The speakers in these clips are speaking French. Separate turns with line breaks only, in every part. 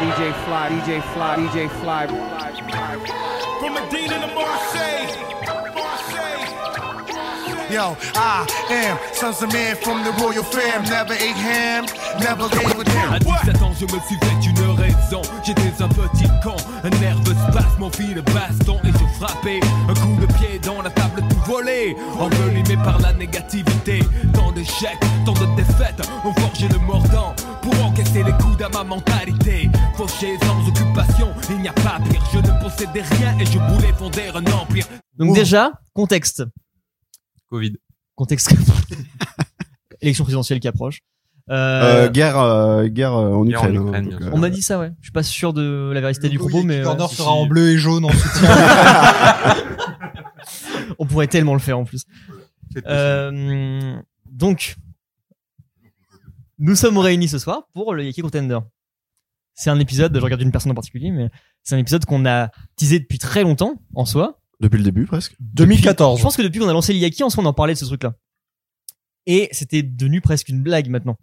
DJ Fly!
DJ
DJ Fly!
Fly, DJ Fly, DJ Fly. From Medina to Marseille,
Marseille. Yo, I am sons of man from the royal fam. Never ate ham, never laid with him.
À 17 ans, je me suis fait une raison. J'étais un petit con, un nerveux spasme, mon fil baston et je frappais un coup de pied dans la table tout volé, envenimé par la négativité. Tant d'échecs, tant de défaites, on forgeait le mordant pour encaisser les coups à ma mentalité. Fauché sans occupation, il n'y a pas pire. Je ne possédais rien et je voulais fonder un empire.
Donc déjà, contexte.
Covid.
Contexte. Élection présidentielle qui approche.
Euh, guerre, euh, guerre en
Guerre en
Ukraine. hein,
Ukraine,
donc,
bien
euh,
On m'a dit ça, ouais. Je suis pas sûr de la véracité du
Oui,
propos, mais euh,
Corner
ouais,
sera
si.
en bleu et jaune en soutien.
on pourrait tellement le faire en plus.
C'est
Euh, donc, nous sommes réunis ce soir pour le Yaki Contender. C'est un épisode, je regarde une personne en particulier, mais c'est un épisode qu'on a teasé depuis très longtemps en soi.
Depuis le début presque.
2014.
Je pense que depuis qu'on a lancé l'Iyaki, en soi, on en parlait de ce truc-là. Et c'était devenu presque une blague maintenant.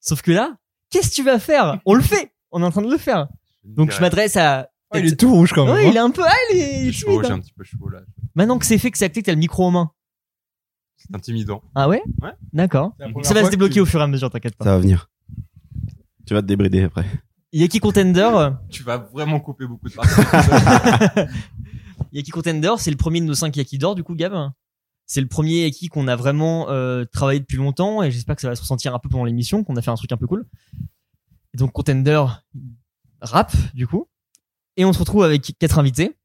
Sauf que là, qu'est-ce que tu vas faire On le fait On est en train de le faire. Donc je m'adresse à...
Ouais, il est tout rouge quand même.
Ouais,
hein.
il est un peu... Ah, il est- il
J'ai
est
chaud,
timide,
j'ai
hein.
un petit peu chaud là.
Maintenant que c'est fait, que c'est acté, que t'as le micro en main.
C'est intimidant.
Ah ouais
Ouais.
D'accord.
C'est la première
Ça va
fois
se
que
débloquer
tu-
au fur et à mesure, t'inquiète pas.
Ça va venir. Tu vas te débrider après.
Yaki Contender, euh,
Tu vas vraiment couper beaucoup de parties.
Yaki Contender, c'est le premier de nos cinq Yaki d'or, du coup, Gab. C'est le premier Yaki qu'on a vraiment euh, travaillé depuis longtemps et j'espère que ça va se ressentir un peu pendant l'émission, qu'on a fait un truc un peu cool. Et donc, Contender rap, du coup. Et on se retrouve avec quatre invités.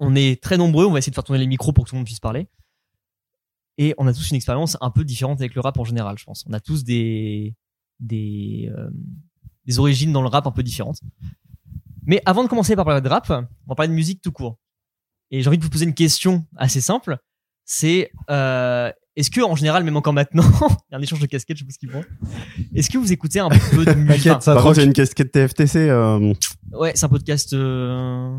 On est très nombreux, on va essayer de faire tourner les micros pour que tout le monde puisse parler. Et on a tous une expérience un peu différente avec le rap en général, je pense. On a tous des, des, euh, des origines dans le rap un peu différentes. Mais avant de commencer par parler de rap, on va parler de musique tout court. Et j'ai envie de vous poser une question assez simple. C'est euh, est-ce que en général, même encore maintenant, il y a un échange de casquettes, je sais pas ce qu'ils font. Est-ce que vous écoutez un peu de musique
T'inquiète, ça
Par contre,
troque.
il y a Bah, une casquette TFTC. euh,
Ouais, c'est un podcast euh,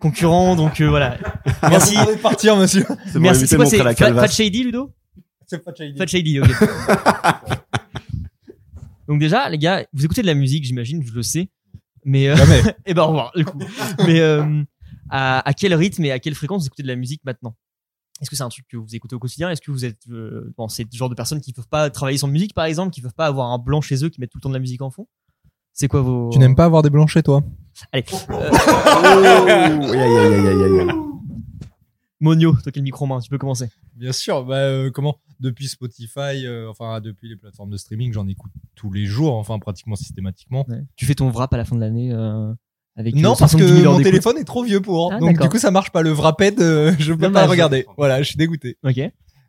concurrent, donc euh, voilà. Merci.
Vous pouvez partir, hein, monsieur.
c'est pour
Merci.
éviter
C'est
de
quoi, c'est
montrer la
Fat Fat
calvasse.
Shady, Ludo
C'est pas Shady.
Fat Shady, ok. donc déjà, les gars, vous écoutez de la musique, j'imagine, je le sais. Mais euh,
Jamais.
eh ben, au revoir, du coup. Mais euh, à, à quel rythme et à quelle fréquence vous écoutez de la musique maintenant Est-ce que c'est un truc que vous écoutez au quotidien Est-ce que vous êtes euh, bon, c'est le genre de personnes qui peuvent pas travailler sans musique, par exemple, qui peuvent pas avoir un blanc chez eux, qui mettent tout le temps de la musique en fond C'est quoi vos
Tu n'aimes pas avoir des blancs chez toi
Allez, euh,
Oh, aïe, aïe, aïe, aïe, aïe, aïe.
Monio, toi qui as le micro en main, tu peux commencer.
Bien sûr, bah euh, comment Depuis Spotify, euh, enfin depuis les plateformes de streaming, j'en écoute tous les jours, enfin pratiquement systématiquement.
Tu fais ton wrap à la fin de l'année euh, avec euh,
Non, parce
70
que
000 heures
mon
d'écoute.
téléphone est trop vieux pour. hein.
Ah,
donc
d'accord.
du coup, ça marche pas. Le Vraped, euh, je peux pas
Dommage.
regarder. Voilà, je suis dégoûté.
Ok.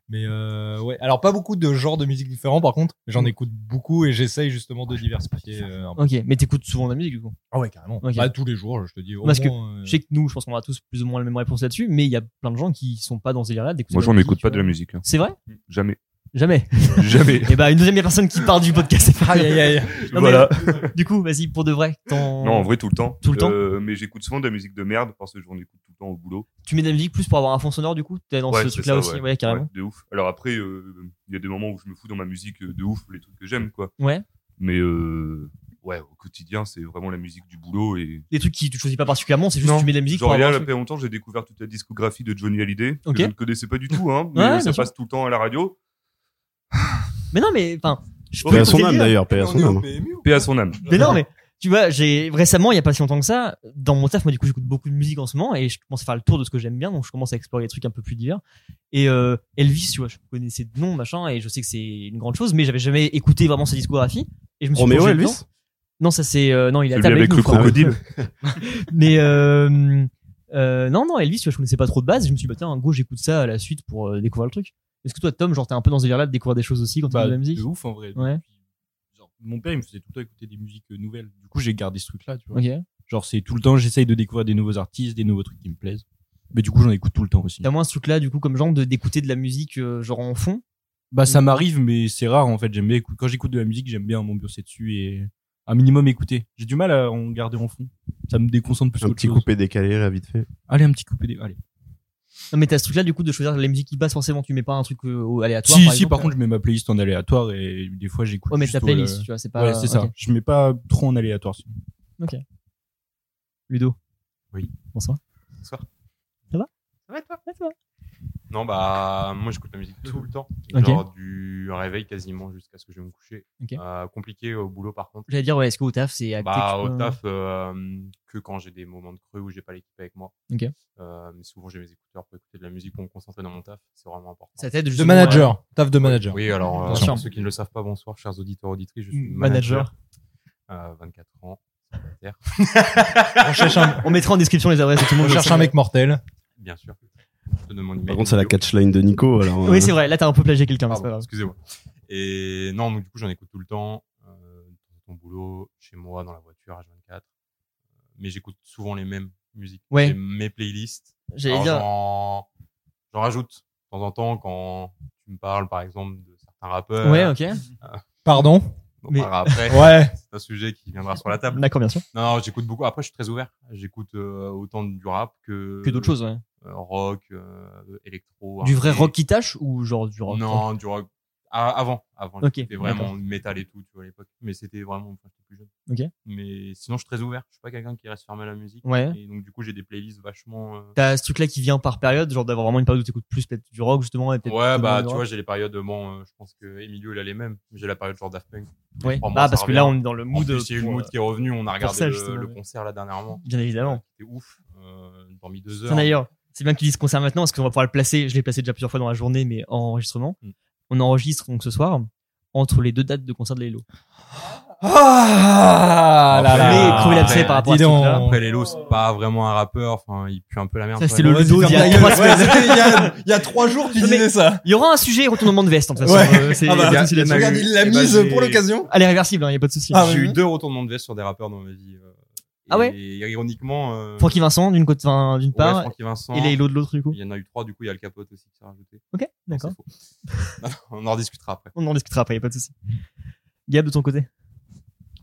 Mais euh, ouais, alors pas beaucoup de genres de musique différents. Par contre, j'en écoute beaucoup et j'essaye justement de diversifier. euh, un peu.
Mm. Ok, mais t'écoutes souvent de la musique du coup.
Ah ouais, carrément.
Ok.
Bah, tous les jours, je te dis. Au
Parce que
moins, euh,
Je sais que nous, je pense qu'on aura tous plus ou moins la même réponse là-dessus, mais il y a plein de gens qui sont pas dans ce délire-là. d'écouter
Moi,
de
j'en
la
écoute
musique,
pas
tu
de la musique. hein.
vois. C'est vrai
Jamais.
Jamais.
Jamais.
Et bah une deuxième personne qui part du podcast.
Aïe, aïe, aïe.
Non, mais-
voilà.
Du coup, vas-y pour de vrai. ton-
Non, en vrai, tout le temps.
Tout le temps
Euh, mais j'écoute souvent de la musique de merde parce que j'en écoute tout le temps au boulot.
Tu mets de la musique plus pour avoir un fond sonore du coup. T'es dans
Ouais,
ce
c'est
truc-là
ça,
aussi, ouais, carrément.
Ouais, de ouf. Alors après, euh, il y a des moments où je me fous dans ma musique euh, de ouf, les trucs que j'aime, quoi.
Ouais.
Mais euh, ouais, au quotidien, c'est vraiment la musique du boulot et.
Des trucs qui tu choisis pas particulièrement, c'est juste
Non.
que tu mets de la musique
Genre,
pour
il y a
avoir. un
pas
truc.
longtemps, j'ai découvert toute la discographie de Johnny Hallyday.
Ok.
Que je ne connaissais pas du tout, hein. Mais
Ouais,
euh,
bien
ça
sûr.
passe tout le temps à la radio.
Mais non, mais enfin, je
Ouais,
peux hein.
Paix à
écouter
son
le
âme
lien.
d'ailleurs, paix à
on
son
est
hein.
au
âme.
PMU ou
Paix à son âme.
Mais non, mais tu vois, j'ai récemment, il y a pas si longtemps que ça, dans mon taf, moi du coup, j'écoute beaucoup de musique en ce moment et je commence à faire le tour de ce que j'aime bien, donc je commence à explorer des trucs un peu plus divers. Et euh, Elvis, tu vois, je connaissais de nom, machin, et je sais que c'est une grande chose, mais j'avais jamais écouté vraiment sa discographie. Et je me suis
Roméo
plongé dedans.
Elvis
Non, ça c'est euh, non, il a
Celui avec le crocodile.
Mais euh, euh, non, non, Elvis, tu vois, je connaissais pas trop de base. Je me suis dit, bah tiens, en gros, j'écoute ça à la suite pour euh, découvrir le truc. Est-ce que toi, Tom, genre, t'es un peu dans ce délire-là de découvrir des choses aussi quand tu
Bah,
de la musique
de ouf en vrai.
Ouais.
Genre, mon père il me faisait tout le temps écouter des musiques euh, nouvelles. Du coup j'ai gardé ce truc là, tu vois.
Ok.
Genre c'est tout le temps j'essaye de découvrir des nouveaux artistes, des nouveaux trucs qui me plaisent. Mais du coup j'en écoute tout le temps aussi.
T'as moins ce truc-là, du coup, comme genre, de- d'écouter de la musique, euh, genre, en fond.
Bah
Mm.
ça m'arrive mais c'est rare en fait. J'aime bien écou- quand j'écoute de la musique j'aime bien m'ambiancer dessus et un minimum écouter. J'ai du mal à en garder en fond. Ça me déconcentre plus
Un
qu'autre
petit
chose.
coupé décalé, là, vite fait.
Allez un petit coupé. des- Allez.
Non, mais t'as ce truc-là, du coup, de choisir les musiques qui passent forcément. Tu mets pas un truc euh, au- aléatoire.
si,
par
si,
exemple.
par contre, je mets ma playlist en aléatoire et des fois, j'écoute.
Ouais, mais
juste
ta
au-
playlist, tu vois, c'est pas-
Ouais, c'est ça.
ok.
Je mets pas trop en aléatoire.
Ok. Ludo.
Oui.
Bonsoir.
Bonsoir.
Ça va
Ça va, toi Non, bah, moi, j'écoute la musique tout le temps.
Ok.
Genre du réveil quasiment jusqu'à ce que je vais me coucher.
Ok.
Euh, compliqué au boulot, par contre.
J'allais dire, ouais, est-ce qu'au taf, c'est acté
Bah,
que tu
au
peux-
taf, euh, que quand j'ai des moments de creux où j'ai pas l'équipe avec moi.
Ok.
Euh, mais souvent, j'ai mes écouteurs pour écouter de la musique, pour me concentrer dans mon taf. C'est vraiment important.
Ça t'aide De
justement, manager. ouais. Taf de
Oui,
manager.
Oui, alors, euh,
Attention.
pour ceux qui ne le savent pas, bonsoir, chers auditeurs, auditrices. Je suis
Mm,
manager. Euh, 24 ans. célibataire.
On cherche un- on mettra en description les adresses de tout le monde. On cherche un mec
mortel.
Bien sûr. Je te demande
Par contre, c'est la catchline de Nico. Alors, euh,
Oui, c'est vrai. Là, t'as un peu plagié quelqu'un, mais c'est pas grave.
Excusez-moi. Et non, donc du coup, j'en écoute tout le temps. Euh, dans mon boulot, chez moi, dans la voiture, H24. Euh, Mais j'écoute souvent les mêmes musiques.
Ouais.
J'ai Mes playlists.
J'allais
Alors,
dire-
J'en j'en rajoute de temps en temps quand tu me parles, par exemple, de certains rappeurs.
Ouais, ok.
Pardon
Euh, On en
Mais-
parlera après.
Ouais.
C'est un sujet qui viendra sur la table.
D'accord, bien sûr.
Non, non, j'écoute beaucoup. Après, je suis très ouvert. J'écoute euh, autant du rap que.
Que d'autres choses, ouais.
euh, rock, euh, électro.
Du vrai
indé.
rock qui tâche ou genre du rock
Non, du rock. Ah, avant, avant.
Ok,
C'était vraiment
d'accord.
métal et tout, tu vois, à l'époque. Mais c'était vraiment quand j'étais plus jeune.
Ok.
Mais sinon, je suis très ouvert. Je suis pas quelqu'un qui reste fermé à la musique.
Ouais.
Et donc, du coup, j'ai des playlists vachement. euh,
T'as ce truc-là qui vient par période, genre d'avoir vraiment une période où t'écoutes plus peut-être du rock justement et peut-être
Ouais,
plus
bah,
du
tu
rock.
vois, j'ai les périodes. Bon, euh, je pense que Emilio, il a les mêmes. J'ai la période genre Daft Punk.
Ouais.
Trois
Ah,
mois, ça
parce que
revient.
là, on est dans le mood
En plus, il y a eu le
pour,
mood qui est revenu. On a
pour
regardé
ça,
le,
justement,
le
ouais.
concert là dernièrement.
Bien évidemment.
C'était ouf. Euh, j'ai dormi deux
Tiens,
heures.
D'ailleurs, c'est bien qu'ils disent concert maintenant parce qu'on va pouvoir le placer. Je l'ai placé déjà plusieurs fois dans la journée, mais en enregistrement. On enregistre donc ce soir entre les deux dates de concert de Lélo.
Ah là là.
Mais crever l'abcès
Après,
par rapport à
dis
ce
donc.
truc-là.
Après, Lelo, c'est pas vraiment un rappeur. Enfin, il pue un peu la merde.
Ça,
quand
c'était
même.
le Ludo d'il y a trois semaines.
il y a trois jours, tu
Non, mais
disais ça.
Il y aura un sujet retournement de veste, en toute façon.
Ouais.
Euh, c'est-
Ah bah,
y a pas de
bien-
souci là-dessus.
regarde, il l'a
Eh ben,
mise
j'ai- Ah,
pour l'occasion. Ah,
Elle est réversible, il n'y a pas de souci.
J'ai eu deux retournements de veste sur des rappeurs dans ma vie. euh,
Ah ouais
Et ironiquement. euh,
Francky Vincent d'une côte, enfin, d'une
ouais,
part,
Francky Vincent.
et Lélo de l'autre, du coup.
Il y en a eu trois, du coup, il y a le capote aussi qui s'est rajouté.
Ok,
Non,
d'accord.
c'est faux. Non, non, on en discutera après.
On en discutera après, il n'y a pas de souci. Gab, de ton côté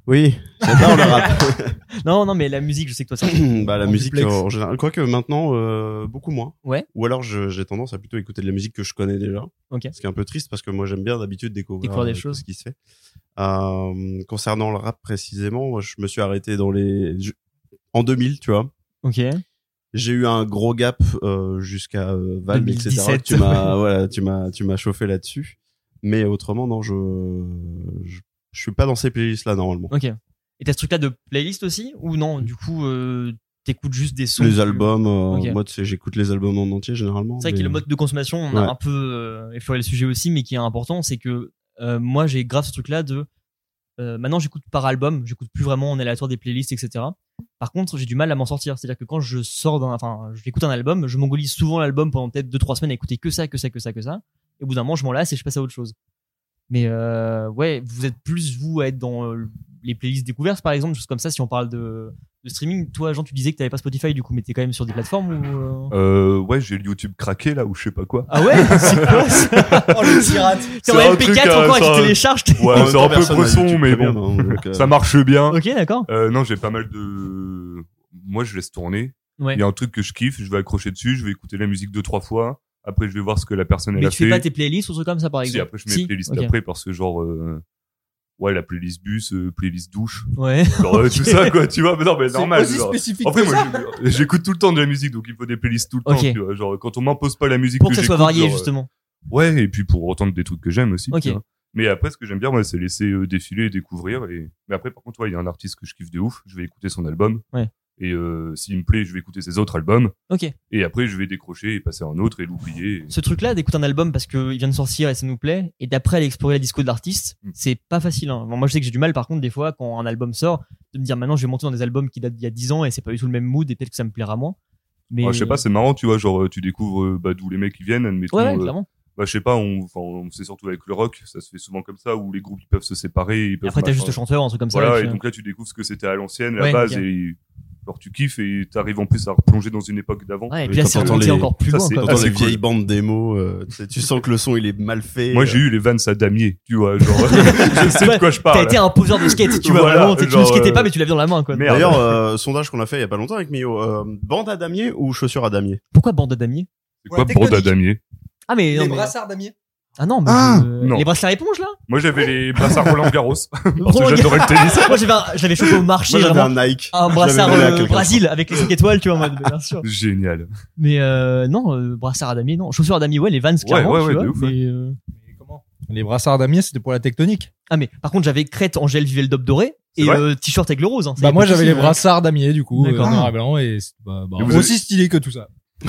Oui, j'adore le rap.
Non, non, mais la musique, je sais que toi, ça.
bah, la
En
musique
duplex.
en général. Quoique maintenant, euh, beaucoup moins.
Ouais.
Ou alors, je- j'ai tendance à plutôt écouter de la musique que je connais déjà.
Ok.
Ce qui est un peu triste parce que moi, j'aime bien d'habitude découvrir,
Découvrir des
euh, tout
choses.
ce qui se fait. Euh, concernant le rap précisément, moi, je me suis arrêté dans les. je- En 2000, tu vois.
Ok.
J'ai eu un gros gap euh, jusqu'à euh, Valve, etc.
2017.
Tu m'as voilà, tu m'as tu m'as chauffé là-dessus. Mais autrement, non, je je, je suis pas dans ces playlists là normalement.
Ok. Et t'as ce truc-là de playlist aussi Ou non Du coup, euh, t'écoutes juste des sons
les
que-
albums, euh,
Ok.
moi, tu sais, j'écoute les albums en entier généralement.
C'est vrai
mais-
que le mode de consommation, on
Ouais.
a un peu euh, effleuré le sujet aussi, mais qui est important, c'est que euh, moi j'ai grave ce truc-là de euh, maintenant j'écoute par album, j'écoute plus vraiment en aléatoire des playlists, etc. Par contre, j'ai du mal à m'en sortir. C'est-à-dire que quand je sors d'un, enfin, j'écoute un album, je m'engolise souvent l'album pendant peut-être deux trois semaines à écouter que ça, que ça, que ça, que ça. Et au bout d'un moment, je m'en lasse et je passe à autre chose. Mais euh, ouais, vous êtes plus vous à être dans euh, les playlists découvertes, par exemple, choses comme ça. Si on parle de, de streaming, toi, Jean, tu disais que t'avais pas Spotify, du coup, mais t'es quand même sur des plateformes ou euh
Euh, ouais, j'ai le YouTube craqué là ou je sais pas quoi.
ah ouais C'est quoi ça
Oh, le pirate.
C'est
C'est
en
un truc,
MP4
euh,
encore
ça-
qui télécharge
Ouais,
En même
c'est
temps,
un peu
personne n'a
bresson,
YouTube
mais
Premium,
bon.
hein, donc, euh,
Ça marche bien.
Ok, d'accord.
Euh, non, j'ai pas mal de. Moi, je laisse tourner. Il
Ouais.
y a un truc que je kiffe, je vais accrocher dessus, je vais écouter la musique deux, trois fois. Après, je vais voir ce que la personne elle
Mais
a
tu fais
fait.
pas tes playlists ou trucs comme ça par exemple
si, après, je mets les playlists
Ok.
après parce que, genre, euh, ouais, la playlist bus, euh, playlist douche,
Ouais.
genre, euh,
Ok.
tout ça, quoi, tu vois. Mais non, mais
C'est
normal.
aussi
genre.
spécifique
Après,
que
moi, j'ai- j'écoute tout le temps de la musique, donc il me faut des playlists tout le
Ok.
temps. tu vois. Genre, quand on m'impose pas la musique,
Pour que ça soit
j'écoute,
varié
genre, euh,
justement.
Ouais, et puis pour entendre des trucs que j'aime aussi.
Ok.
tu vois. Mais après, ce que j'aime bien, moi, c'est laisser euh, défiler, découvrir. Et... Mais après, par contre, ouais, il y a un artiste que je kiffe de ouf. Je vais écouter son album.
Ouais.
Et euh, s'il me plaît, je vais écouter ses autres albums.
Ok.
Et après, je vais décrocher et passer à un autre et l'oublier. Et-
Ce truc-là d'écouter un album parce qu'il vient de sortir et ça nous plaît, et d'après aller explorer la disco de l'artiste,
Mm.
c'est pas facile. hein. Bon, moi je sais que j'ai du mal par contre des fois quand un album sort, de me dire maintenant je vais monter dans des albums qui datent d'il y a 10 ans et c'est pas du tout le même mood et peut-être que ça me plaira moins. Mais
Ouais, Ah, je sais pas, c'est marrant, tu vois. Genre, euh, tu découvres euh, bah, d'où les mecs ils viennent. Admettons,
Ouais, ouais,
euh,
clairement.
bah, je sais pas, on, enfin, on c'est surtout avec le rock, ça se fait souvent comme ça, où les groupes ils peuvent se séparer. Ils peuvent
Après t'as
machin.
juste le chanteur, un truc comme ça.
Voilà,
et
et
puis, euh,
donc là, tu découvres ce que c'était à l'ancienne,
Ouais,
la base,
ok.
et alors tu kiffes et t'arrives en plus à replonger dans une époque d'avant.
Ouais, et
Oui,
puis là
quand
c'est
t'entends
remonté
les-
encore plus
ça,
loin.
c'est-
quoi.
T'entends
Ah,
les
cool.
vieilles bandes démo, euh, tu sais, tu sens que le son il est mal fait.
Moi,
euh,
j'ai eu les vannes à damier, tu vois, genre, je sais de quoi je
T'as
parle.
été un poseur de skate, tu vois
Voilà,
vraiment, tu tu ne
genre,
skatais pas
euh,
mais tu l'avais dans la main quoi.
Merde.
D'ailleurs, euh, sondage qu'on a fait il y a pas longtemps avec Mio, euh, bande à damier ou chaussures à damier
Pourquoi bande à damier
C'est quoi Bande à damier
Ah, mais. non,
Les
mais-
brassards damier.
Ah non, mais je-
non.
les bracelets à éponge là
Moi j'avais les brassards Roland Garros. parce
Roland-
que j'adorais le tennis.
Oh, Moi j'avais un- j'avais chopé au marché.
Moi, j'avais
vraiment,
un Nike.
Un
Je
brassard
l'avais
euh,
avec le
Brésil
brassard.
avec les 5 étoiles, tu vois, en mode, bien sûr.
Génial.
Mais euh, non, euh, brassard à damier, non. Chaussures à damier, ouais, les Vans, clairement. tu vois, mais, euh,
Les brassards damier, c'était pour la tectonique.
Ah, mais par contre, j'avais crête, Angèle, vivait le dope doré
C'est
et
vrai
euh, t-shirt avec le rose. hein, ça y
Bah,
a
moi,
pas de
j'avais
souci,
les
euh.
brassards damier, du coup, euh,
D'accord. Ah.
en noir et blanc, et c'est bah, bah,
Et vous
aussi
avez-
stylé que tout ça.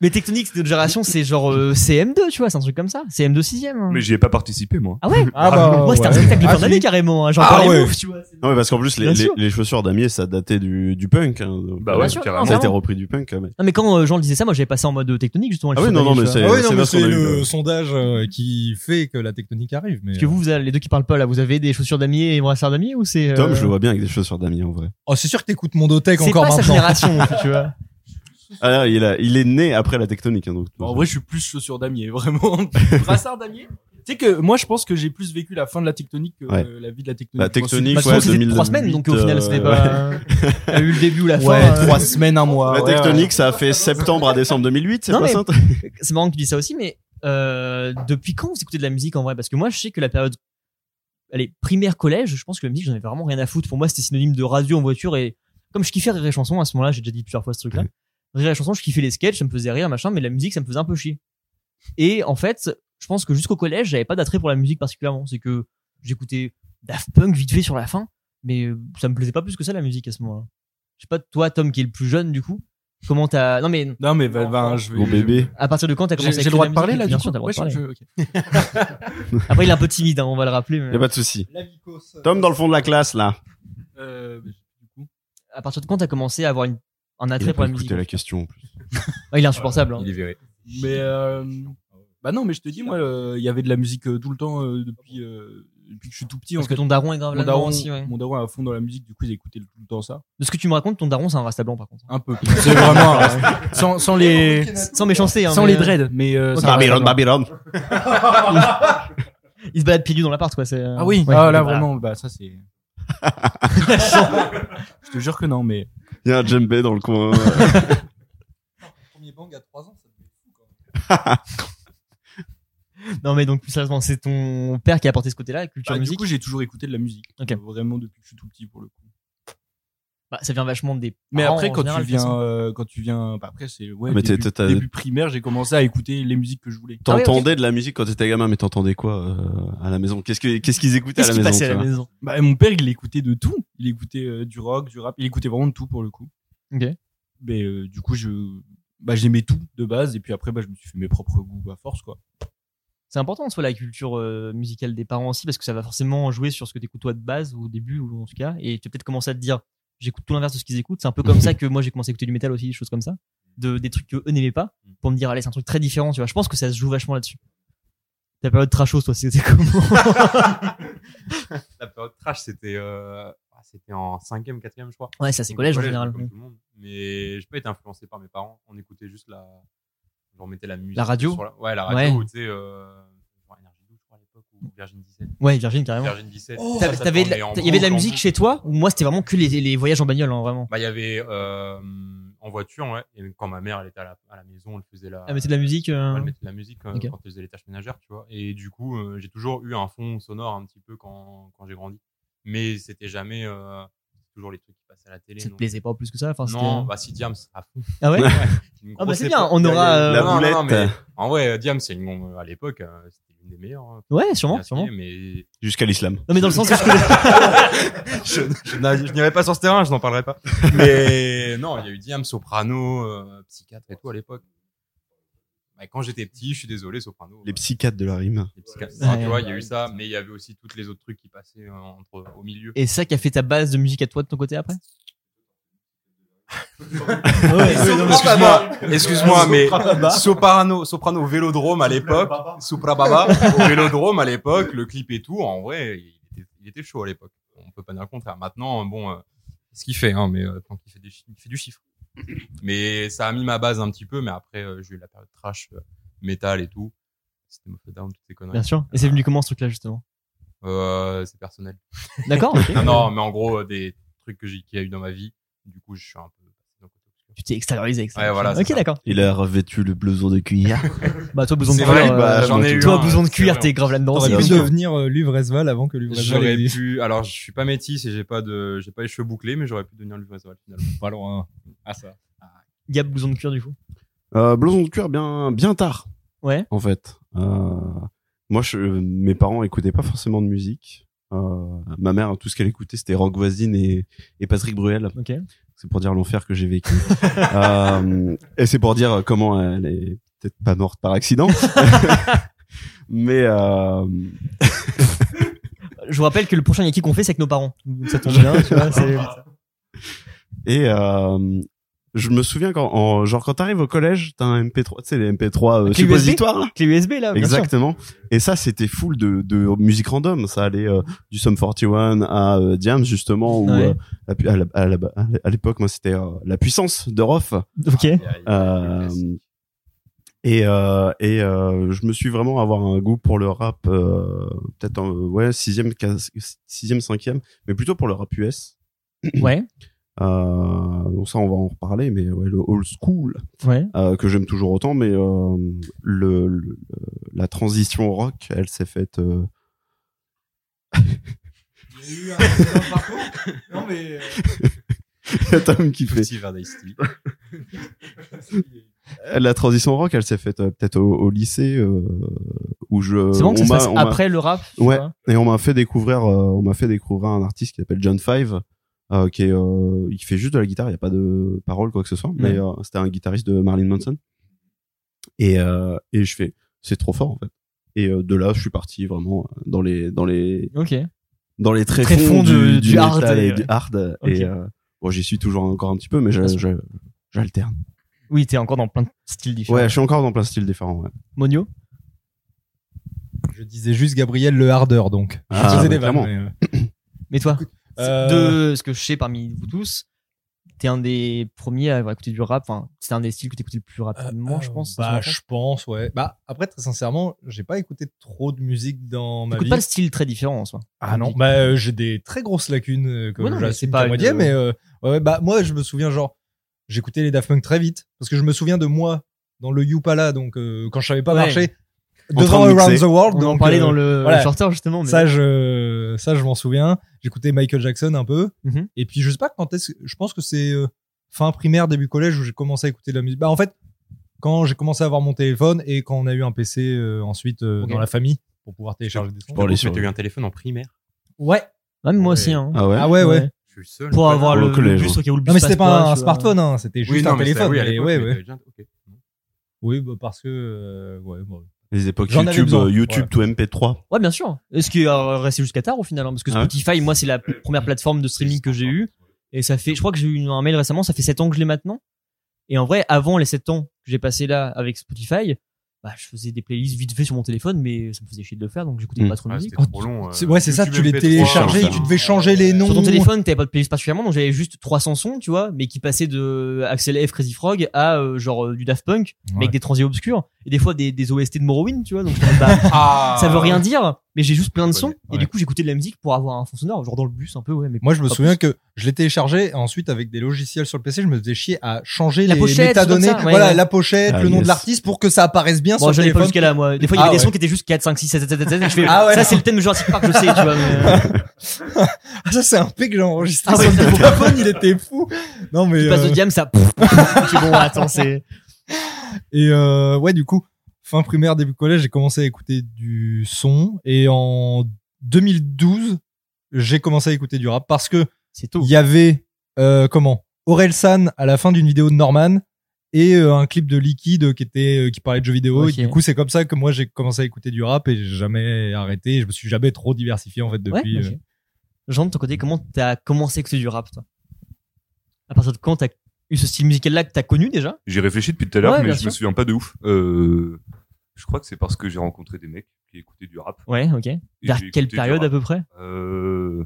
Mais Tectonics de génération, c'est genre euh, CM2, tu vois, c'est un truc comme ça. CM2 6ème.
Mais j'y ai pas participé moi.
hein. Ah ouais
bah,
Moi, c'était un spectacle
Ah,
Ah,
de fin d'année carrément. hein,
Ah
J'en parlais ouf, tu vois.
Non, mais parce qu'en plus, les,
Bien
les,
sûr.
les chaussures d'amier, ça datait du, du punk. hein.
Bah
Bien ouais, sûr, carrément.
Ça a été
vraiment.
repris du punk, mais.
Non, mais quand euh, Jean le disait ça, moi, j'avais passé en mode Tectonics, justement. le
Ah oui,
chaussure
non, non,
d'année,
mais
tu vois.
c'est-
Ah oui, non, mais c'est
qu'on a eu,
le
là.
sondage euh, qui fait que la tectonique arrive. Mais
Parce que vous, vous avez- les deux qui parlent pas là, vous avez des chaussures d'amier et brassards d'amier ou c'est. euh,
Tom, je le vois bien avec des chaussures d'amier, en vrai.
Oh, c'est sûr que t'écoutes Mondotech
C'est
encore
pas sa
maintenant.
génération, tu vois.
Ah, là, il, a, il est né après la tectonique, hein, donc.
En vrai, je suis plus chaussure damier, vraiment. Brassard damier. Tu sais que moi, je pense que j'ai plus vécu la fin de la tectonique que
Ouais.
euh, la vie de la tectonique.
La tectonique,
Bah,
Moi,
ouais,
c'est-
2008,
trois
euh, ouais.
Il y a eu le début ou la fin.
Ouais,
euh.
trois semaines, un mois,
La tectonique, ça a fait septembre à décembre 2008, c'est
Non,
pas
mais
ça
C'est marrant que tu dis ça aussi, mais euh, depuis quand vous écoutez de la musique en vrai Parce que moi, je sais que la période, allez, primaire collège, je pense que la musique, j'en avais vraiment rien à foutre. Pour moi, c'était synonyme de radio en voiture et comme je kiffais rire et chanson à ce moment-là, j'ai déjà dit plusieurs fois ce truc-là. Rire et chanson, je kiffais les sketchs, ça me faisait rire, machin, mais la musique, ça me faisait un peu chier. Et en fait, je pense que jusqu'au collège, j'avais pas d'attrait pour la musique particulièrement. C'est que j'écoutais Daft Punk vite fait sur la fin, mais euh, ça me plaisait pas plus que ça la musique à ce moment-là. Je sais pas, toi, Tom, qui est le plus jeune du coup, comment t'as. Non, mais.
Non, mais je vais- Mon bébé.
À partir de quand t'as
J'ai-
commencé à
j'ai
écouter
le droit
la
de parler,
musique
là,
Bien
du
sûr,
coup
t'as le droit de
Ouais,
parler. Après, il est un peu timide, hein, on va le rappeler. Mais...
Y a pas de souci. Tom dans le fond de la classe, là.
Euh, mais du coup,
À partir de quand t'as commencé à avoir une- un
Il a
attrait pour
pas
la
écouté
musique
la question, en plus.
Ouais, Il est insupportable. hein.
Mais euh, bah non, mais je te dis, moi, euh, il y avait de la musique euh, tout le temps euh, depuis, euh, depuis que je suis tout petit.
Parce
en
que
fait.
ton daron est grave
mon
là-dedans
daron,
aussi, ouais.
Mon daron est à fond dans la musique, du coup, ils écoutaient tout le temps ça.
De ce que tu me racontes, ton daron, c'est un rasta blanc par contre.
Un peu. C'est vraiment euh, sans, sans les
Sans méchanceté. Hein,
sans
mais-
les dreads, mais euh,
Ok.
ça reste
Babylone,
vraiment.
Il se balade pieds nus dans l'appart, quoi. c'est, euh,
Ah oui,
ouais,
ah,
voilà.
là vraiment, bah ça c'est. je te jure que non, mais
Il y a un djembé dans le coin.
Premier bang à 3 ans, ça devait être fou, quand même.
Non, mais donc, plus sérieusement, c'est ton père qui a apporté ce côté-là, la culture
Bah, du
musique.
coup j'ai toujours écouté de la musique, Euh, vraiment depuis que je suis tout petit pour le coup.
Bah, ça vient vachement des.
Mais
parents,
après,
en
quand
général,
tu
de toute
viens,
façon.
euh, quand tu viens, bah, après c'est ouais,
Ah, Mais t'es-
début,
t'es- t'as- Ah
début primaire, j'ai commencé à écouter les musiques que je voulais.
T'entendais de la musique quand t'étais gamin, mais t'entendais quoi euh, à la maison Qu'est-ce que- qu'est-ce qu'ils écoutaient à la maison tu vois
Bah, mon père, il écoutait de tout. Il écoutait euh, du rock, du rap. Il écoutait vraiment de tout pour le coup.
Ok.
Mais euh, du coup, je, bah, j'aimais tout de base. Et puis après, bah, je me suis fait mes propres goûts à force, quoi.
C'est important en soi la culture euh, musicale des parents aussi parce que ça va forcément jouer sur ce que t'écoutes toi de base ou au début ou en tout cas et tu vas peut-être commencer à te dire j'écoute tout l'inverse de ce qu'ils écoutent c'est un peu comme ça que moi j'ai commencé à écouter du métal aussi des choses comme ça de des trucs que eux n'aimaient pas
Mm.
pour me dire allez c'est un truc très différent tu vois je pense que ça se joue vachement là-dessus ta période trashos toi c'était comment
La période trash, c'était euh, ah, c'était en 5ème, 4ème, je crois.
Ouais, ça, c'est
Donc,
collège, en général.
Comme tout le monde. Mais je peux être influencé par mes parents. On écoutait juste la. Je leur mettais la musique.
La radio
sur Ouais, la radio.
Ouais.
Ou, tu sais, euh, genre Energy 12, je crois, à l'époque, ou Virgin 17.
ouais Virgin carrément Oh,
Virgin 17.
T'avais-
Ça, ça
t'avais de la-
tournait en
il y avait de la
boucle, en
musique
boucle.
chez toi ou moi c'était vraiment que les, les voyages en bagnole hein, vraiment
Bah, il y avait euh, en voiture, ouais. Et quand ma mère, elle était à la, à la maison, elle faisait la.
Elle mettait de la musique, euh,
Ouais, elle mettait de la musique euh,
ok.
quand elle faisait les tâches ménagères, tu vois. Et du coup, euh, j'ai toujours eu un fond sonore un petit peu quand, quand j'ai grandi. Mais c'était jamais. euh, toujours les trucs qui passaient à la télé.
Ça te
non.
plaisait pas plus que ça Enfin,
Non,
c'était- euh,
bah si Diams à fond.
Ah ouais
une
Ah bah,
grosse
c'est bien,
époque.
on aura,
Non,
euh,
non,
La
non,
boulette.
mais En vrai, Diams, c'est une- à l'époque, euh, c'était l'une des meilleures. hein.
Ouais, sûrement,
Bien sûr,
sûrement.
Mais...
Jusqu'à l'islam.
Non, mais dans le sens où je
je, je n'a- je n'irai pas sur ce terrain, je n'en parlerai pas. Mais non, il y a eu Diam, Soprano, euh, Psychiatre et tout à l'époque. Bah, quand j'étais petit, je suis désolé, Soprano.
Les psychiatres de la rime.
les psychiatres,
Ouais.
tu vois, il y a eu ça, mais il y avait aussi toutes les autres trucs qui passaient euh, entre, au milieu.
et ça qui a fait ta base de musique à toi de ton côté après Ah
Excuse-moi, excuse-moi, mais
Soprababa.
Soprano, Soprano au Vélodrome à l'époque, Soprababa au Vélodrome à l'époque, le clip et tout, en vrai, il était, il était chaud à l'époque. On peut pas dire le contraire. Maintenant, bon, euh, c'est ce qu'il fait, hein, mais euh, tant qu'il fait, des chi- il fait du chiffre. Mais ça a mis ma base un petit peu, mais après, euh, j'ai eu la période trash, euh, métal et tout. C'était Mofo Down, toutes ces conneries.
Bien sûr. Et c'est venu comment ce truc-là justement
Euh, c'est personnel.
D'accord, ok.
non, non, mais en gros, euh, des trucs que j'ai, qu'il y a eu dans ma vie. Du coup, je suis un peu passé d'un côté obscur.
tu t'es extériorisé. extériorisé.
Ouais, voilà, c'est
ok,
ça.
d'accord.
Il a revêtu le blouson de cuillère.
Bah, toi, blouson de
C'est
cuir,
vrai,
euh,
bah, j'en ai eu
toi,
un,
blouson de
c'est
cuir,
vrai.
t'es grave là-dedans.
T'aurais
c'est
pu
sûr.
devenir euh, Luvresval avant que Luvresval
J'aurais
existe.
pu. Alors, je suis pas métis et j'ai pas de, j'ai pas les cheveux bouclés, mais j'aurais pu devenir Lucas Oil finalement.
Pas loin. Ah ça.
Gab, blouson de cuir, du coup.
Euh, blouson de cuir bien, bien tard,
Ouais.
en fait. Euh, moi, je, mes parents écoutaient pas forcément de musique. Euh, ma mère, tout ce qu'elle écoutait, c'était Rock Voisine et, et Patrick Bruel.
Ok.
C'est pour dire l'enfer que j'ai vécu. Euh, et c'est pour dire comment elle est peut-être pas morte par accident. Mais euh,
Je vous rappelle que le prochain Yaki qu'on fait, c'est avec nos parents. Donc, ça tombe bien, tu vois. c'est-
et euh, je me souviens quand en- genre quand t'arrives au collège, t'as un MP3, tu sais les MP3 euh,
Clé USB,
suppositoires. là.
Clé USB, là. Ah, bien sûr.
Exactement. Et ça, c'était full de, de musique random. Ça allait euh, du Sum 41 à euh, Diams, justement, où
Ouais.
euh, la pu- à la- à la- à l'époque, moi, c'était euh, la puissance de Roth.
Ok.
Euh, et euh, et euh, je me suis vraiment avoir un goût pour le rap, euh, peut-être en ouais, sixième, quinze- sixième, cinquième, mais plutôt pour le rap US.
Ouais.
Euh, donc ça, on va en reparler, mais ouais, le old school
Ouais.
euh, que j'aime toujours autant, mais euh, le, le- la transition rock, elle s'est faite. euh,
Il y a eu un accident de parcours. Non mais. euh,
Il y a Tom qui fait.
Petit verre d'Ice Tea.
La transition rock, elle s'est faite euh, peut-être au, au lycée euh, où je.
C'est bon que ça
on
se
m'a-
passe
on m'a-
après le rap. tu
Ouais.
vois.
Et on m'a fait découvrir, euh, on m'a fait découvrir un artiste qui s'appelle John Five, euh, qui est, euh, il fait juste de la guitare, il n'y a pas de parole quoi que ce soit. Mais euh, c'était un guitariste de Marilyn Manson. Et euh, et je fais, c'est trop fort en fait. Et euh, de là, je suis parti vraiment dans les dans les
Ok.
dans les tréfonds,
Tréfonds
du,
de-
du
du
métal
hard,
et
ouais.
du hard.
Ok.
Et euh, bon, j'y suis toujours encore un petit peu, mais je-
Bien sûr.
je- j'alterne.
Oui, t'es encore dans plein de styles différents.
Ouais, je suis encore dans plein de styles différents. Ouais.
Monio.
Je disais juste Gabriel le hardeur donc. Je
Ah, bah,
faisais des vannes,
clairement.
mais, euh,
Mais toi,
Euh,
de ce que je sais parmi vous tous, t'es un des premiers à avoir écouté du rap. Enfin, c'était un des styles que t'écoutais le plus rapidement,
euh,
je pense.
Bah,
tu
je pense, ouais. Bah, après, très sincèrement, j'ai pas écouté trop de musique dans ma vie.
T'écoutes pas le style très différent en soi.
Ah non, bah, euh, j'ai des très grosses lacunes, euh, comme
Ouais, non, mais c'est
j'assume
pas
pas moitié,
une-
mais euh, ouais, bah, moi, je me souviens, genre, j'écoutais les Daft Punk très vite, parce que je me souviens de moi dans le Youpala, donc euh, quand je savais pas
Ouais.
marcher,
En
devant
train de
Around the
mixer.
World.
On
donc,
en parlait
euh,
dans le
voilà.
le shorter justement. Mais...
Ça, je, ça, je m'en souviens. J'écoutais Michael Jackson un peu.
Mhm.
Et puis, je sais pas quand est-ce, je pense que c'est euh, fin primaire, début collège où j'ai commencé à écouter de la musique. Bah, en fait, quand j'ai commencé à avoir mon téléphone et quand on a eu un PC euh, ensuite euh,
Ok.
dans la famille pour pouvoir télécharger des sons.
Pour les
Tu as eu un téléphone en primaire
Ouais.
Ouais, mais moi aussi.
Ouais.
Hein.
Ah ouais.
Ah ouais, ouais.
Je suis le seul.
Pour
Ouais,
avoir
Au
le, le
collège,
bus
ouais.
au cas où le bus
Non, mais
passe
c'était pas, un
tu vois.
smartphone, hein, c'était juste
Oui, non,
un
mais ça,
téléphone.
oui, à
mais
l'époque,
ouais,
mais
ouais.
t'avais déjà- ok.
Oui, bah, parce que, euh, ouais, bon.
Les époques
J'en avais
YouTube,
besoin.
euh, YouTube to MP3.
Ouais, bien sûr. Ce qui est resté jusqu'à tard au final, hein, parce que
Ah ouais.
Spotify, moi, c'est la
Euh,
première plateforme de streaming que j'ai eue. Et ça fait, je crois que j'ai eu une- un mail récemment, ça fait 7 ans que je l'ai maintenant. Et en vrai, avant les 7 ans que j'ai passé là avec Spotify, bah, je faisais des playlists vite fait sur mon téléphone, mais ça me faisait chier de le faire, donc j'écoutais
Mm.
pas trop de
Ah,
musique.
c'était trop long. euh,
C'est- ouais, c'est ça, Hmm. Oh, tu
YouTube
les
MP3,
téléchargeais,
ça.
tu devais changer les noms.
Sur ton téléphone, t'avais pas de playlist particulièrement, donc j'avais juste 300 sons, tu vois, mais qui passaient de Axel F, Crazy Frog à euh, genre euh, du Daft Punk, mais avec des transiers obscurs, et des fois des, des OST de Morrowind, tu vois, donc j'étais en mode, bah,
Ah
ça veut rien dire, mais j'ai juste plein de sons, et
ouais.
du coup j'écoutais de la musique pour avoir un fond sonore, genre dans le bus un peu, ouais, mais
Moi, je me
pas
souviens que je l'ai téléchargé. et Ensuite, avec des logiciels sur le PC, je me faisais chier à changer
La
les
pochette,
métadonnées.
tout comme ça, ouais,
voilà,
ouais.
la pochette,
Ah,
le nom
yes.
de l'artiste pour que ça apparaisse bien
Bon,
sur
j'en
le
ai pas
téléphone.
jusqu'à là, moi. Des fois, il y avait
Ah
des
ouais.
sons qui étaient juste 4, 5, 6, 7, 7, 7, 7, et je fais,
Ah ouais.
ça, c'est le thème de Jurassic Park, je sais, tu vois, mais, euh,
Ah, ça, c'est un P que j'ai enregistré
Ah
sur
ouais,
le téléphone. il était fou. Non, mais.
tu passes de
euh,
diam, ça, pff, je fais, bon, attends, c'est,
Et euh, ouais, du coup, fin primaire, début collège, j'ai commencé à écouter du son. Et en 2012, j'ai commencé à écouter du rap parce que
c'est
il
tout.
y avait euh, comment Aurel San à la fin d'une vidéo de Norman et euh, un clip de Liquid qui était euh, qui parlait de jeux vidéo
Ok.
et du coup c'est comme ça que moi j'ai commencé à écouter du rap et j'ai jamais arrêté je me suis jamais trop diversifié en fait
Ouais,
depuis
ok.
euh,
Jean, de ton côté, comment t'as commencé à écouter du rap, toi? À partir de quand t'as eu ce style musical-là que t'as connu déjà?
J'y réfléchis depuis tout à l'heure,
Ouais,
mais
bien
je me
sûr.
souviens pas de ouf. Euh, je crois que c'est parce que j'ai rencontré des mecs qui écoutaient du rap.
Ouais, ok.
et
Vers
j'ai écouté
quelle
du
période à
rap.
peu près?
Euh,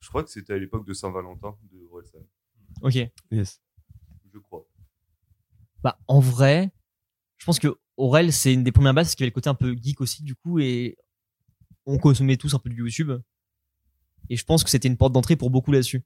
Je crois que c'était à l'époque de Saint-Valentin de Orelsan,
Ok.
Yes.
je crois.
Bah, en vrai, je pense que Aurel, c'est une des premières bases parce qu'il y avait le côté un peu geek aussi, du coup, et on consommait tous un peu de YouTube. Et je pense que c'était une porte d'entrée pour beaucoup là-dessus.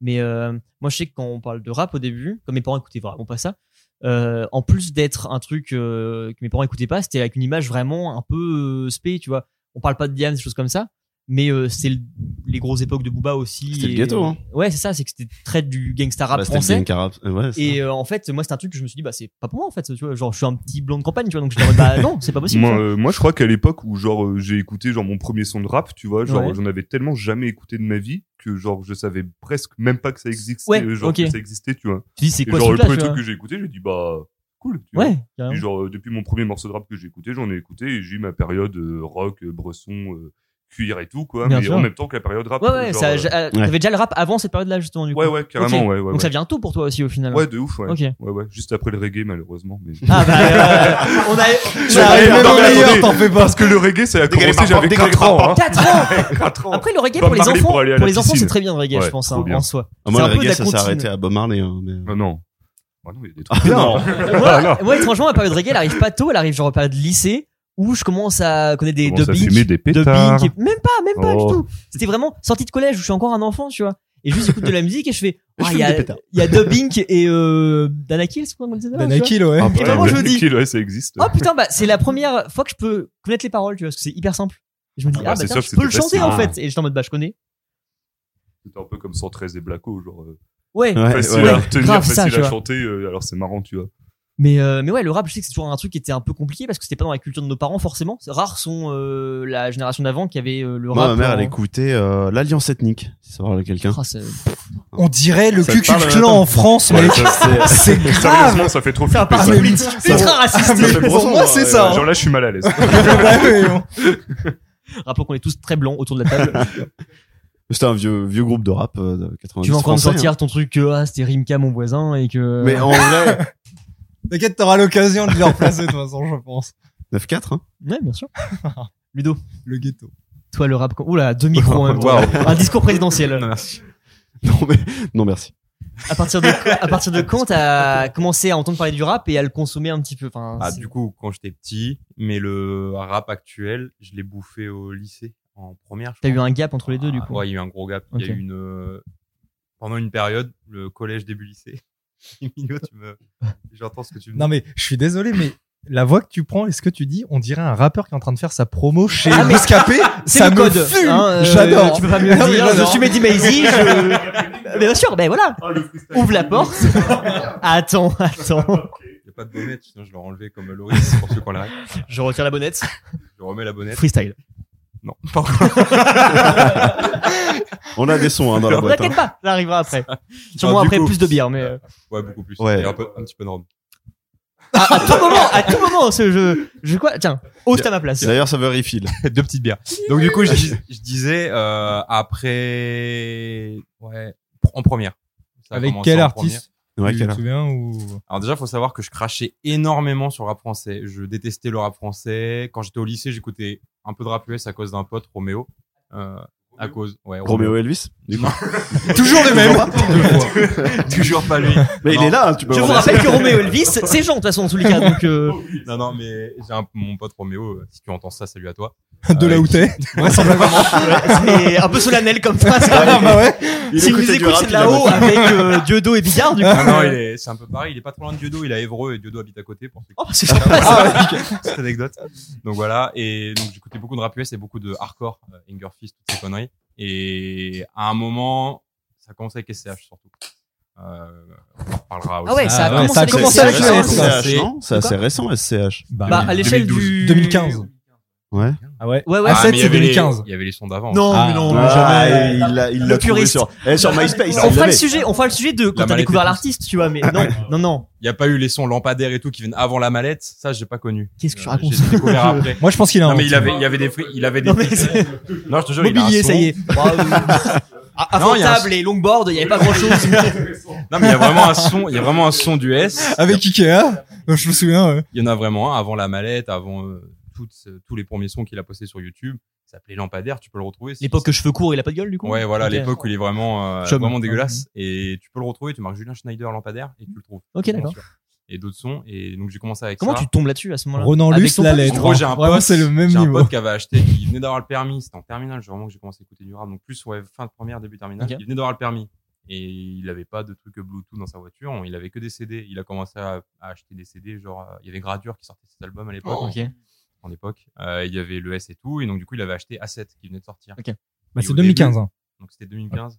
Mais euh, moi, je sais que quand on parle de rap au début, comme mes parents écoutaient vraiment pas ça, euh, en plus d'être un truc euh, que mes parents écoutaient pas, c'était avec une image vraiment un peu euh, spé, tu vois. On parle pas de Diane, des choses comme ça, mais euh, c'est le- les grosses époques de Booba aussi.
C'était le
et-
ghetto, hein.
Ouais, c'est ça, c'est que c'était très du gangsta rap
Bah, c'était le
français.
gangsta rap, euh, ouais, c'est
et euh, en fait, moi, c'est un truc que je me suis dit, bah, c'est pas pour moi, en fait, tu vois. Genre, je suis un petit blond de campagne, tu vois, donc j'étais en mode, bah, non, c'est pas possible.
Moi,
tu vois.
euh, moi, je crois qu'à l'époque où genre euh, j'ai écouté genre mon premier son de rap, tu vois, genre
Ouais.
j'en avais tellement jamais écouté de ma vie que genre je savais presque même pas que ça existait,
Ouais,
euh, genre
ok.
que ça existait, tu vois.
Tu dis, c'est
Et
quoi ce
genre le
truc-là, tu
premier truc
vois
que j'ai écouté, j'ai dit bah cool. Tu
Ouais,
vois.
carrément.
Et genre euh, depuis mon premier morceau de rap que j'ai écouté, j'en ai écouté et j'ai eu ma période euh, rock, euh, bresson, euh, cuir et tout quoi,
Bien
mais
sûr.
en même temps que la période rap.
Ouais, ouais,
genre,
ça,
euh,
j'a- euh, t'avais déjà le rap avant cette période-là, justement, du
Ouais,
coup.
ouais,
Ok.
carrément, ouais, ouais,
Donc
ouais.
ça vient tôt pour toi aussi, au final.
Ouais, de ouf, ouais.
Ok.
Ouais, ouais. Juste après le reggae, malheureusement. Mais...
Ah, bah, euh, on a-
Tu
on a-
vois,
même
non,
en
mais
meilleur,
attendez,
t'en fais pas.
Parce que le reggae, ça a
Dégagez
commencé,
par-
j'avais
dégagez
4
par-
ans. hein.
Quatre ans
4 ans
Après, le reggae,
Bob
pour les
Marley
enfants,
aller à
pour
la
les enfants,
piscine.
c'est très bien, le reggae, je
Ouais,
pense,
trop
hein,
bien.
en soi.
Ah, moi,
C'est un
le
peu de
reggae,
la
ça s'est
continue.
arrêté à Bob Marley. hein, mais...
Ah non. Ah non, il y a des
Ah
trucs. bien,
non.
hein.
moi,
Ah
moi, étrangement, la période reggae, elle arrive pas tôt, elle arrive genre en période lycée, où je commence à connaître des
euh,
Commence à
dubbing.
fumer des
dubbing,
pétards.
qui- Même pas, même pas
Oh.
du tout. C'était vraiment sorti de collège où je suis encore un enfant, tu vois. Et juste j'écoute de la musique et je fais,
je
ah, il
fume
y a,
des pétards.
il y a dubbing et, euh, Dana Kill, c'est quoi qu'on disait tout à l'heure, tu
Dana
vois.
Kill, ouais.
Ah,
Et vraiment,
ouais,
je
le
me dis,
kill, ouais, ça existe.
oh putain, bah, c'est la première fois que je peux connaître les paroles, tu vois, parce que c'est hyper simple. Et je me dis,
Ah,
ah,
bah,
bah,
c'est
tiens,
sûr
je
que
peux le
c'était
chanter, en
facile.
fait. Et j'étais en mode, bah, je connais.
C'était un peu comme 113 et Blacko, genre. euh,
Ouais.
Ouais,
facile
ouais.
à retenir,
Grave, ça,
facile
tu
à
vois.
chanter, euh, alors c'est marrant, tu vois.
Mais, euh, mais ouais, le rap, je sais que c'est toujours un truc qui était un peu compliqué parce que c'était pas dans la culture de nos parents, forcément. C'est- Rares sont euh, la génération d'avant qui avait euh, le
Moi,
rap.
ma mère, elle
hein.
en-
écoutait euh, l'Alliance Ethnique, si ça parle à quelqu'un.
Ah, c'est-
On dirait le
Ça te
QQ
parle,
clan
Nathan
en France,
Ouais,
mais
ça, c'est-
c'est grave.
Sérieusement, ça fait trop
C'est un
flipper,
parti
ça.
politique. C'est ultra raciste.
Mais pour moi, c'est ça.
hein, Genre là, je suis mal à l'aise.
hein. Ouais, ouais,
Rappelons qu'on est tous très blancs autour de la table.
C'était un vieux, vieux groupe de rap euh, de 90
tu vas encore me
français,
sortir
hein.
ton truc que ah, c'était Rimka, mon voisin, et que.
hein. Mais en vrai,
on- T'inquiète, t'auras l'occasion de les replacer de toute façon, je pense.
9-4, hein.
Ouais, bien sûr. Ludo,
Le ghetto.
toi, le rap. Oula, hein. deux micros
hein.
en même temps. Un discours présidentiel.
Non, mais, non, merci.
À partir de, à partir de quand t'as commencé à entendre parler du rap et à le consommer un petit peu enfin,
Ah,
c'est-
du coup, quand j'étais petit, mais le rap actuel, je l'ai bouffé au lycée, en première. je
T'as eu
crois.
un gap entre les deux, du
Ah,
coup.
Ouais, il y a eu un gros gap. Il y a
Ok.
eu une. euh, Pendant une période, le collège début lycée. Emilio, tu me. J'entends ce que tu me dis.
Non, mais je suis désolé, mais la voix que tu prends, est-ce que tu dis, on dirait un rappeur qui est en train de faire sa promo chez
Ah, mais-
Bouscapé
C'est
Ça
le
me
code.
fume.
hein, euh,
J'adore.
Tu peux pas mieux
Ah, mais
dire. Je
j'adore. Ah,
suis Mehdi Maizy. je- Mais bien sûr, ben voilà. Ouvre la porte. Attends, attends.
Il n'y a pas de bonnette, sinon je l'ai enlevé comme Loris pour ceux qu'on l'arrête.
Je retire la bonnette.
Je remets la bonnette.
Freestyle.
Non, pas encore.
On a des sons hein, dans la boîte. hein.
T'inquiète pas, ça arrivera après. Sûrement
Alors, Ah, du
après
coup-
plus de bière, mais euh,
Ouais, beaucoup plus.
Ouais.
Et un, peu, un petit peu de robe.
à, à tout moment, à tout moment, ce jeu, je quoi Tiens, host à ma place.
D'ailleurs, ça veut refill.
Deux petites bières. Donc, du coup, je, dis- je disais, euh, après. Ouais, en première. Ça a
Avec
commencé
quel
en première.
artiste
Ouais,
Tu
quel-
te souviens ou...
Alors déjà, faut savoir que je crachais énormément sur le rap français. Je détestais le rap français. Quand j'étais au lycée, j'écoutais un peu de rap US à cause d'un pote, Roméo. Euh, à cause, ouais.
Roméo Elvis du coup.
Toujours le même.
Toujours pas lui.
Mais
Non.
il est là, hein, tu peux
Je vous
voir.
rappelle que Roméo Elvis, c'est Jean de toute façon en tous les cas. Donc euh,
Non, non, mais j'ai un- mon pote Roméo. euh, Si tu entends ça, salut à toi.
De là
Euh,
où t'es.
Ah c'est un peu solennel comme phrase. quand
Ah
même.
bah ouais.
Il
si vous nous
écoutait du
écoutez
rap,
de
il a
là-haut
voté.
avec euh, Diodo et Bigard, du coup.
Ah
Euh.
Non, non, il est, c'est un peu pareil. Il est pas trop loin de Diodo. Il est à Évreux et Diodo habite à côté pour ceux qui Ah
Oh, c'est sympa, ça.
cette anecdote. Donc voilà. Et donc j'écoutais beaucoup de rap US et beaucoup de hardcore, euh, Inger Fist, toutes ces conneries. Et à un moment, ça commençait avec SCH surtout. Euh, on en reparlera aussi.
Ah ouais, ça a
Ah
commencé
ouais, ça a
à commencer
commencé
à
avec
jouer,
SCH,
ça.
SCH, non C'est assez récent, SCH.
Bah, à l'échelle du.
2015.
Ouais.
Ah ouais.
Ouais, ouais.
Ah,
mais
7,
il y
c'est
avait les-
2015.
Il y avait les sons d'avant.
Non,
Ah.
mais non, mais
Ah,
jamais.
et il l'a, il l'a trouvé
puriste.
sur, eh, sur MySpace.
on
il
fera le
l'avait.
sujet, on fera le sujet de quand
La
t'as
mallette
découvert
et tout.
l'artiste, tu vois, mais non, non, non.
Il n'y a pas eu les sons lampadaires et tout qui viennent avant la mallette. Ça, j'ai pas connu.
Qu'est-ce que je
Euh,
raconte
J'ai découvert après.
Moi, je pense qu'il a
Non,
un.
mais il avait, il y avait des fruits, il avait des
Non, mais
fruits.
c'est-
Non, je te jure, il a
Mobilier,
un son. Bah
ça y est. Ah,
Non, il y a un
Affrontable et longboard, il y avait pas grand chose.
Non, mais il y a vraiment un son, il y a vraiment un son du S.
Avec Ikea. ah, Je me souviens. ouais.
Il y en a vraiment un avant la mallette, avant euh, toutes, ce- tous les premiers sons qu'il a postés sur YouTube. Ça s'appelait Lampadaire, tu peux le retrouver. C'est-
L'époque que cheveux courts, il a pas de gueule, du coup.
Ouais, voilà,
Ok.
l'époque où il est vraiment, euh,
Chum. Ah,
vraiment dégueulasse. Et tu peux le retrouver, tu marques Julien Schneider Lampadaire et tu le trouves.
Ok,
Tu le
d'accord.
trouves. Et d'autres sons. Et donc j'ai commencé avec
Comment
ça.
tu tombes là-dessus à ce moment-là
Ronan
Avec
Luce,
ton
la
pote,
lettre.
En gros, j'ai un
Vraiment,
pote,
c'est le même
j'ai un
niveau.
pote qui avait acheté, il venait d'avoir le permis, c'était en terminale, genre, vraiment que j'ai commencé à écouter du rap, donc plus ouais, fin de première, début terminale,
Ok.
il venait d'avoir le permis. et il n'avait pas de truc Bluetooth dans sa voiture, il avait que des CD. Il a commencé à, à acheter des CD, genre euh, il y avait Gradure qui sortait ses albums à l'époque.
Oh, ok.
En époque, Euh, il y avait le S et tout, et donc du coup il avait acheté A7 qui venait de sortir.
Ok.
Bah,
Et
c'est
au
2015, hein.
Donc c'était 2015.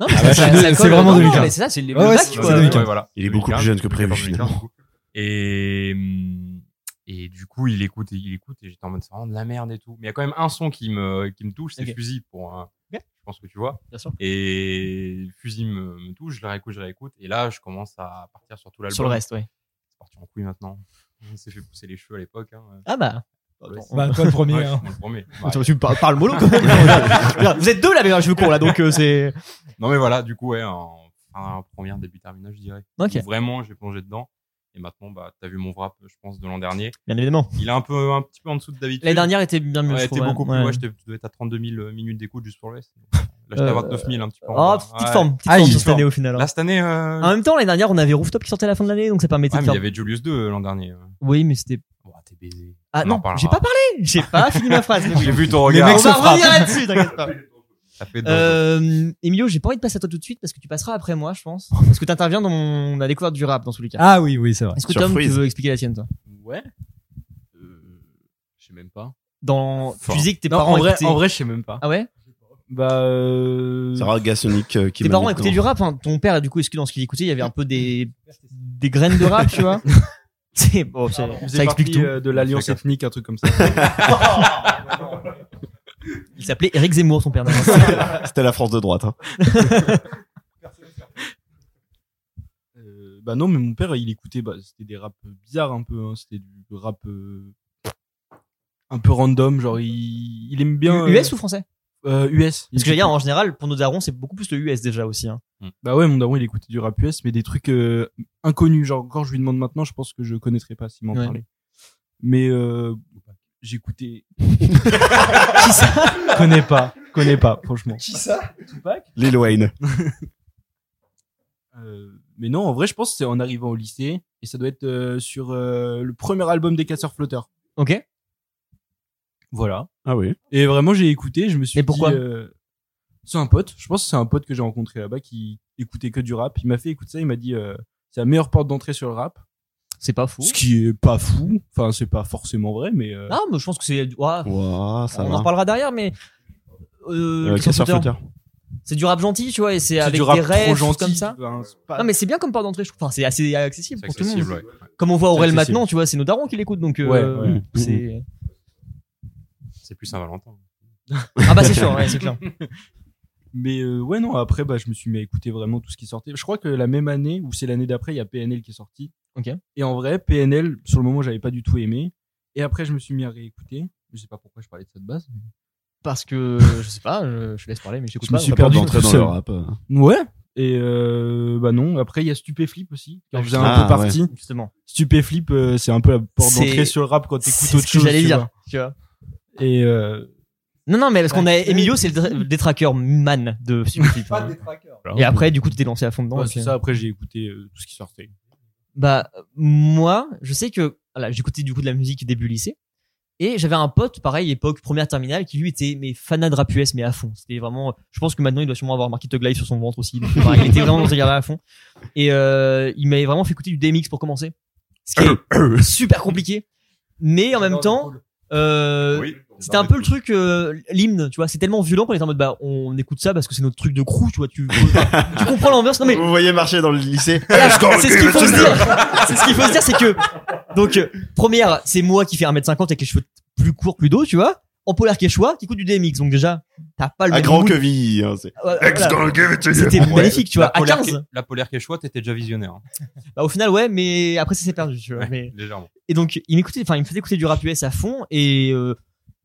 Non, mais Ah, ça- bah, ça- c'est- ça colle. c'est vraiment Non, non, 2015. mais c'est ça, c'est le- Ouais, le ouais, bac, c'est- quoi. c'est 2015.
Il est beaucoup plus jeune que prévu,
2014,
finalement.
2015, du coup. Et, hum, et du coup, il écoute et il écoute et j'étais en mode c'est vraiment de la merde et tout. Mais il y a quand même un son qui me, qui me touche, c'est
Ok.
Fusil pour un.
Ok.
Je pense que tu vois.
Bien sûr.
Et Fusil me, me touche, je le réécoute, je le réécoute. Et là, je commence à partir sur tout l'album.
Sur le reste, ouais.
C'est parti en couille maintenant. On s'est fait pousser les cheveux à l'époque. hein.
Ah bah.
Ouais, c'est-
Bah, toi, le premier,
Ouais,
hein.
moi, le premier.
Attends, tu me par- parles mollo, quand même. Je veux dire, vous êtes deux, là, mais je suis con, là, donc, euh, c'est-
Non, mais voilà, du coup, ouais, en, en première, début, terminale, je dirais.
Ok.
Où Vraiment, j'ai plongé dedans. Et maintenant, bah, t'as vu mon wrap, je pense, de l'an dernier.
Bien évidemment.
Il est un peu, un petit peu en dessous de d'habitude.
L'année dernière était bien mieux,
Ouais,
je
était
trouve, ouais.
beaucoup plus.
Ouais.
Ouais, j'étais- tu devais être à 32 000 minutes d'écoute juste pour le S. Là, j'étais à
Euh,
29 000, un petit peu. en
Ah,
bas.
petite
Ouais.
forme, petite
Ah,
forme
il-
sur cette année, au final. hein.
Là, cette année, euh,
En même temps, l'année dernière, on avait Rooftop qui sortait à la fin de l'année, donc ça permettait
ah,
de
mais il
faire.
y avait Julius 2 l'an dernier. euh.
Oui, mais c'était.
t'es baisé.
Ah
On en
non,
parlera.
j'ai pas parlé J'ai pas fini ma phrase. mais oui.
J'ai vu ton regard.
On va revenir là-dessus, t'inquiète pas.
Ça fait deux.
Euh, Emilio, j'ai pas envie de passer à toi tout de suite parce que tu passeras après moi, je pense. Parce que t'interviens dans mon... la découverte du rap, dans tous les cas.
Ah oui, oui, c'est vrai.
Est-ce que
Sur
Tom, tu
Freeze.
veux expliquer la tienne, toi
Ouais. Euh, je sais même pas.
Dans.
Fort.
Tu disais que tes
Non,
parents
en vrai,
écoutaient-
en vrai, je sais même pas.
Ah ouais
Bah. Euh...
Sarah Gassonic euh, qui
Tes
m'a
parents
mis
écoutaient
dedans.
du rap. hein. Ton père, du coup, est-ce que dans ce qu'il écoutait, il y avait un peu des, des graines de rap, tu vois C'est bon, c'est-
Il Ah, faisait
ça explique
partie,
tout.
euh, de l'alliance ethnique, un truc comme ça.
Il s'appelait Eric Zemmour, son père.
C'était la France de droite. hein.
Euh, bah non, mais mon père, il écoutait, bah, c'était des raps bizarres un peu, hein. c'était du rap euh, un peu random, genre il, il aime bien.
US ou français
euh, US.
Parce que j'allais dire, en général, pour nos darons, c'est beaucoup plus le US déjà aussi. Hein.
Bah ouais, mon daron, il écoutait du rap US, mais des trucs euh, inconnus. Genre, quand je lui demande maintenant, je pense que je connaîtrais pas s'il m'en
Ouais.
parlait. Mais euh, j'écoutais.
Qui ça
Connais pas, connais pas, franchement.
Qui ça
Tupac
Lil Wayne.
Euh, mais non, en vrai, je pense que c'est en arrivant au lycée, et ça doit être euh, sur euh, le premier album des Casseurs Flotteurs.
Ok.
Voilà.
Ah oui.
Et vraiment, j'ai écouté, je me suis
Et pourquoi
dit, euh, c'est un pote, je pense que c'est un pote que j'ai rencontré là-bas qui écoutait que du rap. Il m'a fait écouter ça, il m'a dit, euh, c'est la meilleure porte d'entrée sur le rap.
C'est pas fou.
Ce qui est pas fou, enfin, c'est pas forcément vrai, mais. euh,
Ah, mais je pense que c'est. Ouah,
Ouah, ça
on
va.
en reparlera derrière, mais. Euh,
Euh,
Christian
Casseur
Sauter.
Flotteur.
C'est du rap gentil, tu vois, et c'est
c'est
avec
du rap
des rêves,
trop
des choses
gentil,
comme ça.
ben, c'est pas-
Non, mais c'est bien comme part d'entrée, je trouve. Enfin, c'est assez accessible
C'est
pour tout le monde.
accessible, ouais.
Comme on voit Aurel
C'est accessible.
maintenant, tu vois, c'est nos darons qui l'écoutent, donc. euh,
Mm,
Ouais, Mm. ouais.
C'est.
C'est plus Saint-Valentin.
Ah bah c'est sûr, ouais, c'est clair.
Mais euh, ouais, non, après, bah, je me suis mis à écouter vraiment tout ce qui sortait. Je crois que la même année, ou c'est l'année d'après, il y a PNL qui est sorti.
Ok.
Et en vrai, PNL, sur le moment, j'avais pas du tout aimé. Et après, je me suis mis à réécouter. Je sais pas pourquoi je parlais de ça de base.
Parce que je sais pas, je, je laisse parler, mais j'écoute
Je me
pas.
suis
donc.
perdu
d'entrée
tout
dans
seul.
le rap. euh.
Ouais. Et euh, bah non, après, il y a Stupéflip aussi, qui en faisait un
Ah,
peu partie.
Justement.
Stupéflip, euh, c'est un peu la porte
C'est-
d'entrée sur le rap quand t'écoutes
C'est
autre
ce que
chose.
j'allais
tu
dire,
vois.
tu vois.
Et euh,
Non, non, mais parce qu'on a
Ouais.
Emilio, c'est le dra- le détraqueur man de Superclip.
Pas des trackers.
Et après, du coup, tu t'es lancé à fond dedans.
ouais,
et
c'est
puis-
ça, après, j'ai écouté euh, tout ce qui sortait.
Bah, euh, moi, je sais que voilà, j'écoutais du coup de la musique début lycée. Et j'avais un pote, pareil, époque première terminale, qui lui était mais fanat de rap US, mais à fond. C'était vraiment. Je pense que maintenant, il doit sûrement avoir marqué Tug Life sur son ventre aussi. Donc, pareil, il était vraiment dans ce délire-là à fond. Et euh, il m'avait vraiment fait écouter du DMX pour commencer. Ce qui est super compliqué. Mais en même temps, euh,
Oui.
c'était un peu le truc euh, l'hymne tu vois c'est tellement violent qu'on est en mode bah on écoute ça parce que c'est notre truc de crew tu vois tu tu comprends l'ambiance non mais
Vous voyez marcher dans le lycée.
voilà, c'est ce qu'il faut se dire c'est ce qu'il faut se dire c'est que donc euh, première c'est moi qui fais 1m50 avec les cheveux plus courts plus dos tu vois en polaire quechua qui coûte du DMX donc déjà t'as pas le
À
même
grand
mood.
queville. hein, c'est-
Ouais, voilà. c'était magnifique tu vois à 15
La polaire Quechua, t'étais déjà visionnaire. hein.
bah au final ouais mais après ça s'est perdu tu vois
Ouais,
mais
Légèrement.
et donc il m'écoutait enfin il me faisait écouter du rap US à fond et euh,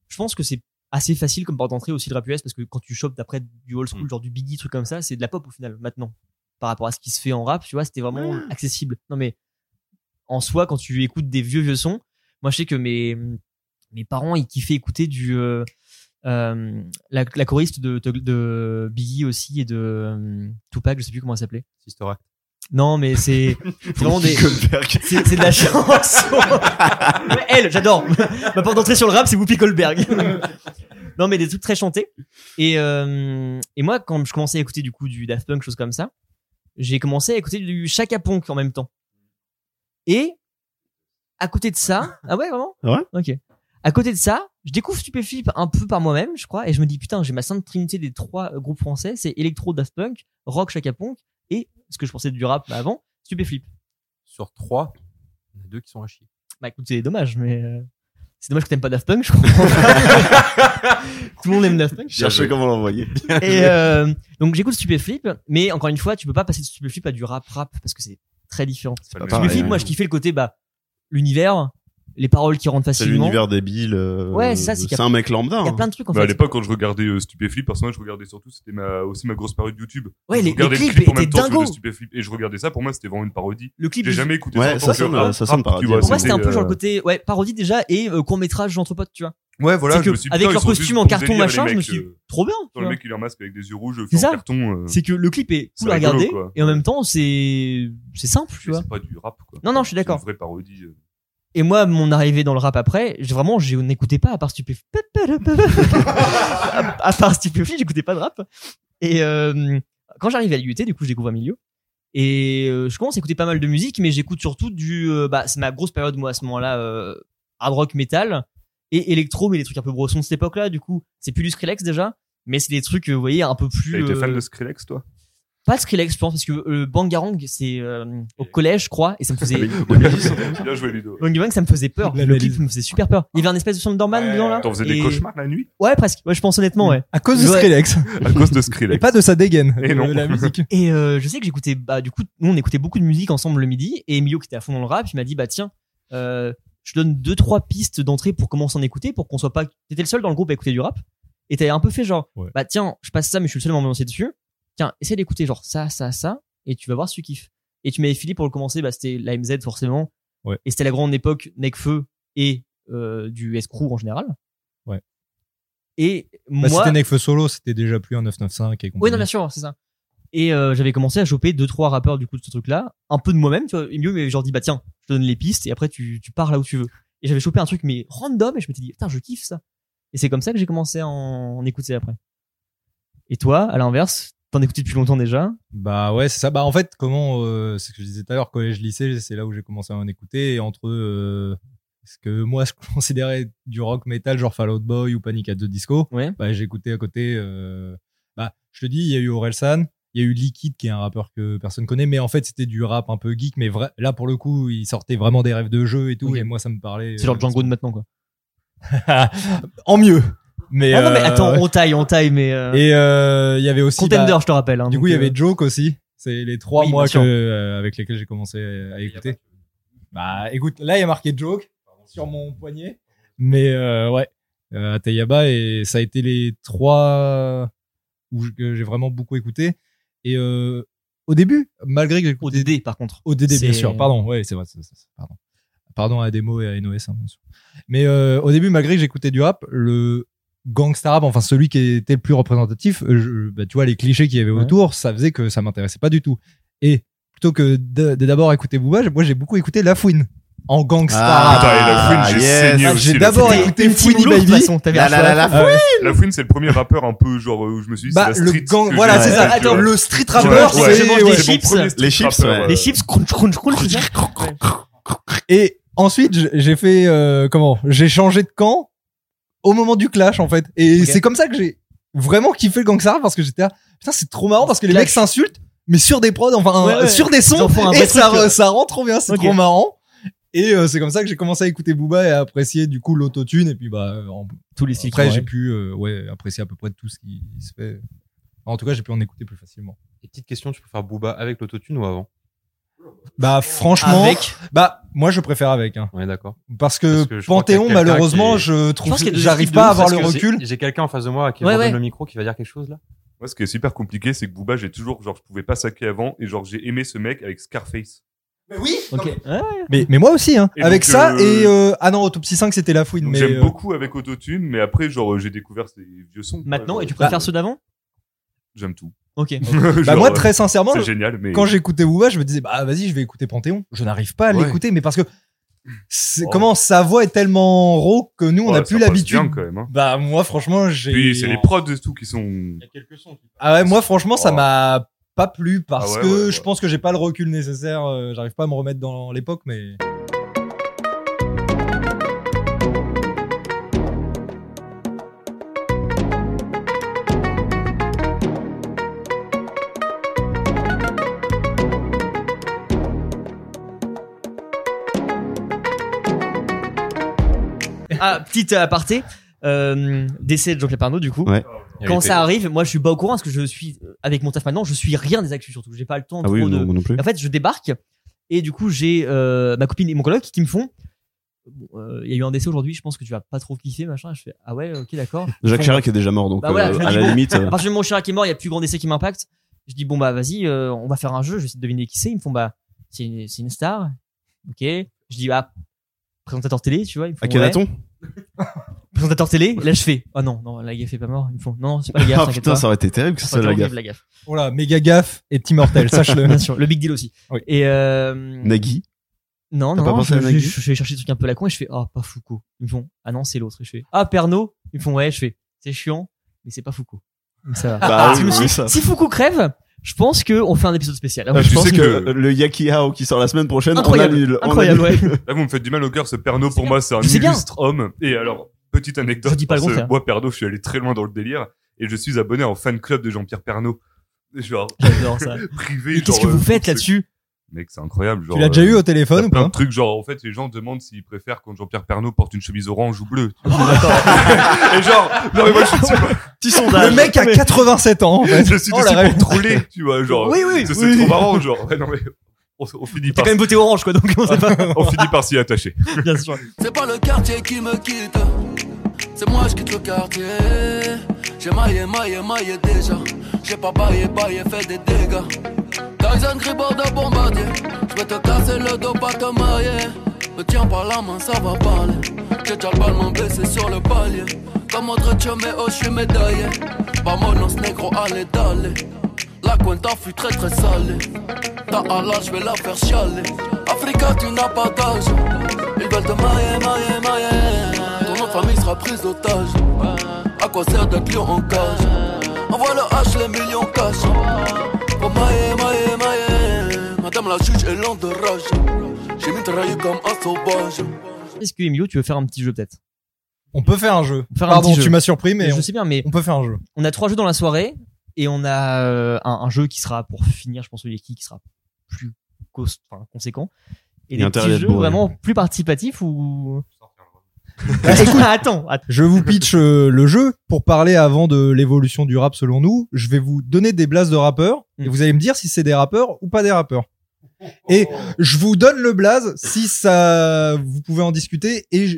je pense que c'est assez facile comme porte d'entrée aussi le rap US parce que quand tu chopes d'après du old school
Mm.
genre du Biggie truc comme ça c'est de la pop au final maintenant par rapport à ce qui se fait en rap tu vois c'était vraiment
Ah.
accessible non mais en soi quand tu écoutes des vieux vieux sons moi je sais que mes mes parents ils kiffaient écouter du euh, euh, la, la choriste de, de, de Biggie aussi et de euh, Tupac je sais plus comment elle s'appelait
Sister Act.
non mais c'est c'est vraiment des
Goldberg.
c'est c'est de la chanson. Ouais, Elle, j'adore. Ma porte d'entrée sur le rap, c'est Whoopi Goldberg. non, mais des trucs très chantés. Et, euh, et moi, quand je commençais à écouter du coup du Daft Punk, choses comme ça, j'ai commencé à écouter du Chaka Punk en même temps. Et à côté de ça, ah ouais vraiment
Ouais.
Ok. À côté de ça, je découvre Stupéflip un peu par moi-même, je crois, et je me dis putain, j'ai ma sainte trinité des trois euh, groupes français, c'est électro Daft Punk, rock Chaka Punk et ce que je pensais du rap avant, Stupéflip.
Sur trois, il y en a deux qui sont à chier.
Bah écoute, c'est dommage, mais euh, c'est dommage que t'aimes pas Daft Punk, je comprends. pas. Tout le monde aime Daft Punk.
Cherchez comment l'envoyer.
Et euh, donc j'écoute Stupéflip, mais encore une fois, tu peux pas passer de Stupéflip à du rap rap parce que c'est très différent.
pas pareil,
Stupéflip, moi
ouais.
je kiffais le côté bah l'univers, les paroles qui rentrent
C'est
facilement.
l'univers débile. euh,
Ouais, c'est ça, c'est qu'il y a-
C'est un mec lambda.
il y a
hein.
plein de trucs en
Bah, à
fait.
l'époque, quand je regardais euh, Stupéflip, personnellement, je regardais surtout, c'était ma, aussi ma grosse parodie de YouTube.
Ouais,
je
les-
regardais
les
le
clips
clip en même
étaient
temps que le
dingos.
Stupéflip et je regardais ça. Pour moi, c'était vraiment une parodie.
Le clip
J'ai
du-
jamais écouté
Ouais,
ça. en
ça,
tant
ça
que
me-
rap,
ça, ça me
rap,
parodie. hein.
tu vois,
Pour moi, c'était un peu genre le
euh,
côté ouais, parodie déjà et euh, court métrage entre potes, tu vois.
Ouais, voilà.
C'est
Je
que
me suis dit,
avec
putain,
leur
ils sont
costume
juste
en
posés
carton
les mecs,
machin, je me
euh,
suis dit, trop bien. tu
Dans le
vois.
mec, il a un masque avec des yeux rouges,
C'est
fait en
ça.
carton. euh,
C'est que le clip est cool
C'est
à
rigolo,
regarder
quoi.
et en même temps c'est c'est simple, tu
mais
vois.
C'est pas du rap, quoi.
Non, non, je suis
C'est une
d'accord.
vraie parodie. euh.
Et moi, mon arrivée dans le rap après, j'ai- vraiment, je n'écoutais pas à part Stupéflip. à, à part Stupéflip, j'écoutais pas de rap. Et euh, quand j'arrive à l'IUT, du coup, je découvre un milieu. Et euh, je commence à écouter pas mal de musique, mais j'écoute surtout du. euh, bah, c'est ma grosse période, moi, à ce moment-là, euh, hard rock, metal et électro, mais des trucs un peu brossons de cette époque-là. Du coup, c'est plus du Skrillex déjà, mais c'est des trucs, euh, vous voyez, un peu plus.
T'as été fan
euh,
de Skrillex, toi
Pas de Skrillex, je pense, parce que euh, Bangarang, c'est euh, au collège, je crois, et ça me faisait.
Ah Bien joué, Ludo.
Bang Bang, ça me faisait peur.
La
le
balise.
clip me faisait super peur. Il y avait un espèce de Sunderman dedans là.
T'en faisais
Et-
des cauchemars la nuit
Ouais, presque. Ouais, je pense honnêtement, ouais.
À cause de
Ouais.
Skrillex.
à cause de
Et
Skrillex.
pas de sa dégaine.
Et
de
non.
La musique.
Et euh, je sais que j'écoutais, bah, du coup, nous on écoutait beaucoup de musique ensemble le midi. Et Emilio qui était à fond dans le rap, il m'a dit, bah tiens, euh, je te donne deux trois pistes d'entrée pour comment s'en écouter, pour qu'on soit pas. T'étais le seul dans le groupe à écouter du rap. Et t'avais un peu fait genre,
Ouais.
bah tiens, je passe ça, mais je suis le seul à m'ambiancer dessus. Tiens, essaie d'écouter genre ça, ça, ça, et tu vas voir si tu kiffes. Et tu m'avais filé pour le commencer, bah c'était la MZ forcément.
Ouais.
Et c'était la grande époque Necfeu et euh, du Escrew en général.
Ouais.
Et moi,
Bah, c'était Nekfeu solo, c'était déjà plus un 995 et
oui,
compagnie.
non, bien sûr, c'est ça. Et euh, j'avais commencé à choper deux trois rappeurs du coup de ce truc-là, un peu de moi-même, tu vois. Et mieux, mais genre dit bah tiens, je te donne les pistes et après tu tu pars là où tu veux. Et j'avais chopé un truc mais random et je m'étais dit putain je kiffe ça. Et c'est comme ça que j'ai commencé à en, en écouter après. Et toi, à l'inverse, t'en écoutais depuis longtemps déjà.
Bah ouais, c'est ça. Bah en fait, comment, euh, c'est ce que je disais tout à l'heure, collège, lycée, c'est là où j'ai commencé à en écouter. Et entre euh, ce que moi je considérais du rock metal, genre Fall Out Boy ou Panic at the Disco,
Ouais.
bah j'écoutais à côté. euh, bah je te dis, il y a eu Orelsan, il y a eu Liquid qui est un rappeur que personne connaît, mais en fait c'était du rap un peu geek, mais vrai, là pour le coup, il sortait vraiment des rêves de jeu et tout.
Ok.
Et moi ça me parlait.
C'est genre Django de maintenant quoi.
en mieux. Mais,
ah non mais
euh,
attends, on taille, on taille, mais euh,
Et euh, il y avait aussi. bah,
Contender, je te rappelle. hein,
du
donc,
coup, il y
euh,
avait Joke aussi. C'est les trois
Oui,
mois
bien sûr.
que, euh, avec lesquels j'ai commencé à écouter. Bah, écoute, là, il y a marqué Joke sur mon poignet. Mais euh, ouais, euh, Ateyaba, et ça a été les trois où je- que j'ai vraiment beaucoup écouté. Et euh, au début, malgré que j'écoutais
ODD par contre.
ODD, bien
C'est-
sûr. Pardon, ouais, c'est vrai. c'est- c'est- pardon. Pardon à Demo et à NOS, hein, bien sûr. Mais euh, au début, malgré que j'écoutais du rap, le gangsta rap, enfin celui qui était le plus représentatif, euh, je- bah, tu vois, les clichés qu'il y avait
Ouais.
autour, ça faisait que ça m'intéressait pas du tout. Et plutôt que de de d'abord écouter Booba, j'ai- moi j'ai beaucoup écouté La Fouine en gangsta
Ah,
Putain,
rap.
et la
Ah,
Fouine, j'ai
yes.
saigné
Ah,
aussi.
j'ai
la
d'abord
Fouine. Ah
écouté
Une team
Fouini
lourde, de toute
Baby.
façon, t'avais
La,
un
la,
choix.
la, la,
Euh,
La Fouine, c'est le premier rappeur un peu genre euh, où je me suis dit, c'est
bah,
la
le
street
gang,
que
voilà,
j'ai
c'est
fait,
ça.
tu
Attends,
vois.
le street
Ouais,
rappeur,
ouais,
c'est
je mange
ouais.
des
C'est mon
chips.
premier street
Les chips,
rappeur,
ouais.
Les
euh,
chips crunch crunch crunch. c'est ça Ouais.
Et ensuite, j- j'ai fait euh, comment J'ai changé de camp au moment du clash en fait. Et
Ok.
c'est comme ça que j'ai vraiment kiffé le gangsta rap parce que j'étais là, putain, c'est trop marrant parce que les
Clash.
mecs s'insultent mais sur des prods, enfin
Ouais, ouais.
sur des
Ils en
sons
font un vrai
et ça,
truc,
re-
euh.
ça rend trop bien, c'est
Ok.
trop marrant. Et euh, c'est comme ça que j'ai commencé à écouter Booba et à apprécier du coup l'autotune et puis bah euh, en-
Tous les cycles.
après
ouais.
j'ai pu euh, ouais apprécier à peu près tout ce qui se fait. En tout cas, j'ai pu en écouter plus facilement.
Et petite question, tu préfères Booba avec l'autotune ou avant
Bah franchement,
Avec.
bah moi je préfère avec hein.
On est d'accord.
parce que
Parce que je crois qu'il y a
Panthéon
quelqu'un
malheureusement
qui est-
je trouve
qu'il y a deux
j'arrive
équipes de
pas à
ouf,
avoir le
parce
recul.
J'ai quelqu'un en face de moi qui
Ouais,
me
ouais.
le micro qui va dire quelque chose là.
Moi, ce qui est super compliqué, c'est que Booba, j'ai toujours, genre, je pouvais pas saquer avant, et genre, j'ai aimé ce mec avec Scarface.
Ok. Ouais.
Mais, mais moi aussi, hein.
Et
Avec
donc,
ça
euh,
et euh, ah non, Autopsie 5 c'était la fouine.
Donc,
Mais
J'aime
euh,
beaucoup avec Autotune, mais après, genre, euh, j'ai découvert ces vieux sons. quoi,
Maintenant,
genre,
et tu préfères
Bah.
ceux d'avant
J'aime tout.
Ok.
bah
Genre,
moi
euh,
très sincèrement,
C'est génial, mais.
quand j'écoutais Booba, je me disais bah vas-y, je vais écouter Panthéon. Je n'arrive pas à
Ouais.
l'écouter, mais parce que C'est- Comment sa voix est tellement rauque que nous, on n'a
Oh. Ouais, ça
plus
passe
l'habitude.
bien, quand même, hein.
Bah, moi, franchement, j'ai.
Puis c'est les prods et tout qui sont.
Ah ouais, moi, franchement, ça
Oh.
m'a pas plu parce
Ah ouais,
que
ouais,
je pense que j'ai pas le recul nécessaire. euh, J'arrive pas à me remettre dans l'époque, mais.
Ah, petite aparté. Euh, décès de Jean-Pierre Parnaud, du coup.
Ouais. Il
Quand
était-
ça arrive, moi je suis pas au courant parce que je suis euh, avec mon taf maintenant, je suis rien des actus surtout. J'ai pas le temps
Ah
trop
oui,
de.
non, moi non plus.
En fait, je débarque et du coup j'ai euh, ma copine et mon coloc qui me font. Bon, euh, Il y a eu un décès aujourd'hui, je pense que tu vas pas trop kiffer, machin. Je fais ah ouais, ok, d'accord. Ils
Jacques
font-
Chirac est déjà mort, donc
Bah voilà,
euh,
je me
à
dis,
la
bon,
limite.
À
euh,
partir du moment où Chirac est mort, il y a plus grand décès qui m'impacte. Je dis, bon, bah, vas-y, euh, on va faire un jeu, je vais essayer de deviner qui c'est. Ils me font, bah, c'est une, c'est une star. Ok. Je dis, ah, présentateur télé, tu vois. Ils me font,
Akhenaton
ouais. Présentateur télé, là, je fais, ah non, non, la gaffe est pas mort. Ils me font, non, c'est pas la gaffe.
Ah,
t'inquiète
putain,
pas.
ça aurait été terrible que ce soit
aurait
la
été
gaffe.
horrible, la gaffe.
Oh là, méga gaffe est immortel, sache-le.
Bien sûr, le big deal aussi.
Oui.
Et euh,
Nagui
Non,
T'as
non,
pas pensé à
je,
Nagui
je, je vais chercher des trucs un peu à la con et je fais, ah, pas Foucault. Ils me font, ah non, c'est l'autre. Et je fais, ah, Pernaud. Ils me font, ouais, je fais, c'est chiant, mais c'est pas Foucault. Donc ça va.
Bah
Je
oui,
me suis
oui,
dit,
ça.
Si Foucault crève, je pense qu'on fait un épisode spécial. Ah
Euh,
je
tu
pense
sais que, le Yaki Hao qui sort la semaine prochaine,
Incroyable,
on
Euh,
annule. on
incroyable,
annule.
Là, vous me faites du mal au cœur, ce Pernaud, pour moi, c'est un
Je sais bien.
illustre homme. Et alors, petite anecdote.
Je dis pas le
parce que
contraire.
Moi, Pernaud, je suis allé très loin dans le délire et je suis abonné au fan club de Jean-Pierre Pernaud. Genre,
J'adore ça.
privé.
Mais qu'est-ce
genre,
que
euh,
vous faites
truc.
là-dessus
Mec, c'est incroyable. Genre,
Tu l'as déjà
euh,
eu au téléphone
t'as
ou
plein
pas
de trucs, genre, en fait, les gens demandent s'ils préfèrent quand Jean-Pierre Pernaud porte une chemise orange ou bleue.
Ah,
tu vois. et genre, non, mais moi, je suis,
Petit sondage.
Le mec a 87 ans. en fait.
je suis
Oh,
dessus
la
pour troller, tu vois, genre.
Oui, oui,
c'est c'est
oui.
trop marrant, genre. Ouais, non, mais on, on finit
T'as
par,
quand même voté orange, quoi, donc on sait pas.
on finit par s'y attacher.
Bien sûr.
C'est pas le quartier qui me quitte, c'est moi je quitte le quartier. J'ai maillé, maillé, maillé déjà. J'ai pas baillé, baillé, fait des dégâts. Tyson Gribord de bombardier. J'vais te casser le dos, pas te marier. Me tiens par la main, ça va parler. J'ai déjà le ballon blessé sur le palier. Comme autre mais oh, j'suis médaillé. Vamonos, négro, allez, d'aller. La cuenta fut très très salée. Ta halal, j'vais la faire chialer. Africa, tu n'as pas d'âge. Ils veulent te mailler, mailler, mailler. Ton nom de famille sera prise d'otage. À quoi sert d'être lion en cage Envoie le H, les millions cash. Pour mailler, mailler, mailler. Madame la juge est lente de rage. J'ai mitraillé comme un sauvage.
Est-ce que Emilio, tu veux faire un petit jeu peut-être
On peut faire un jeu.
Faire un
Pardon,
petit
tu
jeu.
m'as surpris, mais
Je
on,
sais bien, mais
on peut faire un jeu.
on a trois jeux dans la soirée et on a euh, un, un jeu qui sera pour finir, je pense, celui qui qui sera plus cost, enfin, conséquent. Et
Il
des
a intérêt
petits
d'être
jeux
bourré.
vraiment plus participatifs ou. Bah, Écoute, attends, attends.
Je vous pitch euh, le jeu pour parler avant de l'évolution du rap selon nous. Je vais vous donner des blases de rappeurs et
Mm.
vous allez me dire si c'est des rappeurs ou pas des rappeurs. Et je vous donne le blaze si ça vous pouvez en discuter et je-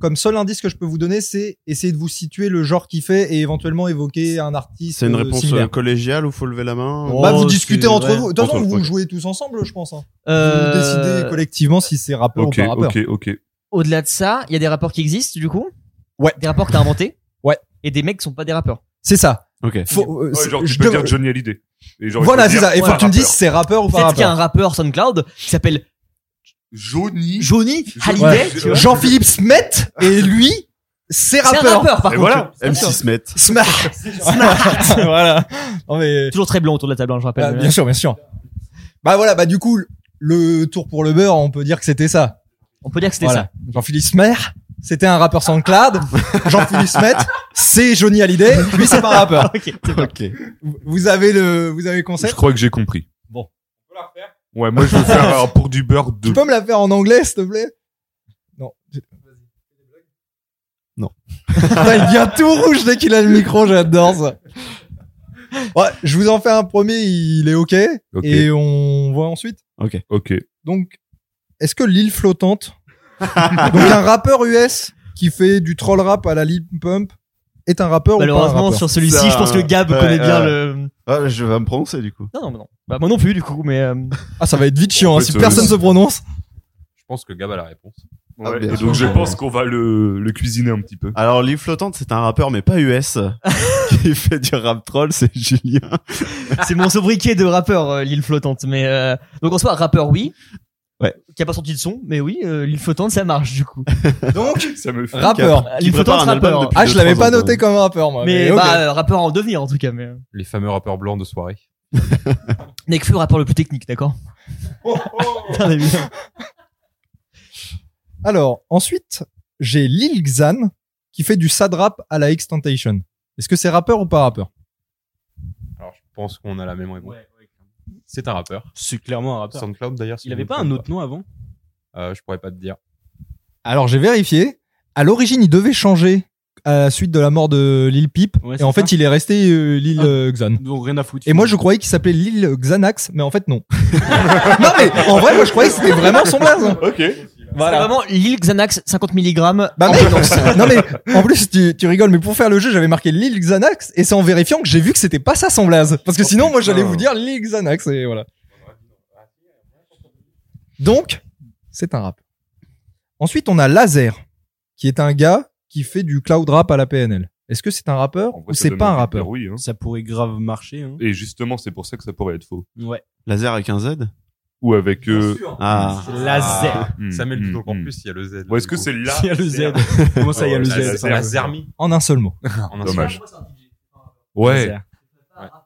comme seul indice que je peux vous donner c'est essayer de vous situer le genre qu'il fait et éventuellement évoquer un artiste
C'est une
euh,
réponse
similaire.
euh, collégiale ou faut lever la main
Oh,
bah, vous
c'est-
discutez entre
ouais.
vous. De toute façon,
Entre-
vous
ok.
jouez tous ensemble, je pense. hein. Vous
Euh,
décidez collectivement si c'est rappeur
Ok,
ou pas rappeur.
ok, ok.
Au-delà de ça, il y a des rapports qui existent du coup
Ouais.
Des rapports que t'as inventés
Ouais.
Et des mecs qui sont pas des rappeurs.
C'est ça.
Ok.
Faut, euh,
Ouais,
c'est-
genre, tu
je
peux
dev-
dire Johnny Hallyday. Et genre, il
Voilà,
faut
c'est
dire
ça. Et faut
par
que tu me dises
rappeur.
si c'est rappeur ou pas
Peut-être qu'il y a un
rappeur.
rappeur SoundCloud qui s'appelle
Johnny.
Johnny Hallyday.
Ouais.
tu vois.
Jean-Philippe Smet et lui,
C'est
c'est
un
rappeur.
rappeur par
Et
contre.
voilà.
M6 Met.
Smart. Smart. voilà. Non mais euh,
Toujours très blanc autour de la table, hein, je rappelle.
Ah, bien sûr, bien sûr. Bah voilà, bah du coup le tour pour le beurre, on peut dire que c'était ça.
On peut dire que c'était
Voilà. Jean-Philippe Smet, c'était un rappeur sans clade. Jean-Philippe Smet, c'est Johnny Hallyday, lui c'est pas un
ça.
rappeur.
ok.
Ok.
Vous avez le vous avez le
Je
concept
crois que j'ai compris.
Bon.
Ouais, moi, je veux faire un pour du beurre de.
Tu peux me la faire en anglais s'il te plaît Non.
Non.
Putain, il devient tout rouge dès qu'il a le micro, j'adore ça. Ouais, je vous en fais un premier, il est OK,
Ok.
et on voit ensuite.
Ok.
Donc, est-ce que l'île flottante, donc un rappeur US qui fait du troll rap à la lip pump, est un rappeur ou pas un
Malheureusement,
rappeur
sur celui-ci,
Ça,
je pense que Gab
ouais,
connaît bien
ouais.
le.
Ah, je vais me prononcer du coup.
Non, non, non. Bah, moi non plus, du coup, mais. euh,
Ah, ça va être vite chiant,
En
hein,
fait,
si
euh,
personne se prononce.
Je pense que Gab a la réponse.
Ah,
Ouais,
bien
et
sûr.
donc, je pense qu'on va le, le cuisiner un petit peu.
Alors, L'île flottante, c'est un rappeur, mais pas US, qui fait du rap troll, c'est Julien.
C'est mon sobriquet de rappeur, euh, l'île flottante. Mais euh, donc en soi, rappeur, oui.
Ouais.
Qui a pas sorti de son, mais oui, euh, l'île flottante, ça marche du coup.
Donc,
ça me fait
rappeur.
L'île flottante, rappeur.
Ah, je l'avais pas noté comme rappeur, moi.
Mais,
ok.
bah, euh, rappeur en devenir en tout cas. Mais... euh,
Les fameux rappeurs blancs de soirée.
Nekfeu, rappeur le plus technique, d'accord Putain, t'as vu
Alors, ensuite, j'ai Lil Xan qui fait du sad rap à la X-Tentation. Est-ce que c'est rappeur ou pas rappeur
Alors, je pense qu'on a la même réponse. C'est un rappeur.
C'est clairement un rappeur.
SoundCloud, d'ailleurs. si
Il
je
avait
me
pas
trompe
un autre nom avant
Euh, je pourrais pas te dire.
Alors, j'ai vérifié. À l'origine, il devait changer à la suite de la mort de Lil Peep.
Ouais,
et
c'est
en
ça.
fait, il est resté euh, Lil
Ah.
euh, Xan.
Donc rien à foutre.
Et moi, je croyais qu'il s'appelait Lil Xanax, mais en fait, non. non, mais en vrai, moi, je croyais que c'était vraiment son blaze.
Ok.
C'est vraiment l'île Xanax 50 mg.
Bah mec, non mais en plus tu, tu rigoles, mais pour faire le jeu j'avais marqué Lil Xanax et c'est en vérifiant que j'ai vu que c'était pas ça son blaze. Parce que sinon moi j'allais vous dire Lil Xanax et voilà. Donc c'est un rap. Ensuite on a Laser qui est un gars qui fait du cloud rap à la PNL. Est-ce que c'est un rappeur
En vrai,
ou
ça
c'est
donne
pas un
envie de
rappeur
dire Oui. hein.
Ça pourrait grave marcher. Hein.
Et justement, c'est pour ça que ça pourrait être faux.
Ouais.
Laser avec un Z
Ou avec. Euh...
Ah.
Laser.
hmm,
Ça met
hmm,
le tout en
hmm.
plus, il y a le Z.
Ou est-ce que c'est là
Il y a le Z. Comment ça, il y a le
Ouais,
Z
C'est la Zermi.
En un seul mot.
en un
Dommage.
seul.
Ouais.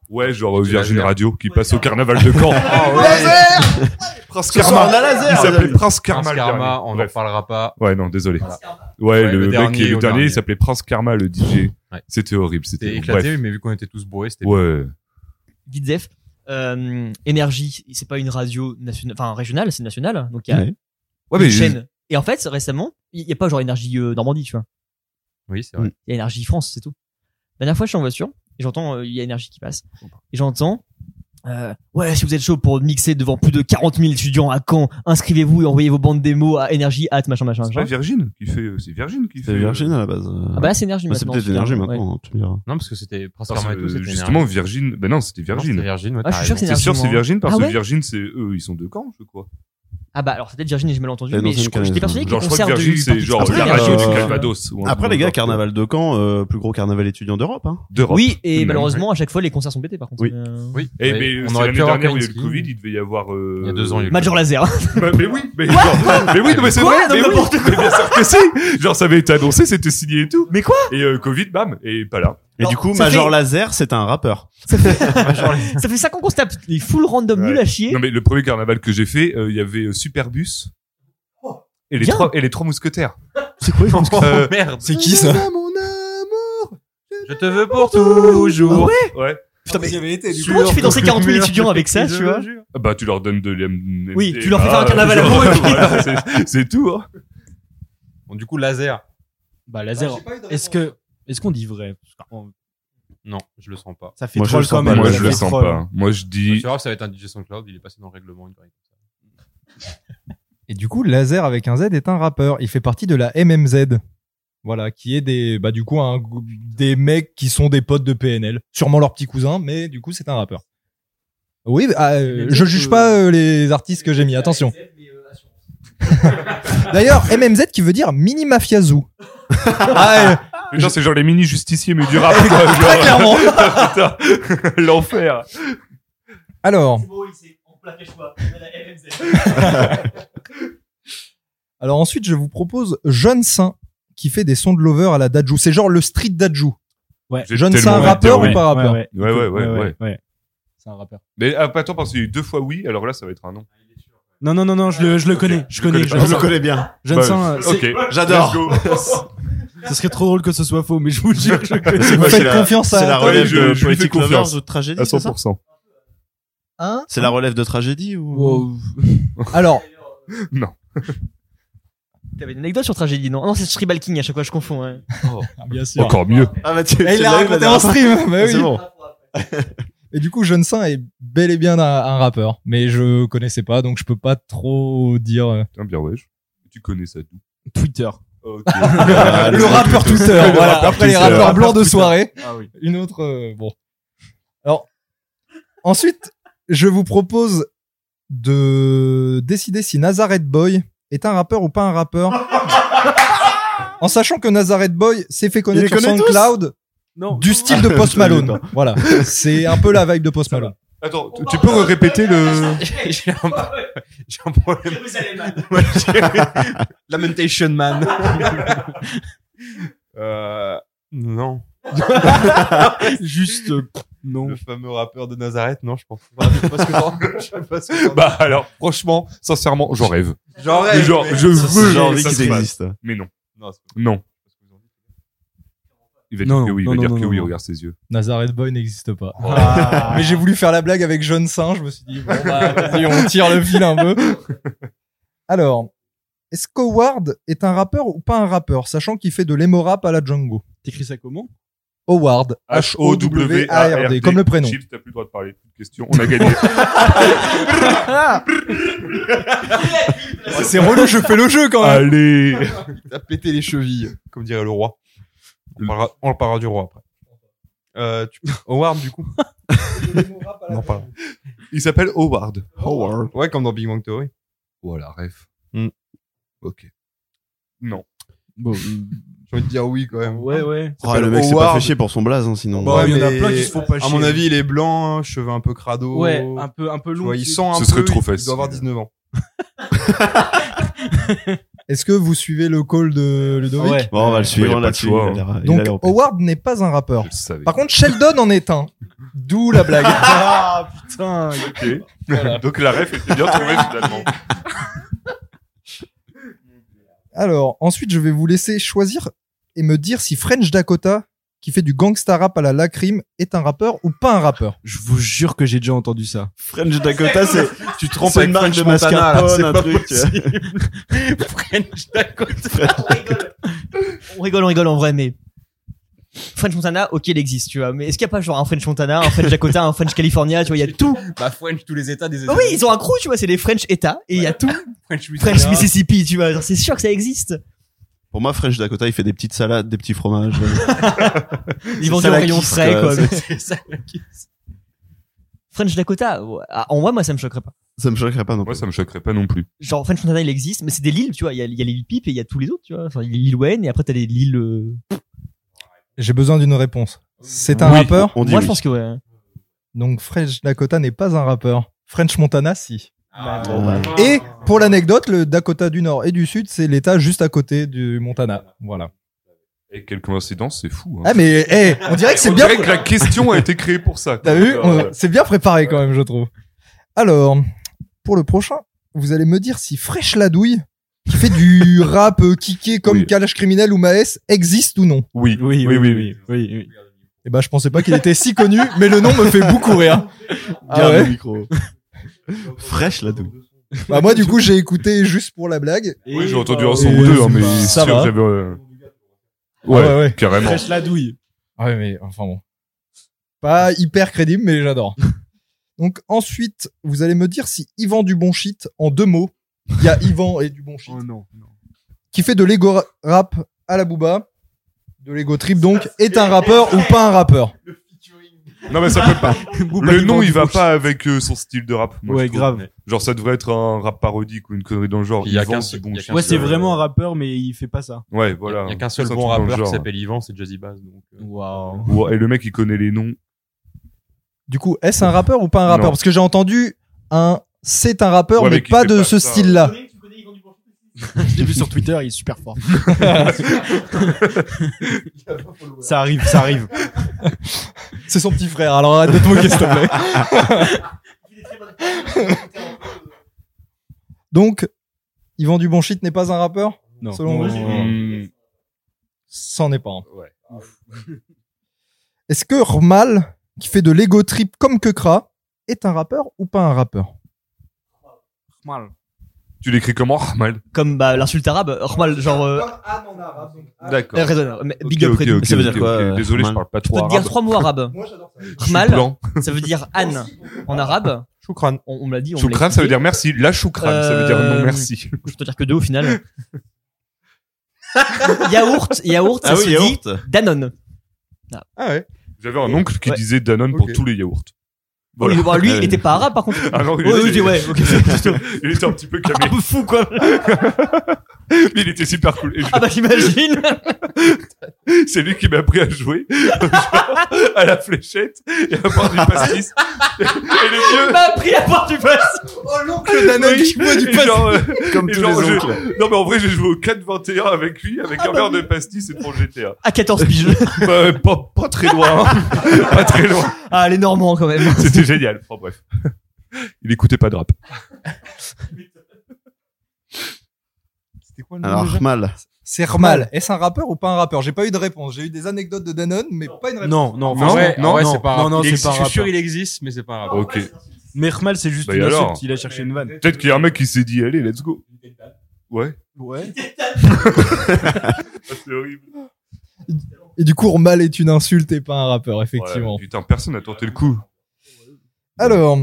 Ouais, genre euh,
C'est la
Virgin
Zermi.
Radio qui passe au carnaval de
Oh,
Caen.
Ah
Laser
Prince
Ce soir,
Karma. Il s'appelait Prince Karma.
Prince
le
Karma,
dernier.
on n'en
Bref.
parlera pas.
Ouais, non, désolé.
Ouais,
Ouais,
le
le, mec
dernier
qui est
au
le dernier,
dernier.
il s'appelait Prince Karma, le DJ.
Ouais.
C'était horrible.
C'était
C'était
éclaté,
Bref.
mais vu qu'on était tous bourrés, c'était
Ouais.
Vidzef. Euh, énergie, c'est pas une radio nationale, enfin régionale, c'est nationale. Donc il y a
Ouais.
Ouais,
une chaîne. Et en fait, récemment, il y a pas genre énergie euh, Normandie, tu vois.
Oui, c'est vrai.
Il y a énergie France, c'est tout. La dernière fois, je suis en voiture et j'entends euh, il y a énergie qui passe et j'entends euh, ouais si vous êtes chaud pour mixer devant plus de 40 000 étudiants à Caen, inscrivez-vous et envoyez vos bandes démos à énergie at machin machin.
C'est pas
machin.
Virgin qui fait. euh, C'est Virgin qui fait.
C'est
euh,
Virgin à la base.
Ah bah là c'est énergie
Bah, c'est
maintenant.
peut-être l'énergie
finalement. Ouais.
maintenant, hein, tu me diras.
Non, parce que c'était Prince
parce
Karma et
que,
tout, c'était
justement, Virgin. Ben non, c'était
Virgin.
Virgin.
Virgin, ouais,
Ah, je suis sûr
t'as
que
raison.
C'est sûr, c'est
Énergie, moi.
Virgin parce
Ah ouais
que Virgin, c'est eux, ils sont de Caen, je crois.
Ah bah alors c'est peut-être Virgin et je me l'ai entendu
Et
mais
dans une
je-
canadienne.
j'étais persuadé qu'il
Genre, je crois que
concert
Virgin,
du
c'est
Parti
genre
Après,
la
Populaire.
euh,
radio du
Ah,
euh,
Calvados. ou un
Après
truc
les
dans
gars,
le genre.
carnaval de Caen, euh, plus gros carnaval étudiant d'Europe. Hein.
D'Europe.
Oui, et
Même,
malheureusement, à chaque fois, les concerts sont pétés, par contre.
Oui.
Euh,
Hmm. Oui,
Eh,
mais
mais
on
c'est
aurait
l'année
pu avoir
dernière où il y a eu
Kaminsky.
le Covid, il devait y avoir. euh,
Il y a deux ans, il y a eu le
Major Laser.
Bah, mais oui, mais, genre, mais oui, non, mais c'est
Quoi
vrai,
Non,
mais oui,
n'importe
mais bien sûr que si. Genre, ça avait été annoncé, c'était signé et tout.
Mais quoi
Et euh, Covid, bam, et pas là.
Et
Alors,
du coup,
ça
Major
fait-
Laser, c'est un rappeur.
Ça fait 5 ans qu'on se tape les full random
Ouais.
nuls à chier.
Non, mais le premier carnaval que j'ai fait, euh, il y avait euh, Superbus et les
Bien.
trois et les trois mousquetaires.
C'est quoi
Euh,
Oh, merde.
C'est qui ça
Je te veux pour toujours.
Ah
Ouais.
Putain, mais j'avais été
Comment tu fais danser 40 000 étudiants avec ça, tu vois
Ah Bah, tu leur donnes de l'M. Ah,
Oui, tu leur fais faire un carnaval à
genre,
eux, et puis-
voilà, c'est- C'est tout. Hein.
Bon, du coup, laser.
Bah laser. Est-ce que est-ce qu'on dit vrai Parce qu'en-
Non, je le sens pas.
Ça fait
Moi, je
troll
le sens
quand
pas,
même.
Moi,
ça
je le
fait
sens
troll.
pas. Moi, je
Tu
dis.
vois, ça va être un DJ SoundCloud, il est passé dans le règlement. une fois.
Et du coup, Laser avec un Z est un rappeur. Il fait partie de la MMZ. Voilà, qui est des, bah, du coup, un, gou- des mecs qui sont des potes de PNL. Sûrement leurs petits cousins, mais du coup, c'est un rappeur. Oui, bah, euh,
MMZ,
je juge
euh,
pas euh, les artistes que j'ai mis, attention. D'ailleurs, MMZ qui veut dire mini mafiazou. ah, euh,
Genre, c'est genre les mini justiciers, mais du rap. quoi,
très
genre,
clairement.
putain, L'enfer.
Alors, alors ensuite, je vous propose Jeune Saint qui fait des sons de lover à la Dajou. C'est genre le street Dajou.
J'ai
Jeune Saint,
tellement hâte de
rappeur
dire
ou
oui.
pas rappeur
Ouais,
Ouais, ouais, ouais, ouais.
C'est un rappeur.
Mais ah, attends, parce qu'il y a eu deux fois oui, alors là, ça va être un non.
Non, non, non, non, je le, je le connais. Je connais.
connais
Je,
pas.
Je le connais bien.
je ne
Bah,
sens. c'est-
Ok.
J'adore.
Ce serait trop drôle que ce soit faux, mais je vous le jure. que Je le connais.
C'est quoi,
Faites
c'est la-
confiance à-
C'est la
Ouais,
relève
je- je lui
de
fais
Poetic Lovers
confiance.
ou de tragédie,
À
c'est ça
100%.
Hein
C'est la relève de tragédie ou
Wow.
Alors,
T'avais une anecdote sur Tragédie, non Ah Non, c'est Tribal King, à chaque fois, je confonds. ouais.
Oh.
Bien sûr.
Encore mieux.
Ah bah tu, tu
Eh, il l'a
l'as eu, la
raconté en
dernière fois.
Ah,
stream. bah oui.
C'est bon.
Et du coup, Jeune Saint est bel et bien un, un rappeur, mais je connaissais pas, donc je peux pas trop dire. euh,
Putain, bien ouais. je- Tu connais ça d'où
Twitter.
Ah,
le rappeur Twitter,
Le
voilà.
rappeur
Après les
Twitter.
rappeurs
Rappeur
blancs de
Twitter.
soirée,
Ah oui.
une autre. euh, bon. Alors, ensuite, je vous propose de décider si Nazareth Boy est un rappeur ou pas un rappeur. En sachant que Nazareth Boy s'est fait connaître
les
sur
connaît tous
SoundCloud
Non.
Ah,
du style de Post
Je l'ai
Malone. Voilà. C'est un peu la vibe de Post Malone.
Attends, tu- tu peux répéter le.
J'ai un, j'ai un problème.
Jérusalem.
Ouais, j'ai- Lamentation Man. euh, non.
Juste, euh, non.
Le fameux rappeur de Nazareth, non, je pense pas. Je sais pas ce que t'en- je sais pas ce que t'en-
Bah alors, franchement, sincèrement, j'en rêve.
J'en rêve,
Mais genre,
mais-
je
Ça, c'est
veux
genre
que ça
qui
se passe.
existe.
Mais non.
Non, c'est
Non. Il va dire
Non,
que oui, il
non,
va
non,
dire
non,
que
non,
oui,
non.
regarde ses yeux.
Nazareth Boy n'existe pas.
Ah.
Mais j'ai voulu faire la blague avec Jeune Saint, je me suis dit, bon, bah, vas-y, on tire le fil un peu. Alors, est-ce qu'Howard est un rappeur ou pas un rappeur, sachant qu'il fait de l'hémorap à la Django
T'écris ça comment
Howard.
H-O-W-A-R-D.
H-O-W-A-R-D, comme le prénom.
Chips, t'as plus le droit de parler. Plus de questions. On a gagné.
Oh, c'est relou, je fais le jeu quand même.
Allez.
Il t'a pété les chevilles, comme dirait le roi. On parlera, on parlera du roi après. Euh, tu... Howard, du coup. non, pas.
Il s'appelle Howard.
Howard. Ouais, comme dans Big Bang Theory.
Voilà, ref.
Hmm.
Ok. Non.
Bon,
J'ai envie de dire oui quand même.
ouais, ouais.
Il s'appelle
Ah, le mec s'est pas
Howard.
fait chier pour son blaze, hein, sinon.
Bah,
il y en a
mais
plein qui se font pas
À
chier.
mon avis, il est blanc, hein, cheveux un peu crado.
Ouais, un peu, un peu
Tu
long.
vois, il
tu-
sent un
Ce
peu.
serait trop
Il
facile.
doit avoir 19 ans.
Est-ce que vous suivez le call de Ludovic
Ouais.
Bon, on va le
y a
suivre
pas de
là-dessus.
choix,
il a l'air- il a
Donc,
l'air au-
Howard n'est pas un rappeur.
Je le savais.
Par contre, Sheldon en est un. D'où la blague. ah, putain.
Ok. Donc la ref était bien trouvée finalement.
Alors, ensuite, je vais vous laisser choisir et me dire si French Dakota, qui fait du gangsta rap à la lacrime, est un rappeur ou pas un rappeur.
Je vous jure que j'ai déjà entendu ça.
French Dakota, c'est, tu trompes
C'est
une marque
French
de
Montana, là,
mascarpone,
c'est
un
pas
truc. tu vois.
French Dakota. on rigole, on rigole en vrai, mais French Montana, ok, il existe, tu vois. Mais est-ce qu'il n'y a pas genre un French Montana, un French Dakota, un French California, tu vois, il y a tout.
Bah, French, tous les états des
Bah oui, ils ont un crew, tu vois, c'est les French États et il y a tout.
French,
French Mississippi, tu vois. genre, C'est sûr que ça existe.
Pour moi, French Dakota, il fait des petites salades, des petits fromages. euh.
Ils vendent
ça
au
la
rayon
kiss,
frais,
quoi,
quoi.
c'est-
mais- French Dakota, ouais. Ah, en vrai, moi, ça me choquerait pas.
ça me choquerait pas non
Moi,
plus.
ça me choquerait pas non plus.
Genre, French Montana, il existe, mais c'est des Lilles, tu vois. Il y a, il y a les Lil Peep et il y a tous les autres, tu vois. Enfin, il y a Lil Wayne et après, t'as les Lil. euh,
J'ai besoin d'une réponse. C'est un
Oui.
rappeur
On dit
Moi,
oui.
je pense que ouais.
Donc, French Dakota n'est pas un rappeur. French Montana, si.
bon, bah.
Et pour l'anecdote, le Dakota du Nord et du Sud, c'est l'État juste à côté du
Ah,
Montana. Voilà.
Et Eh, quelle coïncidence, c'est fou. Hein.
Ah mais, eh, on dirait que c'est
On
bien.
dirait que la question a été créée pour ça.
T'as vu
Alors,
On-
euh,
C'est bien préparé quand même, je trouve. Alors, pour le prochain, vous allez me dire si Fresh Ladouille, qui fait du rap euh, kické comme
Oui.
Kalash Criminel ou Maes, existe ou non
Oui, oui, oui, oui.
oui, oui.
Eh ben, je pensais pas qu'il était si connu, mais le nom me fait beaucoup rire. Ah
Garde
ouais
le micro. Fraîche, la douille.
Bah, moi, du coup, j'ai écouté juste pour la blague.
Oui, j'ai entendu
bah,
un son
et
ou deux, hein, mais
bah, ça
c'est sûr
va.
que j'avais, euh, Ouais,
Ah ouais, ouais.
carrément.
Fraîche la douille.
Ouais, mais enfin bon. Pas hyper crédible, mais j'adore. Donc, ensuite, vous allez me dire si Yvan du bon shit, en deux mots, il y a Yvan et du bon shit.
Oh non.
qui fait de l'ego ra- rap à la Booba, de l'ego trip donc, est un rappeur ou pas un rappeur
Non, mais ça peut pas.
Booba
Le
du
nom,
Bang
il va
Bouche.
pas avec euh, son style de rap. moi,
Ouais,
je trouve.
grave.
Genre, ça devrait être un rap parodique ou une connerie dans le genre.
Il y a
Yvan,
qu'un
c'est
seul-
bon
il y a
chien,
qu'un
Ouais, c'est
euh,
vraiment un rappeur, mais il fait pas ça.
Ouais, voilà.
Il y a qu'un seul
C'est un
bon
truc dans le
rappeur qui
genre.
s'appelle Yvan, c'est Jazzy Bass. Donc, euh,
Waouh.
Ouais, et le mec, il connaît les noms.
Du coup, est-ce un rappeur ou pas un rappeur
Non.
Parce que j'ai entendu un c'est un rappeur,
Ouais,
mais
mais qui
pas
fait
de
pas
ce
ça.
style-là.
Je l'ai vu sur Twitter, il est super fort. ça arrive, ça arrive.
C'est son petit frère, alors arrête de te moquer, s'il te plaît. Donc, Yvan du bon shit n'est pas un rappeur
Non.
Selon vous Mm.
Hmm,
C'en est pas hein. un.
Ouais.
Est-ce que Rmal, qui fait de l'ego trip comme Kekra, est un rappeur ou pas un rappeur
Mal.
Tu l'écris comment Ah, Mal.
Comme bah, l'insulte arabe, normal, genre. euh,
D'accord.
euh, raisonnable. Mais Big
Ok,
up,
ok,
Redou.
ok,
Ça veut
ok,
dire quoi
ok.
euh,
Désolé, je
Mal
parle pas
Je
trop
peux te dire
arabe.
trois mots arabes. Rmal,
Blanc.
ça veut dire Anne en arabe.
Choukran.
On, on me l'a dit. on me l'a
Choukran, ça veut
expliqué.
dire merci. La choukran, ça veut dire
Euh,
non merci.
Je peux te dire que deux au final. yaourt, yaourt, ça
Ah
se
oui,
dit
yaourt.
Danone.
Ah ouais.
J'avais un oncle qui
Ouais.
disait Danone pour
Ok.
tous les yaourts.
Oui, bon, lui,
Ouais.
il était pas arabe par contre.
Ah non, il
Ouais,
était-
oui, ouais, ok, c'est plutôt
Il était un petit peu
un
camé,
peu fou quoi.
mais il était super cool. Et je-
Ah bah j'imagine.
C'est lui qui m'a appris à jouer genre, à la fléchette et à boire du pastis. Et le vieux
m'a appris à boire du pastis.
Oh
l'oncle
d'un
d'Anon qui boit du pastis.
euh,
Comme tous les oncles.
Non mais en vrai, j'ai joué au 4-21 avec lui, avec un verre de pastis et pour le GTA.
À 14 piges.
Bah, pas, pas très loin. hein. pas très loin.
Ah, les Normands quand même.
C'était génial. Enfin bref. Il écoutait pas de rap.
C'était quoi le nom
Alors,
déjà
Armal.
C'est Rmal. Est-ce un rappeur ou pas un rappeur J'ai pas eu de réponse. J'ai eu des anecdotes de Danone, mais pas une réponse.
Non, non,
Non,
franchement,
ouais,
non,
ouais,
non,
c'est pas un
non,
rappeur.
non,
Il
c'est
existe-
pas un hein.
Je suis sûr,
rappeur.
il existe, mais c'est pas un rapport.
Ok.
Mais Rmal, c'est juste
Bah, et
une
alors
insulte, il a cherché une vanne.
Peut-être qu'il y a un mec qui s'est dit, allez, let's go. Ouais.
Ouais.
Ah, c'est horrible.
Et du coup, Rmal est une insulte et pas un rappeur,
Ouais,
effectivement.
putain, personne n'a tenté le coup.
Alors,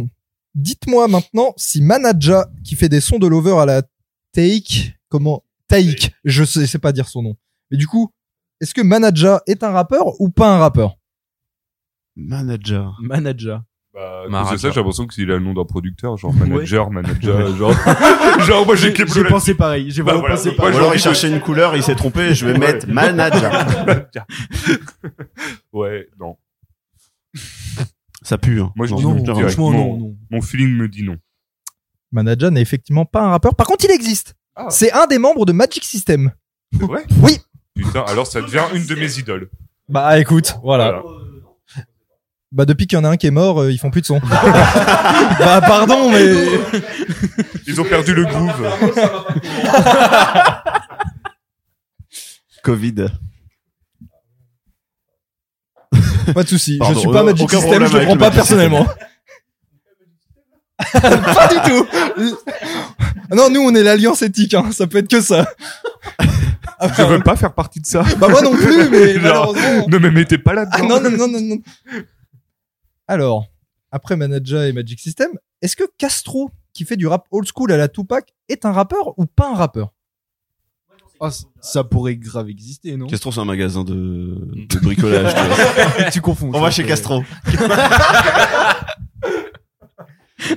dites-moi maintenant si Manaja, qui fait des sons de lover à la Take, comment Taïk, je sais, sais pas dire son nom. Mais du coup, est-ce que Manaja est un rappeur ou pas un rappeur
Manager.
Manager.
Bah, à cause
Maraja.
de ça, j'ai l'impression qu'il a le nom d'un producteur, genre manager, manager, genre. genre, moi, j'ai
J'ai
Kepler.
j'ai pensé pareil. J'ai
Bah,
vraiment
voilà.
pensé
Moi,
Ou
pareil.
alors il cherchait une couleur, il s'est trompé, je vais mettre manager.
Ouais, non.
Ça pue. hein.
Moi, je dis
Non,
non, direct.
franchement,
Non.
non, non.
Mon feeling me dit non.
Manaja n'est effectivement pas un rappeur. Par contre, il existe.
Ah.
C'est un des membres de Magic System.
Ah
C'est vrai?
Oui.
Putain, alors ça devient une de mes idoles.
Bah écoute, voilà. Bah depuis qu'il y en a un qui est mort, euh, ils font plus de son. bah pardon, mais
Ils ont perdu le groove.
Covid.
pas de souci. Je
Pardon,
suis pas
euh,
Magic
aucun
System,
problème
je le
avec
prends
le
pas
Magic System.
personnellement. pas du tout. non, nous on est l'alliance éthique, hein. ça peut être que ça. Ah,
Je veux pas faire partie de ça.
Bah moi non plus, mais
Genre,
malheureusement.
Ne me mettez pas
Ah,
là-dedans.
non, non, non, non, non. Alors, après Manaja et Magic System, est-ce que Castro, qui fait du rap old school à la Tupac, est un rappeur ou pas un rappeur
Ah, c- ça pourrait grave exister, non
Castro, c'est un magasin de, de bricolage. tu vois.
Tu confonds.
On
ça,
va chez
c'est-
Castro.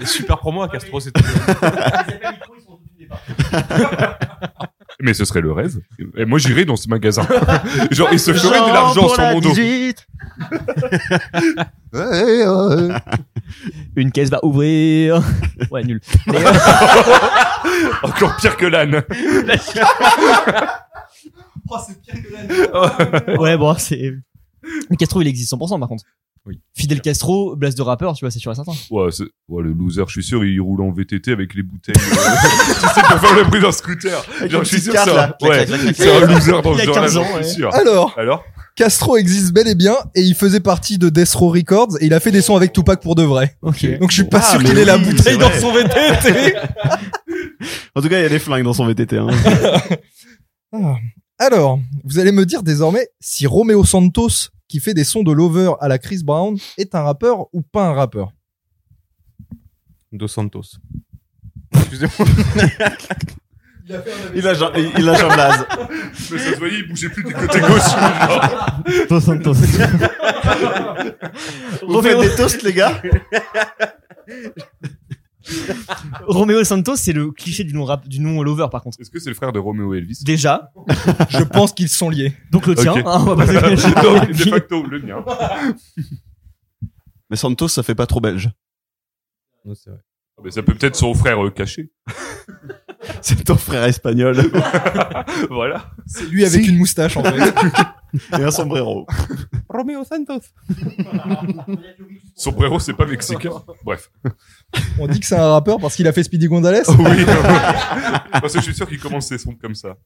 Super promo à Castro, c'est tout.
Mais ce serait le rêve. Et moi, j'irais dans ce magasin. genre, ils se feraient de l'argent sur mon dos.
Une caisse va ouvrir. Ouais, nul. euh,
Encore pire que l'âne.
Ouais, bon, c'est. Mais Castro, il existe 100% par contre.
Oui.
Fidel Castro, blast de rappeur, tu vois, c'est sûr et certain.
Ouais, c'est- ouais, le loser, je suis sûr, il roule en VTT avec les bouteilles. euh, tu sais, pour faire le bruit d'un scooter. Genre, je suis
une petite
sûr,
carte,
c'est
là.
un,
Clac,
ouais,
clac, clac,
c'est un loser dans
Il y
ce
a
genre-là,
15
j'en
ans,
suis
ouais.
sûr.
Alors,
Alors
Castro existe bel et bien et il faisait partie de Death Row Records et il a fait des sons avec Tupac pour de vrai.
Ok.
Donc je suis pas
Ah,
sûr
mais
qu'il ait la
oui,
bouteille
c'est
dans
vrai.
son VTT.
En tout cas, il y a des flingues dans son VTT. Hein.
Ah. Alors, vous allez me dire désormais si Romeo Santos, qui fait des sons de lover à la Chris Brown, est un rappeur ou pas un rappeur
Dos Santos.
Il a, Jean- il il a Jean Blaze.
Mais ça se voyait, il bougeait plus du côté gauche. genre.
Dos Santos.
Vous faites
Roméo,
des toasts, les gars
Roméo Santos, c'est le cliché du nom rap, du nom lover par contre.
Est-ce que c'est le frère de Romeo Elvis
Déjà.
Je pense qu'ils sont liés.
Donc le tien.
Ok.
hein, on va passer-
Donc, de facto, le mien.
Ah, Mais Santos, ça fait pas trop belge.
Ah, Mais ça peut peut-être son frère euh, caché.
C'est ton frère espagnol
Voilà.
C'est lui avec une moustache en fait.
et un sombrero.
Romeo Santos.
Son frérot, c'est pas mexicain. Bref.
On dit que c'est un rappeur parce qu'il a fait Speedy Gonzalez.
Oui. Parce que je suis sûr qu'il commence ses sons comme ça.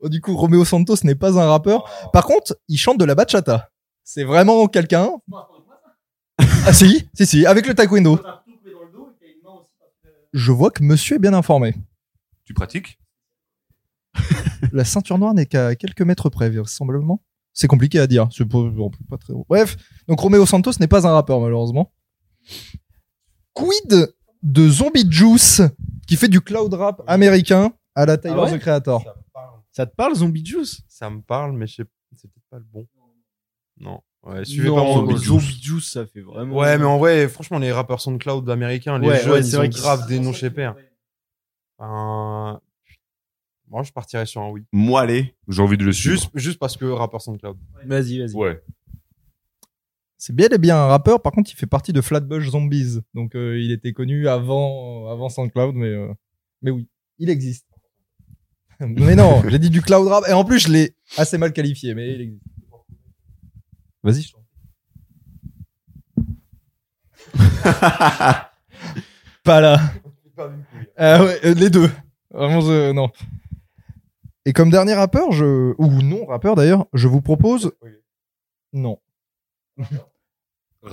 Oh, Du coup, Romeo Santos n'est pas un rappeur. Par contre, il chante de la bachata. C'est vraiment quelqu'un. Ah si, si, si, avec le taekwondo. Je vois que monsieur est bien informé.
Tu pratiques
La ceinture noire n'est qu'à quelques mètres près, vraisemblablement. C'est compliqué à dire. hein. C'est pas, en plus pas très... Bref, donc Romeo Santos n'est pas un rappeur, malheureusement. Quid de Zombie Juice, qui fait du cloud rap américain à la Tyler,
Ah ouais
the Creator
Ça te parle, Zombie Juice
Ça me parle, mais je sais- c'est peut-être pas le bon. Non. Ouais, suivez
Non,
pas mon
Zombie Juice. ça fait vraiment.
Ouais, mais en vrai, franchement, les rappeurs SoundCloud américains, les
Ouais,
jeunes,
ouais, c'est
ils
vrai
ont
qu'ils-
grave des noms chez père. Enfin, Moi, je partirais sur un oui.
Moi, allez.
J'ai envie de le suivre.
Juste, juste parce que rappeur SoundCloud.
Vas-y, vas-y.
Ouais.
C'est bien et bien un rappeur, par contre, il fait partie de Flatbush Zombies. Donc, euh, il était connu avant, avant SoundCloud, mais, euh, mais oui, il existe. mais non, j'ai dit du cloud rap, et en plus, je l'ai assez mal qualifié, mais il existe. Vas-y, je t'en prie. Pas là. Euh, ouais, euh, les deux. Vraiment, je- euh, non. Et comme dernier rappeur, je... ou non rappeur d'ailleurs, je vous propose. Non.
Rappeur.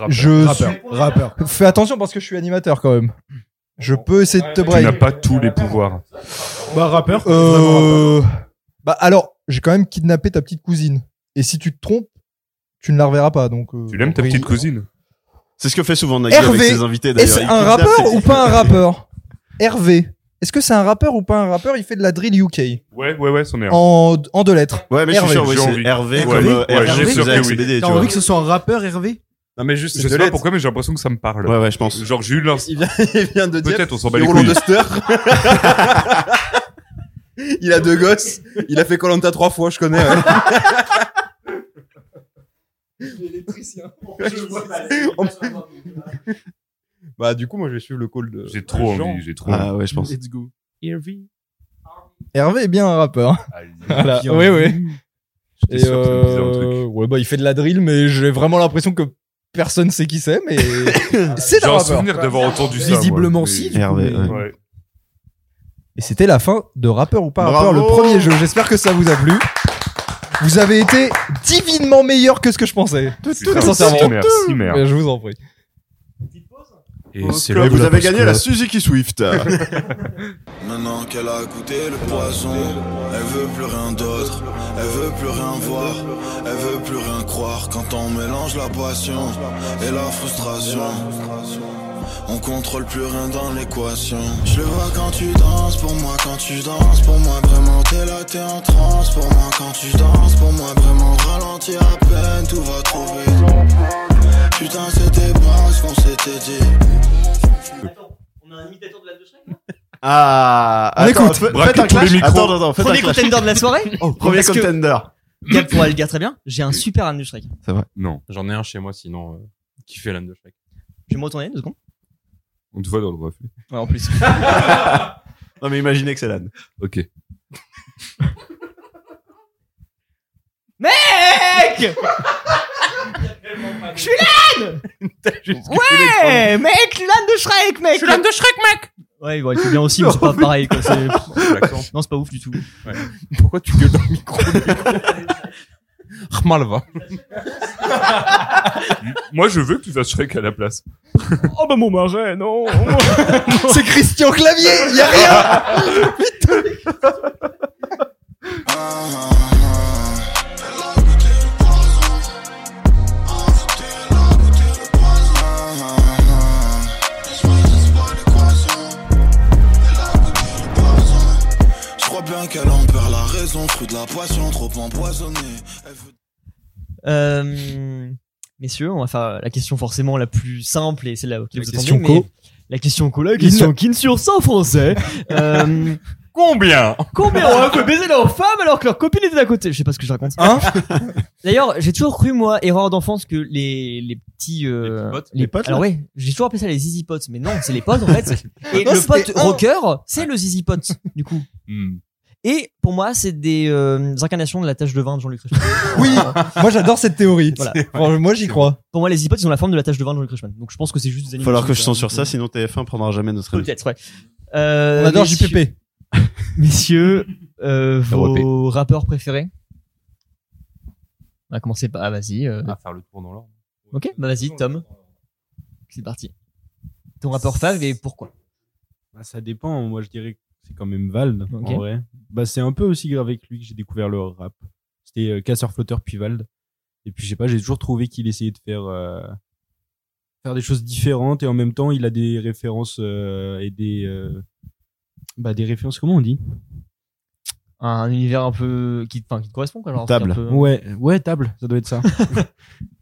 Je
Rappeur.
suis- Fais attention parce que je suis animateur quand même. Je peux essayer de te
Tu n'as
brailler.
pas tous les pouvoirs.
Bah, rappeur.
Euh... Bah alors, j'ai quand même kidnappé ta petite cousine. Et si tu te trompes, tu ne la reverras pas. Donc. euh,
Tu l'aimes ta
oui.
petite cousine
C'est ce que fait souvent Nagui avec
Hervé,
ses invités d'ailleurs.
Est-ce
Il
un
kidnappe
rappeur
ses-
ou pas un rappeur Hervé. Est-ce que c'est un rappeur ou pas un rappeur Il fait de la drill UK
Ouais, ouais, ouais, son air.
en, en deux lettres.
Ouais, mais je suis
Hervé.
sûr, oui,
J'ai
c'est
envie.
Hervé
Ouais,
comme
oui.
euh,
Ouais,
Hervé
j'ai sûr
Fusac,
que oui.
CBD, tu
T'as
vois.
envie que ce soit un rappeur, Hervé
Non, mais juste,
Je sais pas pourquoi, mais j'ai l'impression que ça me parle.
Ouais, ouais, je pense.
Genre, j'ai eu l'ins-
il vient, il vient de dire.
Peut-être, on s'en bat les
le roulant
couilles.
de Steur. il a deux gosses. Il a fait Colanta trois fois, je connais. hein. ouais.
Bah, du coup, moi, je vais suivre le call de.
J'ai trop
de Jean.
envie, j'ai trop envie.
Ah ouais, je pense.
Let's go.
Hervé est bien un rappeur.
Ah, Allez.
Voilà.
Bien
Oui, oui.
J'étais sûr que ça me disait un truc.
euh, ouais, bah, il fait de la drill, mais j'ai vraiment l'impression que personne sait qui c'est, mais c'est
J'ai
bah.
un
un
rappeur. Bah,
souvenir d'avoir entendu ça. moi.
Visiblement
Mais-
si. du coup,
Hervé,
mais-
ouais.
Ouais.
Et c'était la fin de Rappeur ou pas
Bravo
rappeur, le premier jeu. J'espère que ça vous a plu. Vous avez été divinement meilleur que ce que je pensais.
Putain,
Sincèrement.
Merci, merde.
Je vous en prie.
Et c'est
Club, vous avez gagné la Suzuki Swift.
Maintenant qu'elle a goûté le poison, elle veut plus rien d'autre, elle veut plus rien voir, elle veut plus rien croire quand on mélange la passion et la frustration. On contrôle plus rien dans l'équation. Je le vois quand tu danses, pour moi quand tu danses, pour moi vraiment t'es là, t'es en transe, pour moi quand tu danses, pour moi vraiment ralentis à peine, tout va trop vite. Putain, c'était pas ce qu'on s'était dit.
On a un imitateur de la de
Ah,
On
attends,
écoute.
fa-
Braque
faites un
tous les
clash.
micros.
Attends, attends, attends, faites
Premier
un clash. Oh,
contender de la soirée
Premier
Parce que-
contender.
Gab pourra le gars très bien. J'ai un super âne de Shrek.
Non,
J'en ai un chez moi, sinon, euh, qui fait l'âme de Shrek.
Je vais me retourner deux secondes.
on te voit dans le reflet.
Ouais, en plus.
Non mais imaginez que c'est l'âne.
Ok.
Mec Je suis l'âne Ouais Mec, l'âne de Shrek, mec Je suis l'âne de Shrek, mec Ouais, bon, il fait bien aussi, mais c'est pas pareil. Quoi. c'est- Non, c'est pas ouf du tout.
Pourquoi tu gueules dans le micro Rmalva.
Moi, je veux que tu fasses Shrek à la place.
Oh bah mon marais, non C'est Christian Clavier, y a rien
Je crois bien qu'elle en perd la raison, fruit de la passion trop empoisonnée. Elle veut-
Euh, messieurs, on va faire la question forcément la plus simple et celle là auquel
La
vous
question
attendiez. mais
co.
La question co, la question kin sur 100 français. euh,
Combien
combien on peut baiser leurs femmes alors que leur copine était à côté Je sais pas ce que je raconte.
Hein
D'ailleurs, j'ai toujours cru, moi, erreur d'enfance, que les, les petits... euh,
Les petits potes
Les potes,
Alors ouais, j'ai toujours appelé ça les zizi potes, mais non, c'est les potes en fait. Et
Non,
le pote
c'était un.
rocker, c'est le zizi pote, du coup.
Hmm.
Et pour moi, c'est des euh, incarnations de la tâche de vin de Jean-Luc Reichmann.
Oui, moi j'adore cette théorie.
Voilà.
Franchement, moi j'y crois.
Pour moi, les zizi potes, ils ont la forme de la tâche de vin de Jean-Luc Reichmann. Donc je pense que c'est juste des
Il va falloir
animations,
que je
quoi.
censure ça, sinon TF1 prendra jamais notre avis.
Peut-être, ouais. Euh,
On adore
messieurs-
JPP.
Messieurs, euh,
ROP.
vos rappeurs préférés On va commencer par... Ah, vas-y. euh,
À faire le tour dans l'ordre. euh,
Ok, bah vas-y, Tom. C'est parti. Ton rappeur fave et pourquoi
Bah, ça dépend. Moi, je dirais que c'est quand même Vald,
Ok.
en vrai. Bah, c'est un peu aussi avec lui que j'ai découvert le rap. C'était euh, Casseur Flotteur puis Vald. Et puis, je sais pas, j'ai toujours trouvé qu'il essayait de faire, euh, faire des choses différentes et en même temps, il a des références euh, et des. euh, bah, des références, comment on dit
un univers un peu qui, enfin, qui te correspond quoi genre un truc
Table.
un peu-
Ouais, ouais, table, ça doit être ça.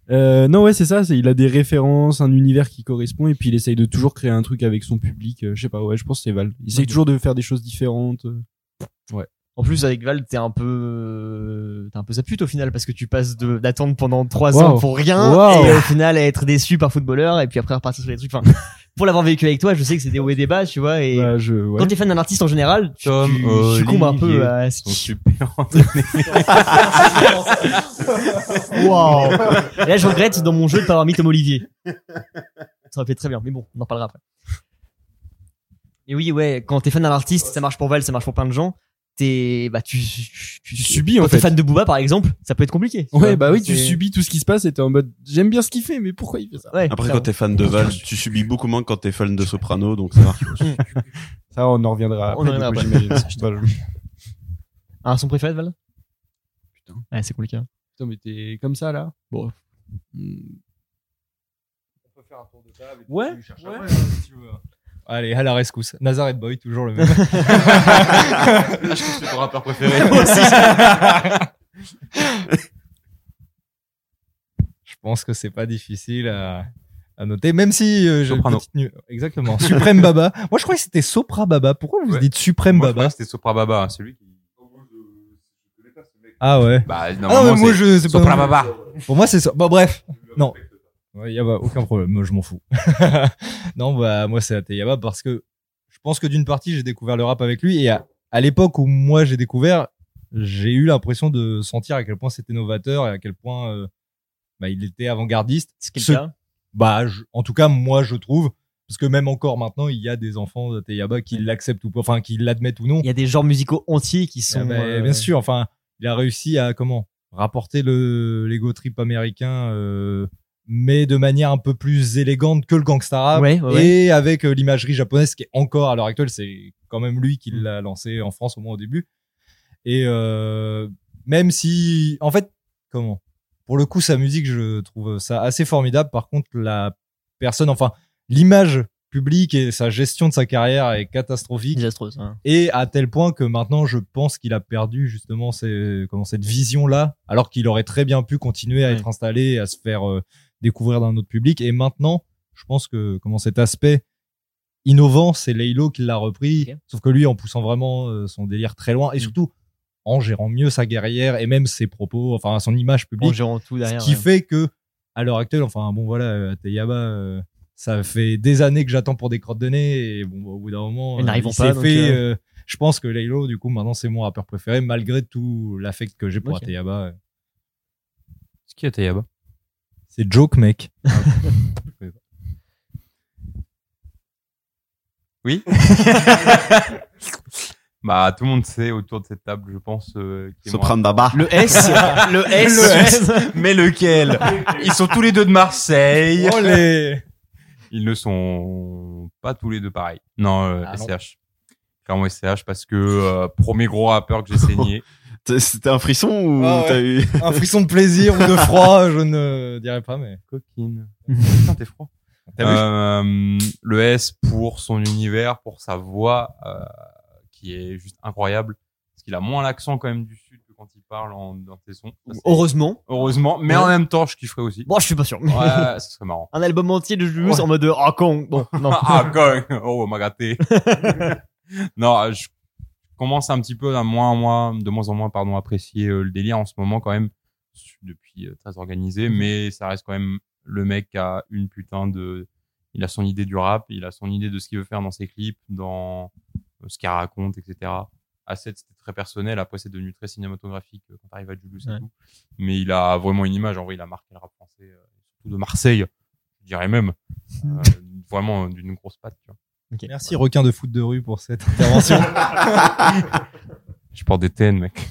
Euh, non, ouais, c'est ça. c'est Il a des références, un univers qui correspond, et puis il essaye de toujours créer un truc avec son public. euh, je sais pas, ouais, je pense que c'est Val. Il essaye toujours de faire des choses différentes. euh, Ouais,
En plus, avec Val, t'es un peu, t'es un peu sa pute au final parce que tu passes de, d'attendre pendant trois ans
Wow.
pour rien
Wow.
et euh, au final être déçu par footballeur et puis après repartir sur les trucs. Enfin, pour l'avoir vécu avec toi, je sais que c'est des hauts et des bas, tu vois. Et
Bah, je, ouais.
quand t'es fan d'un artiste en général, tu,
Tom,
tu succombes un peu à ce qui.
super
Waouh. Et Là, je regrette dans mon jeu de pas avoir mis Tom Olivier. Ça aurait fait très bien, mais bon, on en parlera après. Et oui, ouais, quand t'es fan d'un artiste, ça marche pour Val, ça marche pour plein de gens. T'es, bah, tu, tu, tu
subis,
quand
en
t'es
fait.
fan de Booba, par exemple, ça peut être compliqué. tu vois.
Ouais, bah oui, tu
C'est-
subis tout ce qui se passe et t'es en mode j'aime bien ce qu'il fait, mais pourquoi il fait ça
Ouais,
Après,
ça
quand
va.
t'es fan de Val, tu subis beaucoup moins que quand t'es fan de Soprano, donc ça marche.
Ça, on en reviendra
On en
après. du
reviendra
coup,
après.
j'imagine. Bah, je-
Un son préféré de Val
Putain.
Ouais, c'est compliqué. hein.
Putain, mais t'es comme ça là
Bon.
Hmm.
Ouais, ouais,
hein,
si tu veux. Allez, à la rescousse. Nazareth Boy, toujours le même.
Je trouve que c'est ton rappeur préféré.
Je pense que c'est pas difficile à, à noter, même si euh, j'ai une
Soprano.
petite nu- Exactement. Suprême Baba. Moi, je croyais que c'était Sopra Baba. Pourquoi vous
Ouais.
dites Suprême
Moi, je croyais
Baba
que C'était Sopra Baba, celui qui.
Ah ouais.
Bah,
Ah non, mais moi, je sais
Sopra
pas.
Baba.
Pour moi, c'est ça. Bon, bref. Non. Ouais, Yaba, aucun problème. Moi, je m'en fous. non, bah, moi, c'est Ateyaba parce que je pense que d'une partie, j'ai découvert le rap avec lui et à, à l'époque où moi, j'ai découvert, j'ai eu l'impression de sentir à quel point c'était novateur et à quel point euh, bah, il était avant-gardiste.
C'est quel
Ce-
cas
bah je- en tout cas moi je trouve parce que même encore maintenant il y a des enfants de Teyaba qui l'acceptent ou pas enfin qui l'admettent ou non
Il y a des genres musicaux entiers qui sont.
Ah bah,
euh,
bien sûr enfin il a réussi à comment rapporter le l'ego trip américain euh, mais de manière un peu plus élégante que le gangsta rap
Ouais, ouais, ouais.
et avec euh, l'imagerie japonaise qui est encore à l'heure actuelle c'est quand même lui qui
Mm.
l'a lancé en France au moins au début et euh, même si en fait comment pour le coup sa musique je trouve ça assez formidable par contre la personne enfin l'image publique et sa gestion de sa carrière est catastrophique
Désastreuse. hein.
et à tel point que maintenant je pense qu'il a perdu justement ces- comment, cette vision là alors qu'il aurait très bien pu continuer à
Ouais.
être installé et à se faire euh, découvrir d'un autre public et maintenant je pense que comment cet aspect innovant c'est Leilo qui l'a repris
Ok.
sauf que lui en poussant vraiment euh, son délire très loin et
Mm.
surtout en gérant mieux sa guerrière et même ses propos enfin son image
En
publique
gérant tout derrière.
ce qui
ouais.
fait que, à l'heure actuelle, enfin bon voilà, euh, Ateyaba, euh, ça fait des années que j'attends pour des crottes de nez et bon, bah, au bout d'un moment,
Ils
euh,
n'arrivent
il
pas,
s'est
donc,
fait.
euh,
euh, je pense que Laylo, du coup, maintenant c'est mon rappeur préféré, malgré tout l'affect que j'ai pour
Ok.
Ateyaba. euh.
C'est qui Ateyaba
C'est joke, mec.
Oui. bah, tout le monde sait autour de cette table, je pense. euh, qui est
Soprano Baba.
Le S, le S,
moi. Mais lequel Ils sont tous les deux de Marseille.
Olé
Ils ne sont pas tous les deux pareils. Non, euh,
Ah, non.
SCH. Clairement SCH parce que euh, premier gros rappeur que j'ai saigné.
T'as- C'était un frisson ou
Ah ouais.
t'as eu
Un frisson de plaisir ou de froid, je ne dirais pas, mais.
Coquine. Putain, t'es froid. Euh, le S pour son univers, pour sa voix, euh, qui est juste incroyable. Parce qu'il a moins l'accent quand même du Sud que quand il parle en, dans ses sons. Ça, c'est-
Heureusement.
Heureusement. Mais en même temps, je kifferais aussi.
Bon, je suis pas sûr.
Ouais, ça serait marrant.
Un album entier de Jules en mode ah con. Bon, non.
Ah, gang. Oh, on m'a gâté. non, je commence un petit peu à moins en moins, de moins en moins, pardon, apprécier euh, le délire en ce moment quand même. Je suis depuis euh, très organisé,
Mm-hmm.
mais ça reste quand même le mec qui a une putain de, il a son idée du rap, il a son idée de ce qu'il veut faire dans ses clips, dans euh, ce qu'il raconte, etc. À 7, c'était très personnel. Après, c'est devenu très cinématographique euh, quand t'arrives à Julius
Ouais.
et tout. Mais il a vraiment une image. En vrai, il a marqué le rap français, euh, surtout de Marseille, je dirais même. Euh, vraiment euh, d'une grosse patte. Tu vois.
Ok.
Merci, requin de foot de rue, pour cette intervention.
Je porte des TN, mec.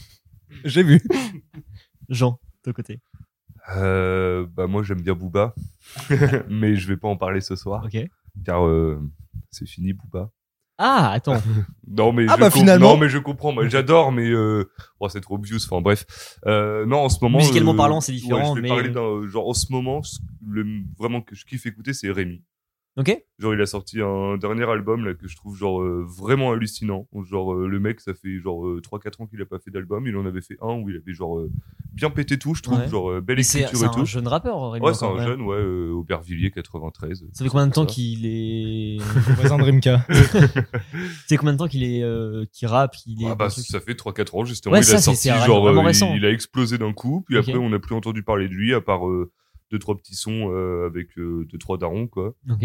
j'ai vu.
Jean, de ton côté.
Euh, bah moi j'aime bien Booba, mais je vais pas en parler ce soir
Ok.
car euh, c'est fini Booba.
Ah, attends.
Non mais
Ah
je
bah,
com-
finalement.
non mais je comprends, moi j'adore mais euh, oh, c'est trop obvious. Enfin bref, euh, non en ce moment
Musicalement
euh,
parlant, c'est
ouais,
différent, euh,
je vais
mais-
parler d'un genre en ce moment ce- le, vraiment que je kiffe écouter c'est Rémi.
Ok.
Genre, il a sorti un dernier album là, que je trouve genre euh, vraiment hallucinant. Genre, euh, le mec, ça fait genre euh, 3-4 ans qu'il a pas fait d'album. Il en avait fait un où il avait genre euh, bien pété tout, je trouve.
Ouais.
Genre, euh, belle
Mais c'est-
écriture
c'est
et
un
tout.
jeune rappeur, Rémi
Ouais, c'est un
Lacan, ouais.
jeune, ouais, euh, Aubervilliers 93.
Ça fait combien de temps
Comme ça.
qu'il est.
Voisin de Rimka.
C'est combien de temps qu'il est. euh, qu'il rappe qu'il est...
Ah bah, ça fait 3-4 ans justement.
Ouais,
il
ça,
a
c'est-
sorti
c'est un-
genre,
vraiment
euh,
récent.
il, il a explosé d'un coup. Puis
Ok.
après, on n'a plus entendu parler de lui à part euh, deux trois petits sons euh, avec euh, deux trois darons quoi.
Ok.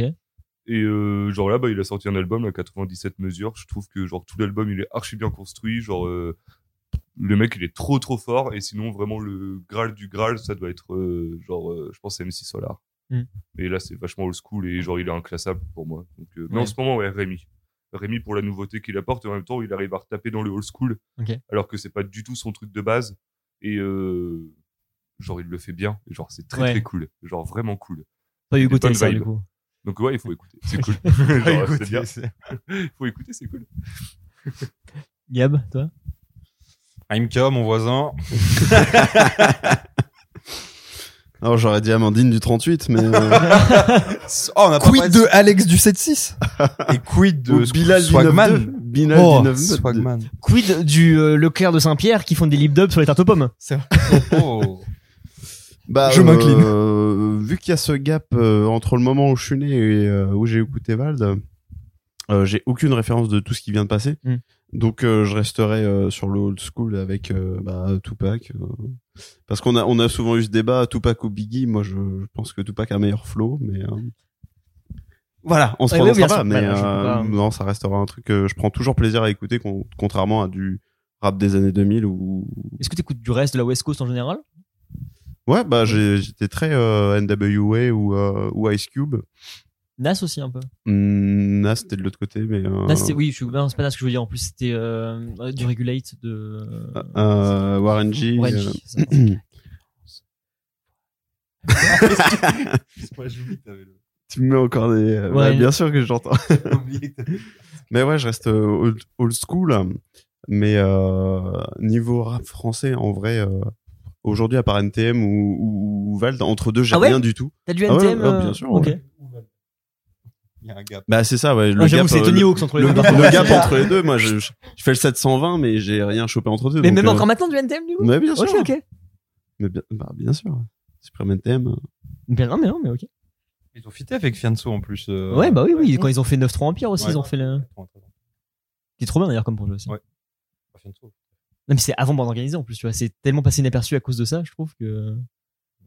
Et euh, genre là, bah, il a sorti un album à 97 mesures. Je trouve que genre tout l'album, il est archi bien construit. Genre euh, le mec, il est trop trop fort. Et sinon, vraiment le graal du graal, ça doit être euh, genre, euh, je pense MC Solar.
Mm.
Mais là, c'est vachement old school et genre il est inclassable pour moi. Donc, euh, Mais
Ouais.
en ce moment, ouais, Rémi. Rémi pour la nouveauté qu'il apporte et en même temps, il arrive à retaper dans le old school.
Ok.
Alors que c'est pas du tout son truc de base. Et euh, genre il le fait bien. Et genre c'est très
Ouais.
très cool. Genre vraiment cool.
Pas Hugo
Des bonnes
Tessa, du
vibes.
coup.
Donc ouais, il faut écouter. C'est cool.
Pas
Genre,
écouter,
c'est bien.
c'est-
Il faut écouter, c'est cool.
Gab, toi
Imka, mon voisin.
Alors j'aurais dit Amandine du 38, mais. euh,
Oh, on a pas parlé
Quid de Alex du 7-6
Et quid
Ou
de
Bilal du
Swagman
9-2. Bilal
Oh,
du 9-2.
Swagman.
Quid du euh, Leclerc de Saint-Pierre qui font des lip dubs sur les tartes aux pommes
Oh.
Bah,
Je
euh,
m'incline.
euh, vu qu'il y a ce gap euh, entre le moment où je suis né et euh, où j'ai écouté Vald, euh, j'ai aucune référence de tout ce qui vient de passer.
Mm.
Donc euh, je resterai euh, sur le old school avec euh, bah, Tupac. euh, parce qu'on a, on a souvent eu ce débat, Tupac ou Biggie. Moi je, je pense que Tupac a un meilleur flow, mais... euh, Voilà, on se
Ouais,
prononcera
ouais, bien
pas,
sûr.
mais
Bah, je peux
euh,
pas.
non, ça restera un truc que je prends toujours plaisir à écouter, con- contrairement à du rap des années 2000 ou
Est-ce que t'écoutes du reste de la West Coast en général
Ouais, bah j'ai- j'étais très euh, NWA ou, euh, ou Ice Cube.
Nas aussi un peu.
Hmm, Nas, c'était de l'autre côté, mais. euh,
Nas, c'est- oui, je suis non, c'est pas Nas que je veux dire. En plus, c'était euh, euh, du Regulate de.
Ah.
euh, Warren G.
Warren G,
euh,
ça.
Moi, j'oublie que t'avais le.
tu me mets encore des. euh,
Ouais.
bah, bien sûr que j'entends.
J'ai oublié que t'avais-
mais ouais, je reste euh, old, old school. Mais euh, niveau rap français, en vrai, euh, aujourd'hui, à part NTM ou, ou, ou Vald, entre deux, j'ai
Ah ouais
rien du tout.
T'as du
Ah ouais,
NTM
ouais,
euh,
bien sûr,
Ok.
ouais.
Il y a un gap.
Bah, c'est ça, ouais. Le
Ah,
gap,
J'avoue, c'est
euh,
Tony
le,
Hawk entre les
le-
deux.
le gap entre les deux, moi, je, je je fais le 720, mais j'ai rien chopé entre deux.
Mais
donc,
même
euh,
encore maintenant du NTM du coup
Mais bien sûr.
Ok, ok.
Mais bien, bah, bien sûr. Supreme NTM.
Bien, non, mais non, mais ok.
Ils ont fité avec Fianso en plus. euh,
Ouais, bah oui, oui. Quand ils ont fait 9-3 Empire aussi,
Ouais.
ils ont fait le.
Pas
Qui est trop bien d'ailleurs comme projet aussi.
Ouais. Bah, Fianso.
Non, mais c'est avant bande organisée en plus, tu vois. C'est tellement passé inaperçu à cause de ça, je trouve que.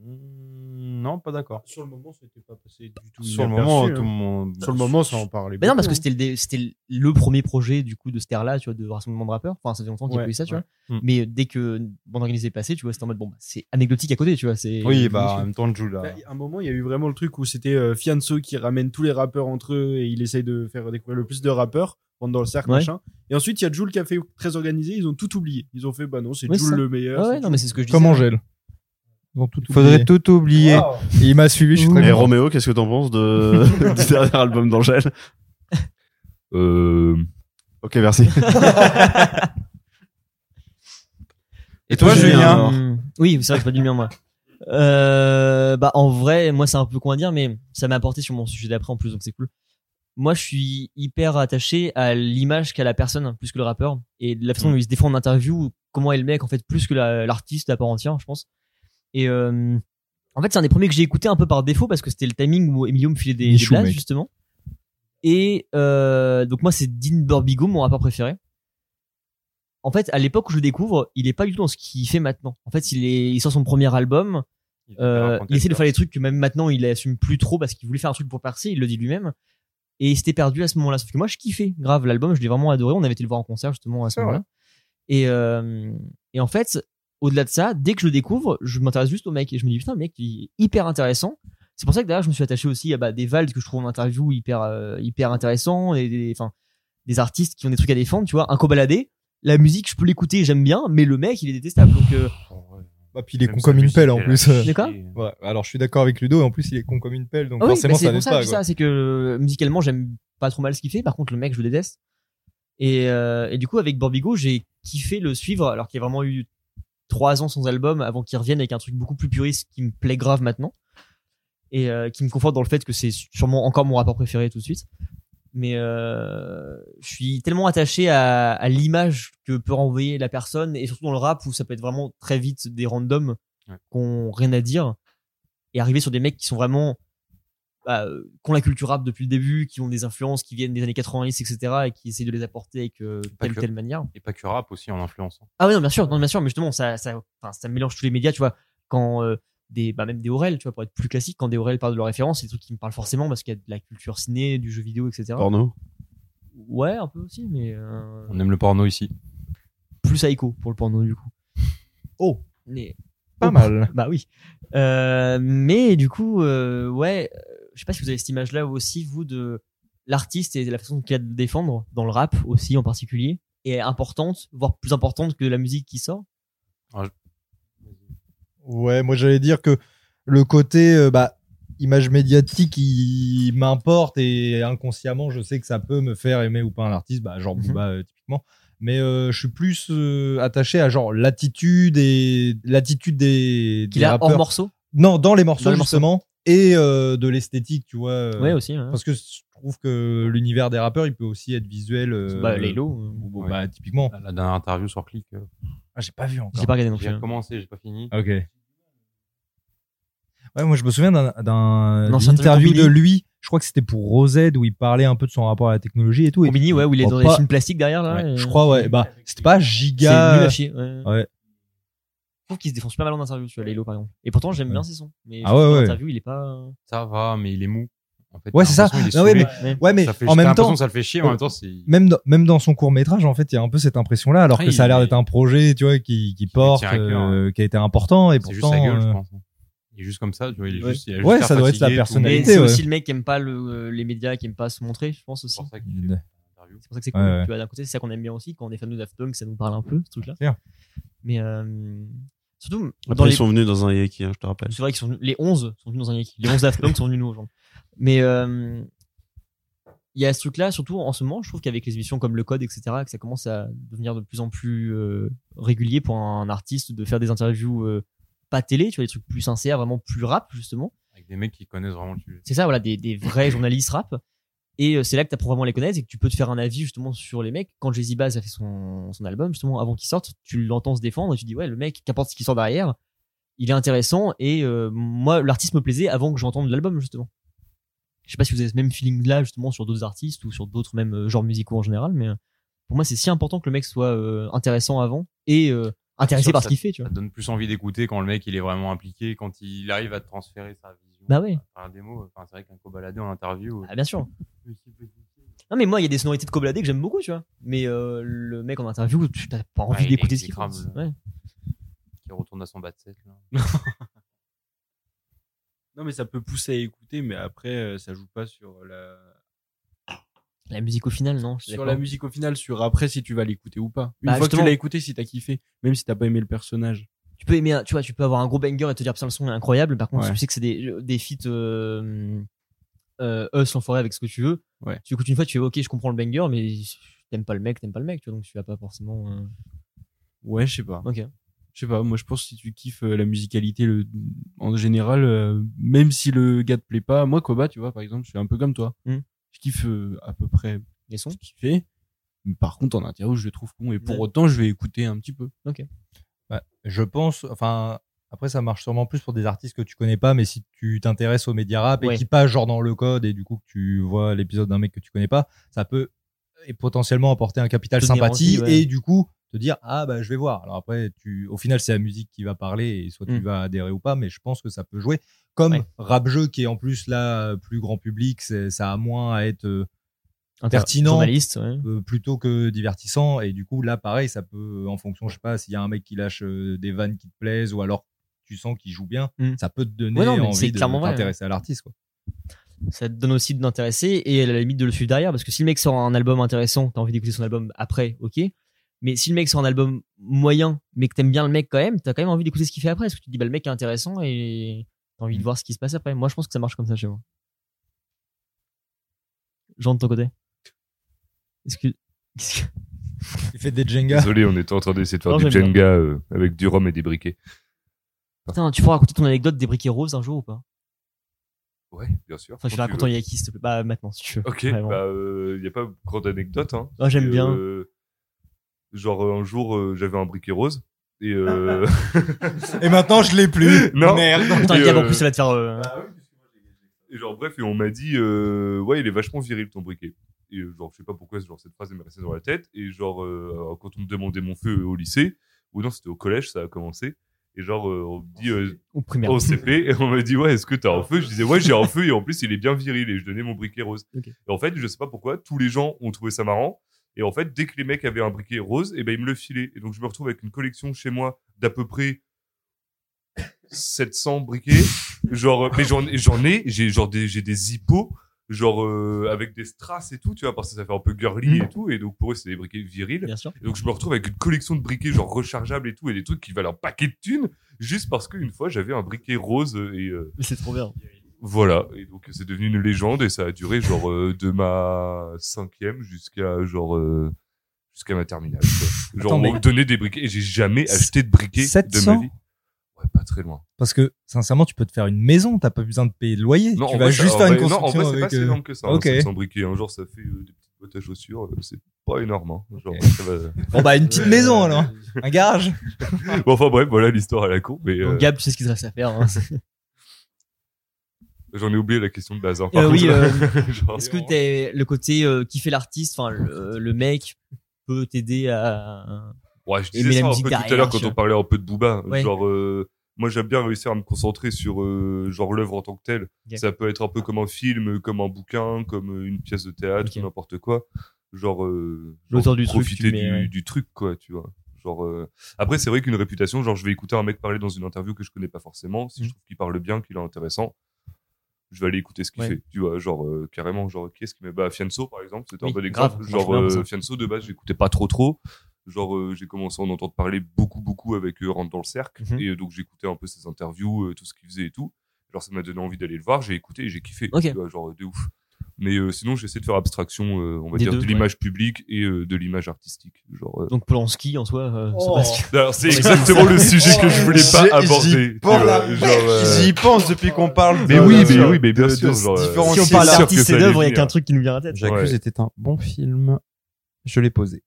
Hmm, Non, pas d'accord.
Sur le moment, c'était pas passé du tout.
Sur le
inaperçu,
moment,
hein.
tout le monde. Bah,
Sur le moment, ça en parlait.
Mais non, parce que
beaucoup, hein.
c'était le, dé- c'était le premier projet du coup de cette ère-là, tu vois, de rassemblement de rappeurs. Enfin, ça fait longtemps qu'il y a
Ouais,
eu ça, tu
ouais.
vois.
Mm.
Mais dès que bande organisée est passée, tu vois, c'était en mode bon, bah, c'est anecdotique à côté, tu vois. C'est
Oui, bah en même temps, Jules. là.
Bah, à un moment, il y a eu vraiment le truc où c'était euh, Fianso qui ramène tous les rappeurs entre eux et il essaye de faire découvrir le plus de rappeurs, rentrer dans le cercle,
Ouais.
machin. Et ensuite, il y a Jules qui a fait très organisé, ils ont tout oublié. Ils ont fait, bah non, c'est
Ouais, c'est ça.
Jules le meilleur.
Ah
Ouais, ouais,
c'est
non, mais c'est ce que je disais.
Comme Angèle. Ils ont tout
Faudrait
oublié.
tout oublier.
Wow. Et il m'a suivi, je suis très
Et
content.
Roméo, qu'est-ce que t'en penses de... du dernier album d'Angèle
Euh,
Ok, merci.
Et toi,
Julien,
Julien
alors
Mmh. Oui, c'est vrai que je pas du mien, moi. Euh, bah, en vrai, moi, c'est un peu con à dire, mais ça m'a apporté sur mon sujet d'après en plus, donc c'est cool. Moi, je suis hyper attaché à l'image qu'a la personne, plus que le rappeur, et de la façon dont il se défend en interview, comment est le mec, en fait, plus que la- l'artiste à part entière, je pense. Et euh, en fait, c'est un des premiers que j'ai écouté un peu par défaut, parce que c'était le timing où Emilio me filait des, des
Michou,
blagues,
mec.
justement. Et euh, donc, moi, c'est Dean Burbigo, mon rappeur préféré en fait, à l'époque où je le découvre, il est pas du tout dans ce qu'il fait maintenant. En fait, il, est, il sort son premier album, euh, il essaie de faire les trucs que même maintenant il assume plus trop parce qu'il voulait faire un truc pour percer, il le dit lui-même. Et il s'était perdu à ce moment-là. Sauf que moi, je kiffais grave l'album, je l'ai vraiment adoré. On avait été le voir en concert justement à ce
C'est
moment-là. Et, euh, et en fait, au-delà de ça, dès que je le découvre, je m'intéresse juste au mec et je me dis putain, le mec, il est hyper intéressant. C'est pour ça que d'ailleurs, je me suis attaché aussi à bah, des Vald que je trouve en interview hyper, euh, hyper intéressant et des, enfin, des artistes qui ont des trucs à défendre, tu vois. Un cobaladé, la musique, je peux l'écouter, j'aime bien, mais le mec, il est détestable. Donc, euh,
Ah, puis il est con comme une pelle en plus.
Mais quoi
Ouais, alors je suis d'accord avec Ludo, et en plus il est con comme une pelle, donc
Ah oui,
forcément
bah, c'est
ça
pour
n'aide
ça, que
pas.
je dis
quoi.
ça, c'est que euh, musicalement j'aime pas trop mal ce qu'il fait. Par contre, le mec, je le déteste. Et, euh, et du coup, avec Borbigo, j'ai kiffé le suivre, alors qu'il y a vraiment eu trois ans sans album avant qu'il revienne avec un truc beaucoup plus puriste qui me plaît grave maintenant. et euh, qui me conforte dans le fait que c'est sûrement encore mon rapport préféré tout de suite. Mais euh, je suis tellement attaché à, à l'image que peut renvoyer la personne, et surtout dans le rap où ça peut être vraiment très vite des randoms
Ouais.
qui ont rien à dire, et arriver sur des mecs qui sont vraiment bah, euh, qui ont la culture rap depuis le début, qui ont des influences qui viennent des années 90, etc., et qui essayent de les apporter avec euh,
Pas
telle ou
que.
telle manière.
Et pas que rap aussi en influençant.
Ah oui, non, bien sûr, non, bien sûr, mais justement, ça, ça, enfin, ça mélange tous les médias, tu vois. Quand euh, des, bah, même des Aurel, tu vois, pour être plus classique, quand des Aurel parlent de leurs références, c'est des trucs qui me parlent forcément parce qu'il y a de la culture ciné, du jeu vidéo, etc.
Porno.
Ouais, un peu aussi, mais euh,
On aime le porno ici.
plus psycho pour le porno du coup. Oh, mais
Pas
Oh,
mal.
Bah oui. Euh, mais du coup, euh, ouais, euh, je sais pas si vous avez cette image-là aussi vous de l'artiste et de la façon qu'il a de le défendre dans le rap aussi en particulier est importante, voire plus importante que la musique qui sort.
Ah,
Ouais, moi j'allais dire que le côté euh, bah, image médiatique, il m'importe et inconsciemment, je sais que ça peut me faire aimer ou pas un artiste, bah, genre
Mhm.
Booba euh, typiquement. Mais euh, je suis plus euh, attaché à genre l'attitude et l'attitude des, des
Qu'il a hors
rappeurs.
morceau.
non, dans les morceaux
Dans les morceaux.
justement et euh, de l'esthétique, tu vois. euh,
Ouais aussi. ouais.
Parce que je trouve que l'univers des rappeurs, il peut aussi être visuel. euh,
bah, Lilo. euh,
ou, bon,
Ouais.
bah, typiquement.
La, la dernière interview sur Click. euh,
Ah, j'ai pas vu encore.
J'ai pas regardé non plus.
J'ai
hein.
commencé, j'ai pas fini.
Ok. Ah Ouais, moi je me souviens d'un- d'un
Non,
d'une
c'est un truc
interview
pour
de
Billy.
lui. Je crois que c'était pour Rosette où il parlait un peu de son rapport à la technologie et tout. Et
Combini, ouais, où il est
Oh,
dans
pas-
des films plastiques derrière là.
Ouais,
et-
je crois ouais. Bah c'était pas
C'est nul à
giga.
chier. Euh, Ouais.
Ouais.
Je trouve qu'il se défend super mal en interview, tu vois, Lilo par exemple. Et pourtant, j'aime bien ses sons. Mais
Ah
je trouve
ouais,
que dans
ouais.
l'interview, il est pas. euh,
Ça va, mais il est mou. En fait,
Ouais,
t'as
c'est ça.
l'impression qu'il est
Non, ouais,
saoulé.
Mais-
Ouais mais
Ça fait-
en
t'as
même
l'impression
temps
que ça le fait chier, mais en même temps, c'est.
même dans, même dans son court métrage en fait il y a un peu cette impression là alors
Ah,
que ça a
il-
l'air d'être un projet tu vois qui, qui
lui
porte
tient à cœur, hein.
euh, qui a été important et
C'est
pourtant.
juste sa gueule,
euh,
je pense. hein. Il est juste comme ça, tu vois. Il est
ouais.
juste. il a
Ouais,
juste
ça
l'air
doit être la
fatigué, tout.
Mais
personnalité,
c'est
ouais.
aussi le mec qui aime pas le- euh, les médias, qui aime pas se montrer, je pense
C'est
aussi.
pour ça qu'il fait
il-
l'interview.
C'est pour ça que c'est cool.
Mm. Ouais, ouais.
Tu vois, d'un côté, c'est ça qu'on aime bien aussi quand on est fan de Daft Punk, ça nous parle un peu ce truc-là.
Bien sûr.
Mais euh, surtout dans
Après,
les
ils sont venus dans un Yaki, hein, je te rappelle.
C'est vrai qu'ils sont venus- les 11 sont venus dans un Yankee. Les 11 Daft Punk sont venus nous rejoindre. Mais euh, il y a ce truc-là, surtout en ce moment, je trouve qu'avec les émissions comme Le Code, etc., que ça commence à devenir de plus en plus euh, régulier pour un artiste de faire des interviews euh, pas télé, tu vois, des trucs plus sincères, vraiment plus rap, justement.
Avec des mecs qui connaissent vraiment le sujet.
C'est ça, voilà, des, des vrais journalistes rap. Et euh, c'est là que tu apprends vraiment à les connaître et que tu peux te faire un avis justement sur les mecs. Quand Jay-Z Bass a fait son, son album, justement, avant qu'il sorte, tu l'entends se défendre et tu dis, ouais, le mec, qu'importe ce qui sort derrière, il est intéressant et euh, moi, l'artiste me plaisait avant que j'entende l'album, justement. Je sais pas si vous avez ce même feeling là, justement, sur d'autres artistes ou sur d'autres même euh, genres musicaux en général, mais euh, pour moi, c'est si important que le mec soit euh, intéressant avant et euh, intéressé
Ah, sûr,
par ce
ça-
qu'il fait, tu
Ça
vois.
te donne plus envie d'écouter quand le mec il est vraiment impliqué, quand il arrive à te transférer sa vision.
Bah ouais.
Par la démo, enfin, c'est vrai qu'un cobaladé en interview. euh,
Ah, bien sûr. Non mais moi il y a des sonorités de Cobladé que j'aime beaucoup tu vois. Mais euh, le mec en interview tu t'as pas envie
Ouais, il est
d'écouter ce qu'il
exécrable.
pense. Ouais.
Qui retourne à son bas de set. là.
Non, mais ça peut pousser à écouter, mais après, euh, ça joue pas sur la,
La musique au final non. je suis
sur la
d'accord.
musique au final, sur après si tu vas l'écouter ou pas. Une
Bah,
fois que tu
justement.
l'as écouté, si t'as kiffé, même si t'as pas aimé le personnage.
Tu peux aimer un- tu vois tu peux avoir un gros banger et te dire putain le son est incroyable par contre
Ouais.
tu sais que c'est des des feats euh, euh, Us en forêt avec ce que tu veux.
Ouais.
Tu écoutes une fois tu fais ok je comprends le banger mais t'aimes pas le mec t'aimes pas le mec tu vois donc tu vas pas forcément. euh,
Ouais, je sais pas.
Ok.
Je sais pas, moi je pense que si tu kiffes euh, la musicalité le... en général, euh, même si le gars te plaît pas, moi Koba, tu vois, par exemple, je suis un peu comme toi.
Hmm.
Je kiffe euh, à peu près
Les sons.
ce qu'il fait. Mais par contre, en interview, je le trouve con. Et pour
Ouais.
autant, je vais écouter un petit peu.
Ouais, Bah, je pense, enfin, après, ça marche sûrement plus pour des artistes que tu connais pas, mais si tu t'intéresses aux médias rap
Ouais.
et qui passent genre dans le code et du coup que tu vois l'épisode d'un mec que tu connais pas, ça peut et potentiellement apporter un capital
Te tenir
sympathie
envie, ouais.
et du coup te dire ah bah je vais voir alors après tu au final c'est la musique qui va parler et soit tu
Mm.
vas adhérer ou pas mais je pense que ça peut jouer comme
Ouais.
rap jeu qui est en plus là plus grand public c'est- ça a moins à être euh,
Inter-
Pertinent.
Journaliste ouais.
euh, plutôt que divertissant. Et du coup, là, pareil, ça peut, en fonction, je sais pas, s'il y a un mec qui lâche euh, des vannes qui te plaisent ou alors tu sens qu'il joue bien,
Mm.
ça peut te donner
Ouais, non, mais c'est
envie de
clairement vrai,
t'intéresser à l'artiste. quoi.
ça te donne aussi de l'intéresser et à la limite de le suivre derrière parce que si le mec sort un album intéressant t'as envie d'écouter son album après ok mais si le mec sort un album moyen mais que t'aimes bien le mec quand même t'as quand même envie d'écouter ce qu'il fait après parce que tu te dis bah le mec est intéressant et t'as envie de voir ce qui se passe après moi je pense que ça marche comme ça chez moi Jean de ton côté est-ce que est-ce que-
Il fait des Jenga.
Désolé, on était en train d'essayer de faire
Non,
du
j'aime
Jenga euh, avec du rhum et des briquets.
putain tu pourras raconter ton anecdote des briquets roses un jour ou pas
Ouais, bien sûr.
Enfin, je vais
Quand Oh, tu
raconter
veux.
Yaki, s'il te plaît. Bah, maintenant, si tu veux.
Ok,
Vraiment.
bah, il n'y a pas grande anecdote. Hein.
Ah, j'aime
Et,
bien.
euh, genre, un jour, euh, j'avais un briquet rose. Et, euh...
Et maintenant, je l'ai plus.
Non.
Merde.
Ah, Putain,
Et,
Gab, en
euh,
plus, ça va te faire. euh,
Et genre, bref, et on m'a dit, euh, ouais, il est vachement viril ton briquet. Et euh, genre, je sais pas pourquoi genre, cette phrase elle m'est restée dans la tête. Et genre, euh, alors, quand on me demandait mon feu euh, au lycée, ou non, c'était au collège, ça a commencé. Et genre, euh, on me dit, euh,
Oh, Au primaire.
au CP, et on m'a dit, ouais, est-ce que t'as un feu Je disais, ouais, j'ai un feu, et en plus, il est bien viril, et je donnais mon briquet rose.
Ok.
Et en fait, je sais pas pourquoi, tous les gens ont trouvé ça marrant. Et en fait, dès que les mecs avaient un briquet rose, et ben, ils me le filaient. Et donc, je me retrouve avec une collection chez moi d'à peu près 700 briquets. genre, euh, mais j'en, j'en ai, j'ai, genre des, j'ai des hippos, genre, euh, avec des strass et tout, tu vois, parce que ça fait un peu girly et tout. Et donc, pour eux, c'est des briquets virils.
Mm. Bien sûr.
Et donc je me retrouve avec une collection de briquets genre rechargeables et tout et des trucs qui valent un paquet de thunes juste parce qu'une fois j'avais un briquet rose euh, et euh,
Mais c'est trop bien.
voilà et donc c'est devenu une légende et ça a duré genre euh, de ma cinquième jusqu'à genre euh, jusqu'à ma terminale quoi. euh, genre
Attends,
on
mais-
me donnait des briquets et j'ai jamais acheté de briquets de
700?
ma vie ouais pas très loin
Parce que, sincèrement, tu peux te faire une maison, t'as pas besoin de payer le loyer.
non
tu
en
vas
vrai, ça-
juste
en
faire une
vrai- non, en
construction
vrai, c'est
avec.
pas si
euh,
énorme que ça hein,
ok.
700 briquets hein. genre ça fait euh, des petites boîtes à chaussures euh, c'est pas énorme hein. genre
Ok.
ça va-
Bon, bah, une petite maison, alors. Un garage.
bon, enfin bref voilà l'histoire à la con mais euh,
Donc, Gab, tu sais ce qu'il te reste à faire. hein.
j'en ai oublié la question de base hein,
Euh,
par
oui,
contre.
euh,
Genre-
Est-ce que t'es le côté euh, qui fait l'artiste, enfin le, le mec peut t'aider à.
Ouais, je
Et mais
disais
la
ça un
musique
peu tout à
derrière,
l'heure quand
tu vois.
on parlait un peu de Booba.
hein. Ouais.
Genre, euh, moi j'aime bien réussir à me concentrer sur euh, genre l'œuvre en tant que telle.
Ok.
Ça peut être un peu comme un film, comme un bouquin, comme euh, une pièce de théâtre,
Ok.
ou n'importe quoi. Genre, euh, genre,
L'auteur du truc,
profiter
tu mets,
du,
ouais.
du truc, quoi, tu vois. Genre, euh, après c'est vrai qu'une réputation, genre je vais écouter un mec parler dans une interview que je connais pas forcément, si
Mhm.
je trouve qu'il parle bien, qu'il est intéressant. Je vais aller écouter ce qu'il
Ouais.
fait, tu vois, genre euh, carrément, genre qui est-ce qui met bah Fianso par exemple, c'était
Oui,
un peu des
grave,
graphes,
ça marche
genre
bien,
euh,
ça.
Fianso de base j'écoutais pas trop trop, genre euh, j'ai commencé à en entendre parler beaucoup beaucoup avec euh, Rentre dans le cercle
Mhm.
et euh, donc j'écoutais un peu ses interviews euh, tout ce qu'il faisait et tout genre ça m'a donné envie d'aller le voir j'ai écouté et j'ai kiffé
Ok.
tu vois, genre de ouf mais euh, sinon j'essaie de faire abstraction euh, on va
Des
dire
deux,
de l'image publique et euh, de l'image artistique genre euh.
Donc Polanski en soi, euh,
Oh.
c'est pas ce que-
alors c'est
Ouais,
exactement
c'est
le
ça.
sujet que je voulais
J'ai-
pas
j'y
aborder tu
pense.
vois,
Oh la
genre, euh,
J'y pense depuis qu'on parle
Mais
de-
oui,
de-
mais oui, mais bien
de-
sûr,
de
genre, euh,
différencier
Si on
c'est
parle
sûr
l'art.
que
d'artiste
ça
et
allait
d'œuvre, il y a
venir.
qu'un truc qui nous vient à la tête.
J'accuse
Ouais.
était un bon film. Je l'ai posé.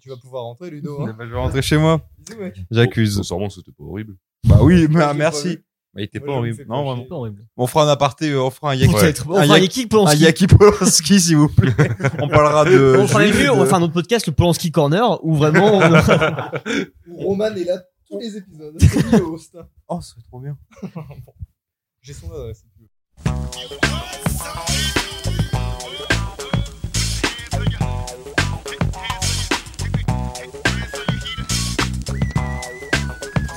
Tu vas pouvoir rentrer, Ludo. hein.
Eh ben, je vais rentrer chez moi.
bon,
J'accuse.
sincèrement c'était pas horrible
Bah oui, mais
je l'ai pas
merci.
vu.
Bah, il était
Moi,
pas
je me
horrible.
fais
Non,
pas
vraiment.
chier.
Pas horrible.
On fera un aparté, euh, on fera un yak.
Ouais.
Peut-être. On
Un
fera
Yak-
Yaki
Un
Polanski.
Yaki Polanski, s'il vous plaît. On parlera de.
on fera
jeux,
même mieux,
de-
on va faire notre podcast, le Polanski Corner, où vraiment on aura-
Roman est là tous les épisodes. C'est le host.
Oh, c'est trop bien.
J'ai son adresse.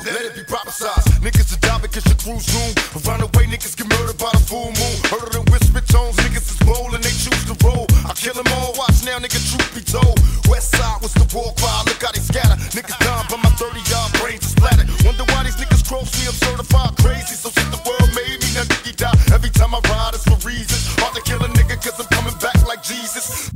Let it be prophesied. Niggas die because your crews soon. Around the way, niggas get murdered by the full moon. Heard in whisper tones, niggas is bold and they choose to roll. I kill them all, watch now, nigga, truth be told. West side was the war cry, look how they scatter. Niggas dying, but my 30 yard brains are splattered. Wonder why these niggas cross me, I'm certified crazy. So since the world made me, now nigga die. Every time I ride, it's for reasons. Hard to kill a nigga, cause I'm coming back like Jesus.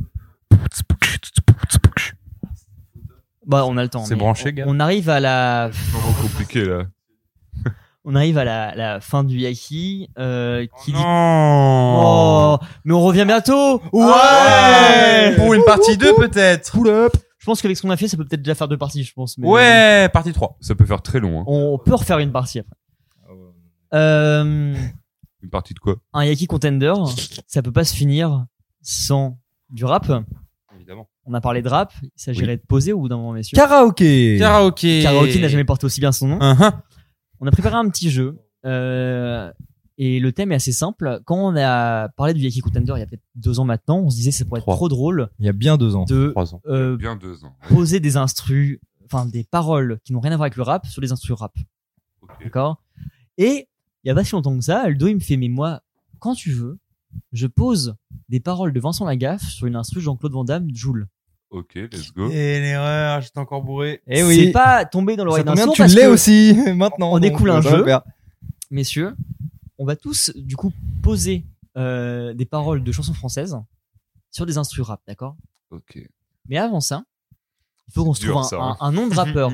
Bah, on a le temps.
C'est
mais
branché,
on-
Gab
On arrive à la,
vraiment compliqué là
on arrive à la, la fin du Yaki, euh, qui dit.
Oh Non. Ah
Oh, mais on revient bientôt.
Ouais Pour une partie 2, peut-être.
Je pense qu'avec ce qu'on a fait, ça peut peut-être déjà faire deux parties, je pense. Mais
euh,
Ouais, partie 3.
ça peut faire très long hein.
On peut refaire une partie après. Euh,
une partie de quoi
un Yaki Contender, ça peut pas se finir sans du rap.
évidemment
On a parlé de rap, il s'agirait de poser au bout d'un moment, messieurs.
Karaoké.
Karaoké.
Karaoke n'a jamais porté aussi bien son nom.
Hein,
On a préparé un petit jeu. euh, et le thème est assez simple. Quand on a parlé du Yaki Contender il y a peut-être deux ans maintenant, on se disait que ça pourrait
Trois.
être trop drôle
Il y a bien deux ans.
de
3 ans.
euh,
bien deux ans
poser des instrus, enfin des paroles qui n'ont rien à voir avec le rap sur des instrus rap.
ok
D'accord Et il y a pas si longtemps que ça, Aldo, il me fait, mais moi, quand tu veux, je pose des paroles de Vincent Lagaffe sur une instru Jean-Claude Van Damme, Joule.
ok let's go
Et l'erreur, j'étais encore bourré.
Eh oui.
C'est pas tombé dans l'oreille
Ça
d'un
tombe bien,
sourd
tu
parce
l'es
que,
aussi maintenant.
on
donc,
découle un
euh,
jeu.
super.
messieurs, on va tous, du coup, poser euh, des paroles de chansons françaises sur des instrus rap, d'accord
ok
Mais avant ça, il faut qu'on se
dur,
trouve un,
ça,
un-
hein.
un nom de rappeur.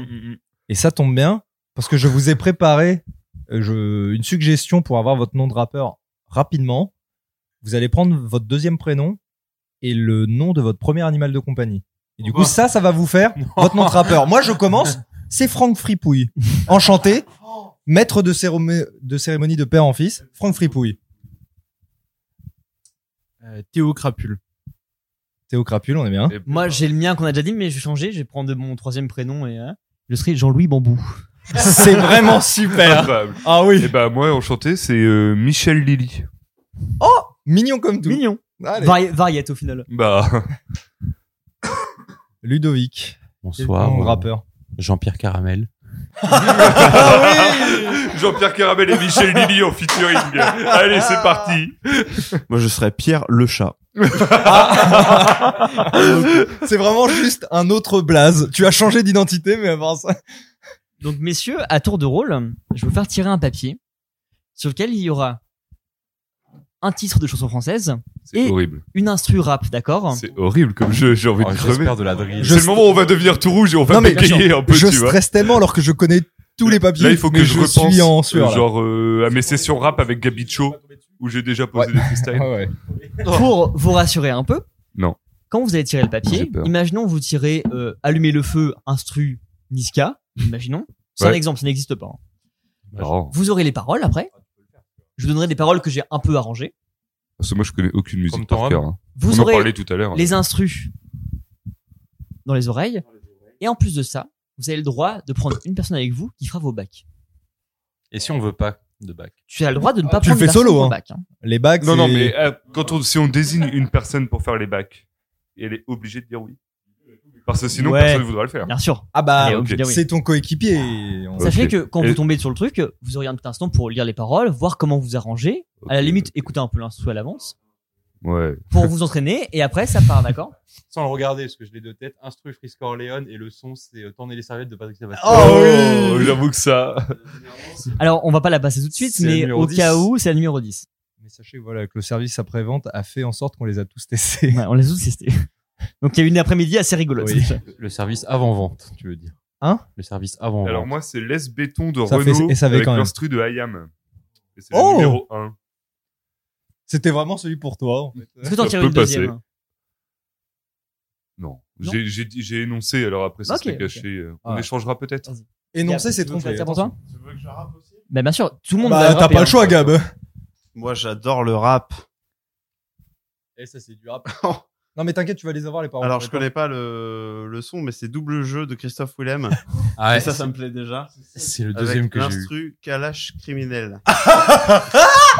Et ça tombe bien parce que je vous ai préparé euh, je, une suggestion pour avoir votre nom de rappeur rapidement. Vous allez prendre votre deuxième prénom et le nom de votre premier animal de compagnie. Et du coup, ça, ça va vous faire votre nom de rappeur. Moi, je commence. C'est Franck Fripouille. Enchanté. Maître de, cérémonie- de cérémonie de père en fils. Franck Fripouille.
Euh,
Théo Crapule. Théo Crapule, on est bien.
Moi, j'ai le mien qu'on a déjà dit, mais je vais changer. Je vais prendre de mon troisième prénom et hein, je serai Jean-Louis Bambou.
C'est vraiment super.
Incroyable.
Ah oui.
Et bah, moi, enchanté, c'est euh, Michel Lily.
Oh, mignon comme tout.
Mignon.
Allez.
Vari- variette au final.
Ah.
Bah,
Ludovic.
Bonsoir.
Mon
euh,
rappeur.
Jean-Pierre Caramel. Ah Bah
Jean-Pierre Caramel et Michel Lily en featuring. Allez, c'est parti.
Moi, je serais Pierre le chat.
C'est vraiment juste un autre blaze. Tu as changé d'identité, mais avant ça.
Donc, messieurs, à tour de rôle, je vais vous faire tirer un papier sur lequel il y aura un titre de chanson française,
C'est
Et-
horrible.
une instru rap, d'accord
C'est horrible comme jeu, j'ai envie
Oh,
de crever.
J'espère de la drill.
Je-
C'est le moment où on va devenir tout rouge et on va
Non, mais
bégayer un peu,
je
tu vois.
stresse tellement alors que je connais tous les papiers.
Là, il faut que
mais
je, repense
suis en sueur. là.
genre euh, à mes sessions rap avec Gabicho où j'ai déjà posé des freestyles.
Ah ouais.
Pour vous rassurer un peu,
Non.
quand vous allez tirer le
J'ai
papier,
peur.
imaginons vous tirez euh, Allumer le feu, instru, Niska, imaginons. C'est un
Ouais.
exemple, ça n'existe pas. hein.
Marrant.
Vous aurez les paroles après. Je vous donnerai des paroles que j'ai un peu arrangées.
Parce que moi, je connais aucune
Comme
musique
ton
par
rhum.
cœur. hein.
Vous
On en
aurez
parlait tout à l'heure. hein.
les instrus dans les oreilles. Et en plus de ça, vous avez le droit de prendre une personne avec vous qui fera vos bacs.
Et si on veut pas de bac
Tu as le droit de ne pas
tu
prendre
le
une
fais
personne
solo,
pour
hein.
bac. hein.
Les bagues.
Non, non,
c'est-
mais euh, quand on, si on désigne une personne pour faire les bacs, et elle est obligée de dire oui. Parce que sinon,
Ouais.
personne ne voudra le faire.
Bien sûr.
Ah bah,
Allez,
ok.
obligé de dire oui. Bah,
c'est ton coéquipier. et on-
Ouais.
Sachez
Ok.
que quand
Et-
vous tombez sur le truc, vous aurez un petit instant pour lire les paroles, voir comment vous arrangez. À la
Ok.
limite, écoutez un peu l'instru à l'avance
Ouais.
pour vous entraîner. Et après, ça part, d'accord
Sans le regarder, parce que je l'ai deux têtes. Instru, Frisk Corleone, et le son, c'est euh, Tourner les serviettes de Patrick Sébastien.
Oh, j'avoue que ça.
Alors, on va pas la passer tout de suite,
C'est le
mais
numéro
au
10.
cas où, c'est la numéro 10.
Mais sachez voilà, que le service après-vente a fait en sorte qu'on les a tous testés.
Ouais, on les a tous testés. Donc, il y a eu une après-midi assez rigolote.
Oui.
Le service avant-vente, tu veux dire.
Hein
Le service avant-vente.
Alors moi, c'est Les Béton de
Ça fait
Renault
SAV
avec
quand même.
l'instru de Hayam. Et c'est
Oh
le numéro 1.
C'était vraiment celui pour toi. en fait.
Est-ce que t'en
Ça
tires
peut
une deuxième hein.
passer. Non.
Non.
J'ai- J'ai dit- j'ai énoncé, alors après, ça
Ok, Ah.
serait caché. euh, On
Ouais.
échangera peut-être.
Énoncer, c'est
Tu veux que je la
trompé.
tire pour toi
attention.
Bah, bien sûr, tout le monde va
Bah,
le
t'as
rapper,
pas
hein.
le choix, Gab.
Moi, j'adore le rap.
Et Eh, ça, c'est du rap. non, mais t'inquiète, tu vas les avoir, les paroles.
Alors, je connais pas le, le son, mais c'est Double Jeu de Christophe Willem.
Ah
Et
ouais,
ça, ça me plaît déjà.
c'est le deuxième
Avec
que j'ai eu.
L'instru Kalash criminel.
Ah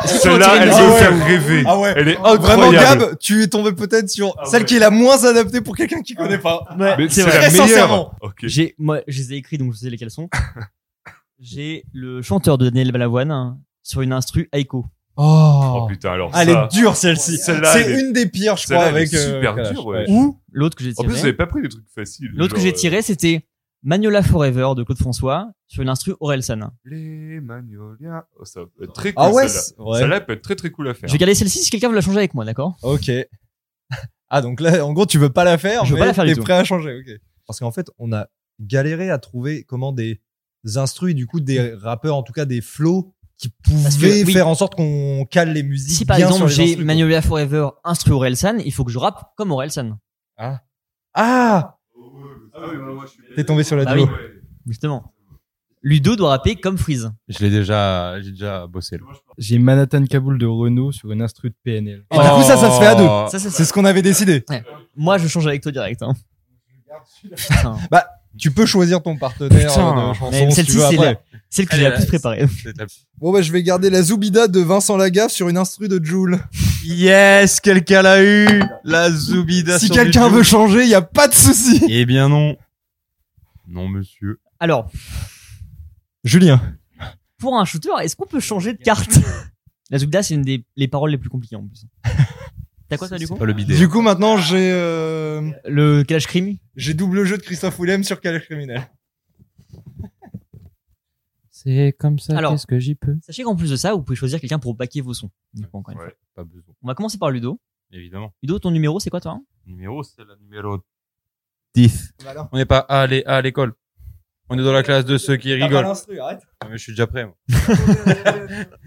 Celle-là, elle
Ah
va vous
ouais.
faire rêver.
Ah ouais.
Elle est
Vraiment,
incroyable.
Gab, tu es tombé peut-être sur
Ah
celle
ouais.
qui est la moins adaptée pour quelqu'un qui connaît pas.
Ouais,
Mais
c'est
c'est
vrai.
la
Très sincèrement.
meilleure. Ok.
J'ai, moi, je les ai écrits, donc je sais lesquels sont. J'ai le chanteur de Daniel Balavoine hein, sur une instru Aiko.
Oh
Oh,
putain, alors
elle
ça.
est dure celle-ci.
Celle-là,
C'est
elle est-
une des pires, je crois,
celle-là, elle
avec.
est
euh,
super
Kalash.
dure, ouais.
Ou l'autre que j'ai
En
tiré.
plus, vous avez pas pris des trucs faciles.
l'autre que
genre,
j'ai
euh,
tiré, c'était Magnola Forever de Claude François sur une instru Orelsan.
Les Magnolias. Oh, ça peut être très cool.
Ah ouais,
celle-là.
c'est- ouais.
Celle-là peut être très très cool à faire.
Je vais garder celle-ci si quelqu'un veut la changer avec moi, d'accord
Ok. Ah donc là, en gros, tu veux pas la faire,
Je veux
mais
pas la faire du
t'es
tout.
prêt à changer. Ok. Parce qu'en fait, on a galéré à trouver comment des instrus, et du coup des rappeurs, en tout cas des flows, qui
Parce que,
pouvaient
oui.
faire en sorte qu'on cale les musiques.
Si par
bien
exemple
sur les
j'ai
instrus, quoi.
Magnolia Forever instru Orelsan, il faut que je rappe comme Orelsan.
Ah, t'es
T'es
tombé sur la
Bah
duo.
oui. Justement. Ludo doit rapper comme Freeze.
Je l'ai déjà, j'ai déjà bossé. là.
J'ai Manhattan Kaboul de Renault sur une instru de PNL.
Et du coup, ça, ça se fait à deux.
Oh.
Ça, ça,
C'est
ça.
ce qu'on avait décidé.
Moi, je change avec toi direct. Hein. Putain.
Hein.
Bah, Tu peux choisir ton partenaire euh,
Putain.
de chanson.
Mais
si
celle-ci,
tu veux,
c'est
après.
la- celle que j'ai
Allez,
la plus
là,
préparée.
C'est la-
Bon bah je vais garder la Zoubida de Vincent Lagaffe sur une instru de Joule.
Yes, quelqu'un l'a eu La Zoubida
Si
sur du
quelqu'un
Joule.
veut changer, y a pas de souci.
Eh bien non. Non, monsieur.
Alors,
Julien.
pour un shooter, est-ce qu'on peut changer de carte La Zubda, c'est une des les paroles les plus compliquées en plus. T'as quoi toi du
C'est
coup
pas le bidet.
Du coup maintenant j'ai euh,
Le Clash Crime
j'ai double jeu de Christophe Willem sur Calèche criminel.
C'est comme ça,
Alors. qu'est-ce
que j'y peux
Sachez qu'en plus de ça, vous pouvez choisir quelqu'un pour baquer vos sons. Du coup, encore une
Ouais.
fois.
Pas besoin,
On va commencer par Ludo.
évidemment.
Ludo, ton numéro, c'est quoi toi Bah
Bah
Numéro, c'est la numéro 10. On n'est pas allé à l'école.
On est dans la classe de ceux qui
T'as pas
rigolent.
l'instru, arrête.
Non, mais je suis déjà prêt, moi.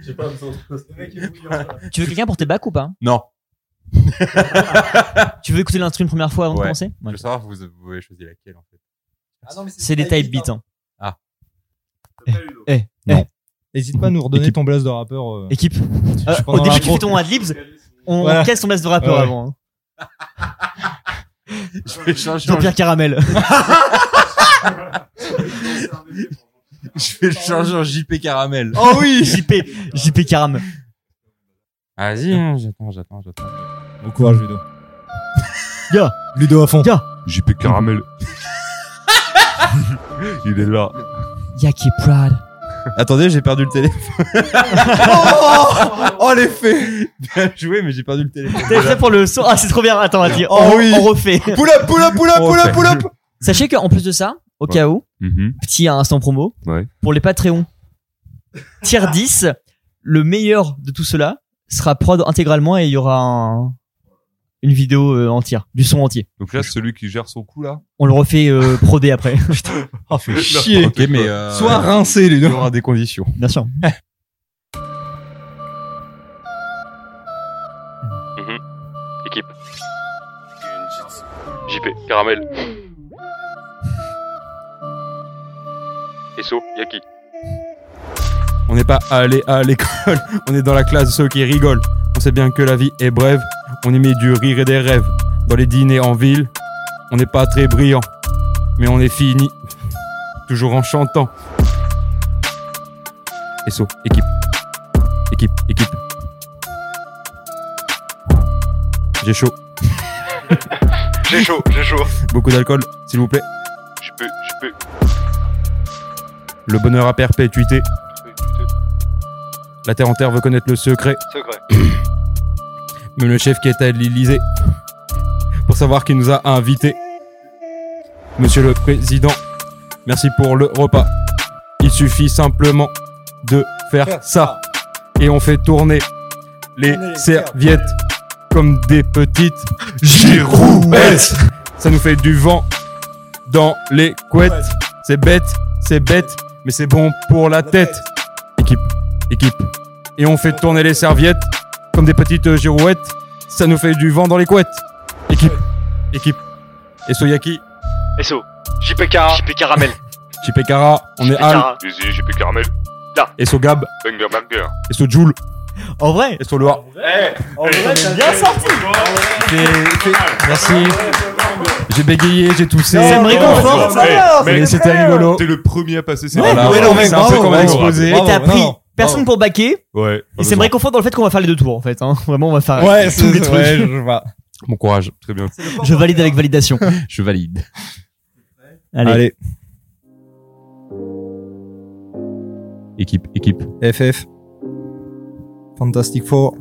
J'ai pas besoin de- Le mec est bouillant, là.
Tu veux quelqu'un pour tes bacs ou pas
Non.
tu veux écouter l'instru une première fois avant
Ouais.
de commencer
Je veux savoir, vous, vous avez choisi laquelle, en fait.
Ah non, mais
C'est des type beats. Hein.
Ah.
Eh, eh,
Non.
eh.
N'hésite pas à nous redonner ton blast de rappeur. euh.
Équipe.
Je
Euh,
prends
au
un
début, tu
intro.
fais ton adlibs. On
Voilà.
casse ton blast de rappeur
Ouais.
avant. hein.
Je vais changer,
Jean-Pierre Caramel.
je vais changer en JP Caramel.
oh oui JP. JP Caram.
Vas-y, hein, j'attends, j'attends, j'attends.
Bon courage, Ludo.
Ya.
Ludo à fond.
Ya.
JP Caramel. Il est là.
Yaki Prad.
Attendez, j'ai perdu le téléphone. oh, oh l'effet Bien joué, mais j'ai perdu le téléphone.
T'es prêt pour le saut Ah, c'est trop bien. Attends, vas-y.
Oh
on,
oui.
on refait.
Pull up, pull up, pull up, pull up, pull up
Sachez qu'en plus de ça, au cas où,
Mhm.
petit instant promo,
Ouais.
pour les Patreons, tier 10, le meilleur de tout cela sera prod intégralement et il y aura un- une vidéo euh, entière, du son entier.
Donc là, celui qui gère son coup là.
On le refait euh, prodé après,
Oh, fais chier.
Ok, mais. euh,
Sois rincé,
Il y
Ludo.
aura des conditions.
bien sûr.
Mhm. Équipe. JP, Caramel. Esso, Yaki.
On n'est pas allé à l'école, on est dans la classe de ceux qui rigolent. On sait bien que la vie est brève, on y met du rire et des rêves. Dans les dîners en ville, on n'est pas très brillant, mais on est fini, toujours en chantant. SO, équipe, équipe, équipe. J'ai chaud,
J'ai chaud, j'ai chaud.
beaucoup d'alcool, s'il vous plaît.
Je peux, je peux.
Le bonheur à perpétuité, la terre en terre veut connaître le secret.
Secret.
Même le chef qui est à l'Elysée. Pour savoir qui nous a invités. Monsieur le Président, merci pour le repas. Il suffit simplement de faire ça. Et on fait tourner les serviettes comme des petites girouettes. Ça nous fait du vent dans les couettes. C'est bête, c'est bête, mais c'est bon pour la tête. Équipe, équipe. Et on fait tourner les serviettes comme des petites girouettes, ça nous fait du vent dans les couettes. Équipe, équipe. Et Soyaki,
Esso, JP, Cara- JP Caramel.
Chipekara, on est Al,
Cara- Easy, JP Caramel.
et so Gab,
Banger, banger.
et so Joule,
En vrai,
et so Loa. Eh,
bien sorti
Merci. J'ai bégayé, j'ai toussé.
C'est me
non,
réconfort
non,
ça
Oh, mais-
Mais c'était rigolo.
T'es le premier à passer ces
Ouais,
balades.
ouais, non, mais
c'est
bravo,
un peu comme un
bravo.
exposé.
Et t'as
Bravo,
pris
bravo.
personne pour baquer,
Ouais.
et c'est me réconfort dans le fait qu'on va faire les deux tours en fait. Hein. Vraiment, on va faire
Ouais,
tous les
c'est
trucs.
ouais, je vois.
Bon courage.
Très bien.
Je valide avec validation.
Je valide.
Allez.
Équipe, équipe.
FF. Fantastic Four.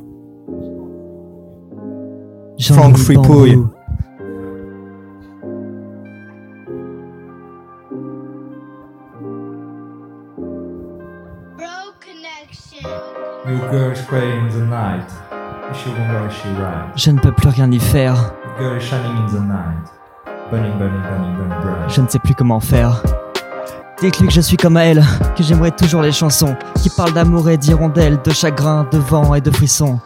Franck
Jean-Louis
Fripouille.
Bambou.
Your girl praying in the night. She won't where she right.
Je ne peux plus rien y faire.
Girl shining in the night. Burning, burning, burning, burning bright.
Je ne sais plus comment faire. Dites-lui que je suis comme elle, que j'aimerais toujours les chansons qui parlent d'amour et d'hirondelles, de chagrin, de vent et de frissons.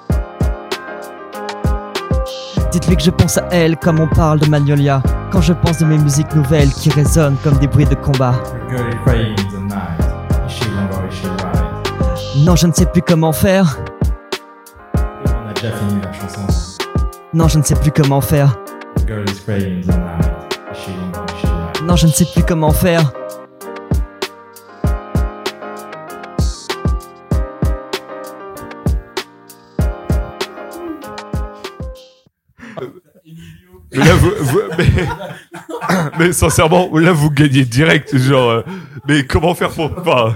Dites-lui que je pense à elle comme on parle de Magnolia, quand je pense de mes musiques nouvelles qui résonnent comme des bruits de combat.
Your girl praying in the night. She won't where she right.
Non, je ne sais plus comment faire.
On a déjà fini la chanson.
Non, je ne sais plus comment faire.
Your girl is praying in the night. She won't where she right.
Non, je ne sais plus comment faire.
Mais là, vous, vous- mais, mais sincèrement, là, vous gagnez direct. Genre, euh, mais comment faire pour pas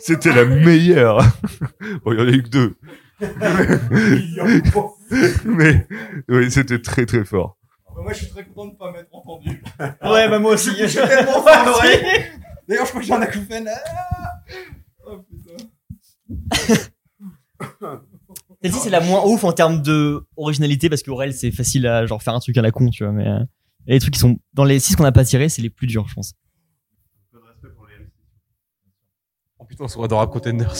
C'était la meilleure. Bon, il y en a eu que deux. Mais, oui, c'était très très fort.
Moi, je suis très content de pas m'être entendu. Ah,
Ouais, bah moi aussi.
D'ailleurs, je crois que j'ai un Ah, acouphène.
T'as dit c'est la moins ouf en termes de originalité parce qu'Aurel c'est facile à genre faire un truc à la con tu vois mais euh, Et les trucs qui sont dans les 6 qu'on n'a pas tirés, c'est les plus durs, je pense.
Oh putain, on sera dans Rap Contenders.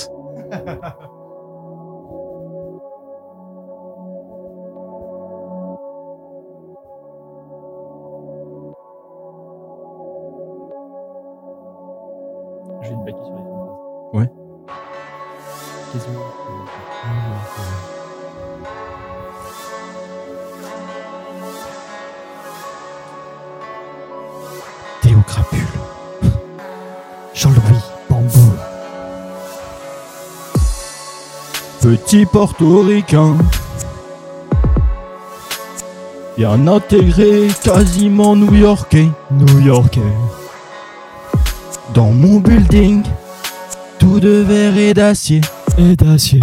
J'ai une baquille sur les films.
Ouais.
Théo Crapule. Jean-Louis Bambou.
Petit portoricain. Bien intégré, quasiment new-yorkais. New-yorkais. Dans mon building, tout de verre et d'acier. Et d'acier.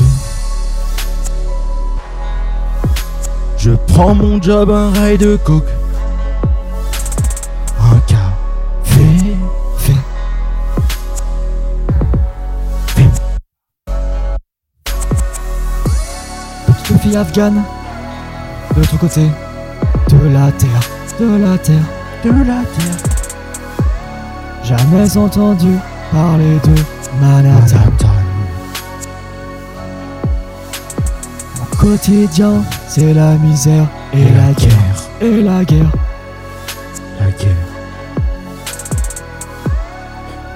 Je prends mon job, un rail de coke. Un café.
Petite fille afghane. De l'autre côté. De la terre. De la terre. De la terre. Jamais entendu parler de Manhattan.
Au quotidien, c'est la misère et, la guerre.
Et la guerre.
La guerre.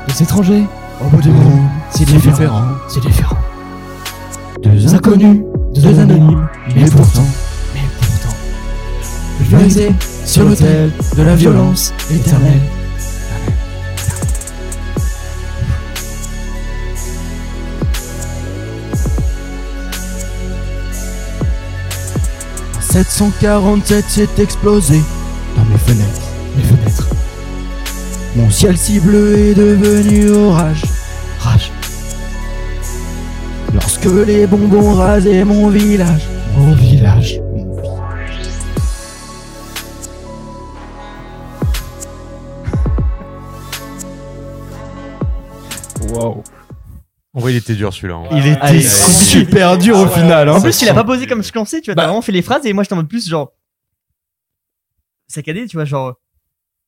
Des étrangers, au bout du monde, Mmh. c'est différent. C'est différent.
Deux inconnus,
deux anonymes, mais pourtant, mais pourtant, pulvérisés sur l'autel de la violence éternelle.
En 747 s'est explosé dans mes fenêtres. Mes fenêtres. Mon ciel si bleu est devenu orage. Rage. Lorsque les bombes ont rasé mon village. Mon village.
Waouh. En vrai, il était dur celui-là. hein.
Il était
Ah,
super dur au
final, hein.
En plus, il a
Ça
pas
sent-
posé comme je pensais, tu vois, t'as vraiment fait les phrases et moi j'étais en mode plus genre. Saccadé, tu vois, genre.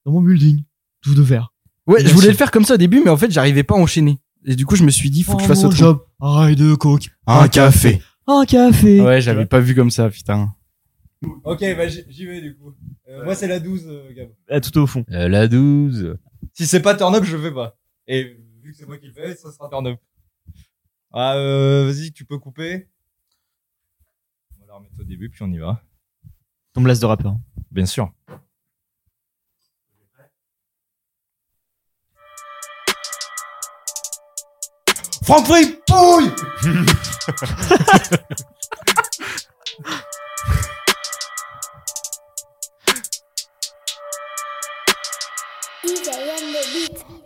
Dans mon building, tout de verre.
Ouais, je voulais le faire comme ça au début, mais en fait, j'arrivais pas à enchaîner. Et du coup, je me suis dit, faut que je fasse
Oh, mon
autre
job, un rail de coke,
Un café.
Un café.
Ouais, j'avais pas vu comme ça, putain.
Ok, bah j'y j'y vais du coup. Euh, Moi, c'est la 12, euh, Gab.
Eh,
tout au fond.
la 12.
Si c'est pas turn up, je fais pas. Et vu que c'est moi qui le fais, ça sera turn up. Ah, euh, vas-y, tu peux couper. On va la remettre au début, puis on y va.
Ton blast de rappeur.
Bien sûr.
Franck pouille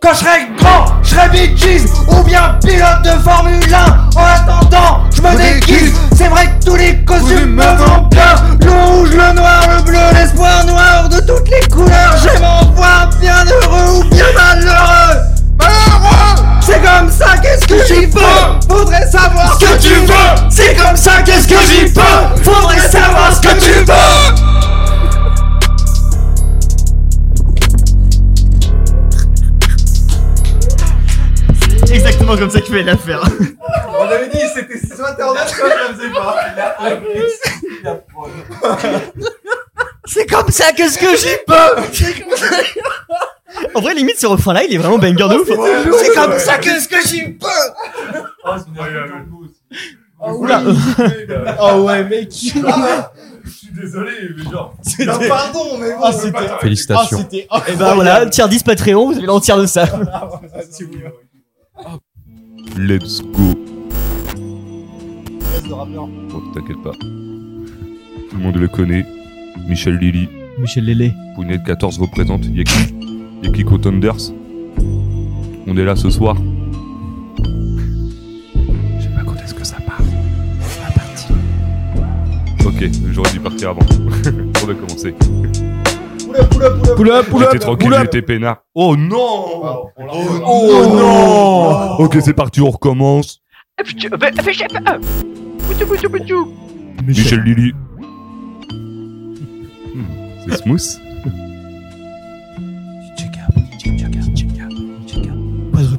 Quand je serai grand, je serai big cheese ou bien pilote de Formule 1. En attendant, je me déguise. C'est vrai que tous les costumes me vont bien. Le rouge, le noir, le bleu, l'espoir noir de toutes les couleurs. J'aime en voir bien heureux ou bien malheureux. Malheureux C'est comme ça, qu'est-ce que j'y peux Faudrait savoir ce que tu veux. C'est comme ça, qu'est-ce que j'y peux Faudrait savoir ce que tu veux.
Exactement comme ça qu'il fallait la faire.
On avait dit, c'était soit turn up, soit je la faisais pas.
C'est comme ça, qu'est-ce que j'y peux En vrai, limite, ce refrain-là, il est vraiment banger de ouf.
C'est comme ça
que ce que j'y peux
Oh
Oula.
Oh ouais mec
Ah,
Je suis désolé mais genre
C'était-
Non, pardon mais bon
Ah,
je peux
c'était-
pas t'arrêter.
Félicitations. Eh ben,
Ah, c'était incroyable.
Et bah voilà, tiers 10 Patreon, vous avez l'entière de ça.
Let's go. Oh, T'inquiète pas. Tout le monde le connaît. Michel Lilly.
Michel Lélé.
Pounet 14 vous présente Yaki. Yaki Contenders. On est là ce soir.
Je sais pas quand est-ce que ça part. C'est pas parti.
Ok, j'aurais dû partir avant. On va commencer.
Pull up,
J'étais tranquille, j'étais peinard. Oh non
Oh,
Oh non Oh. Ok, c'est parti, on recommence.
Eh, euh, bah,
Michel Lilly. Hmm, C'est smooth.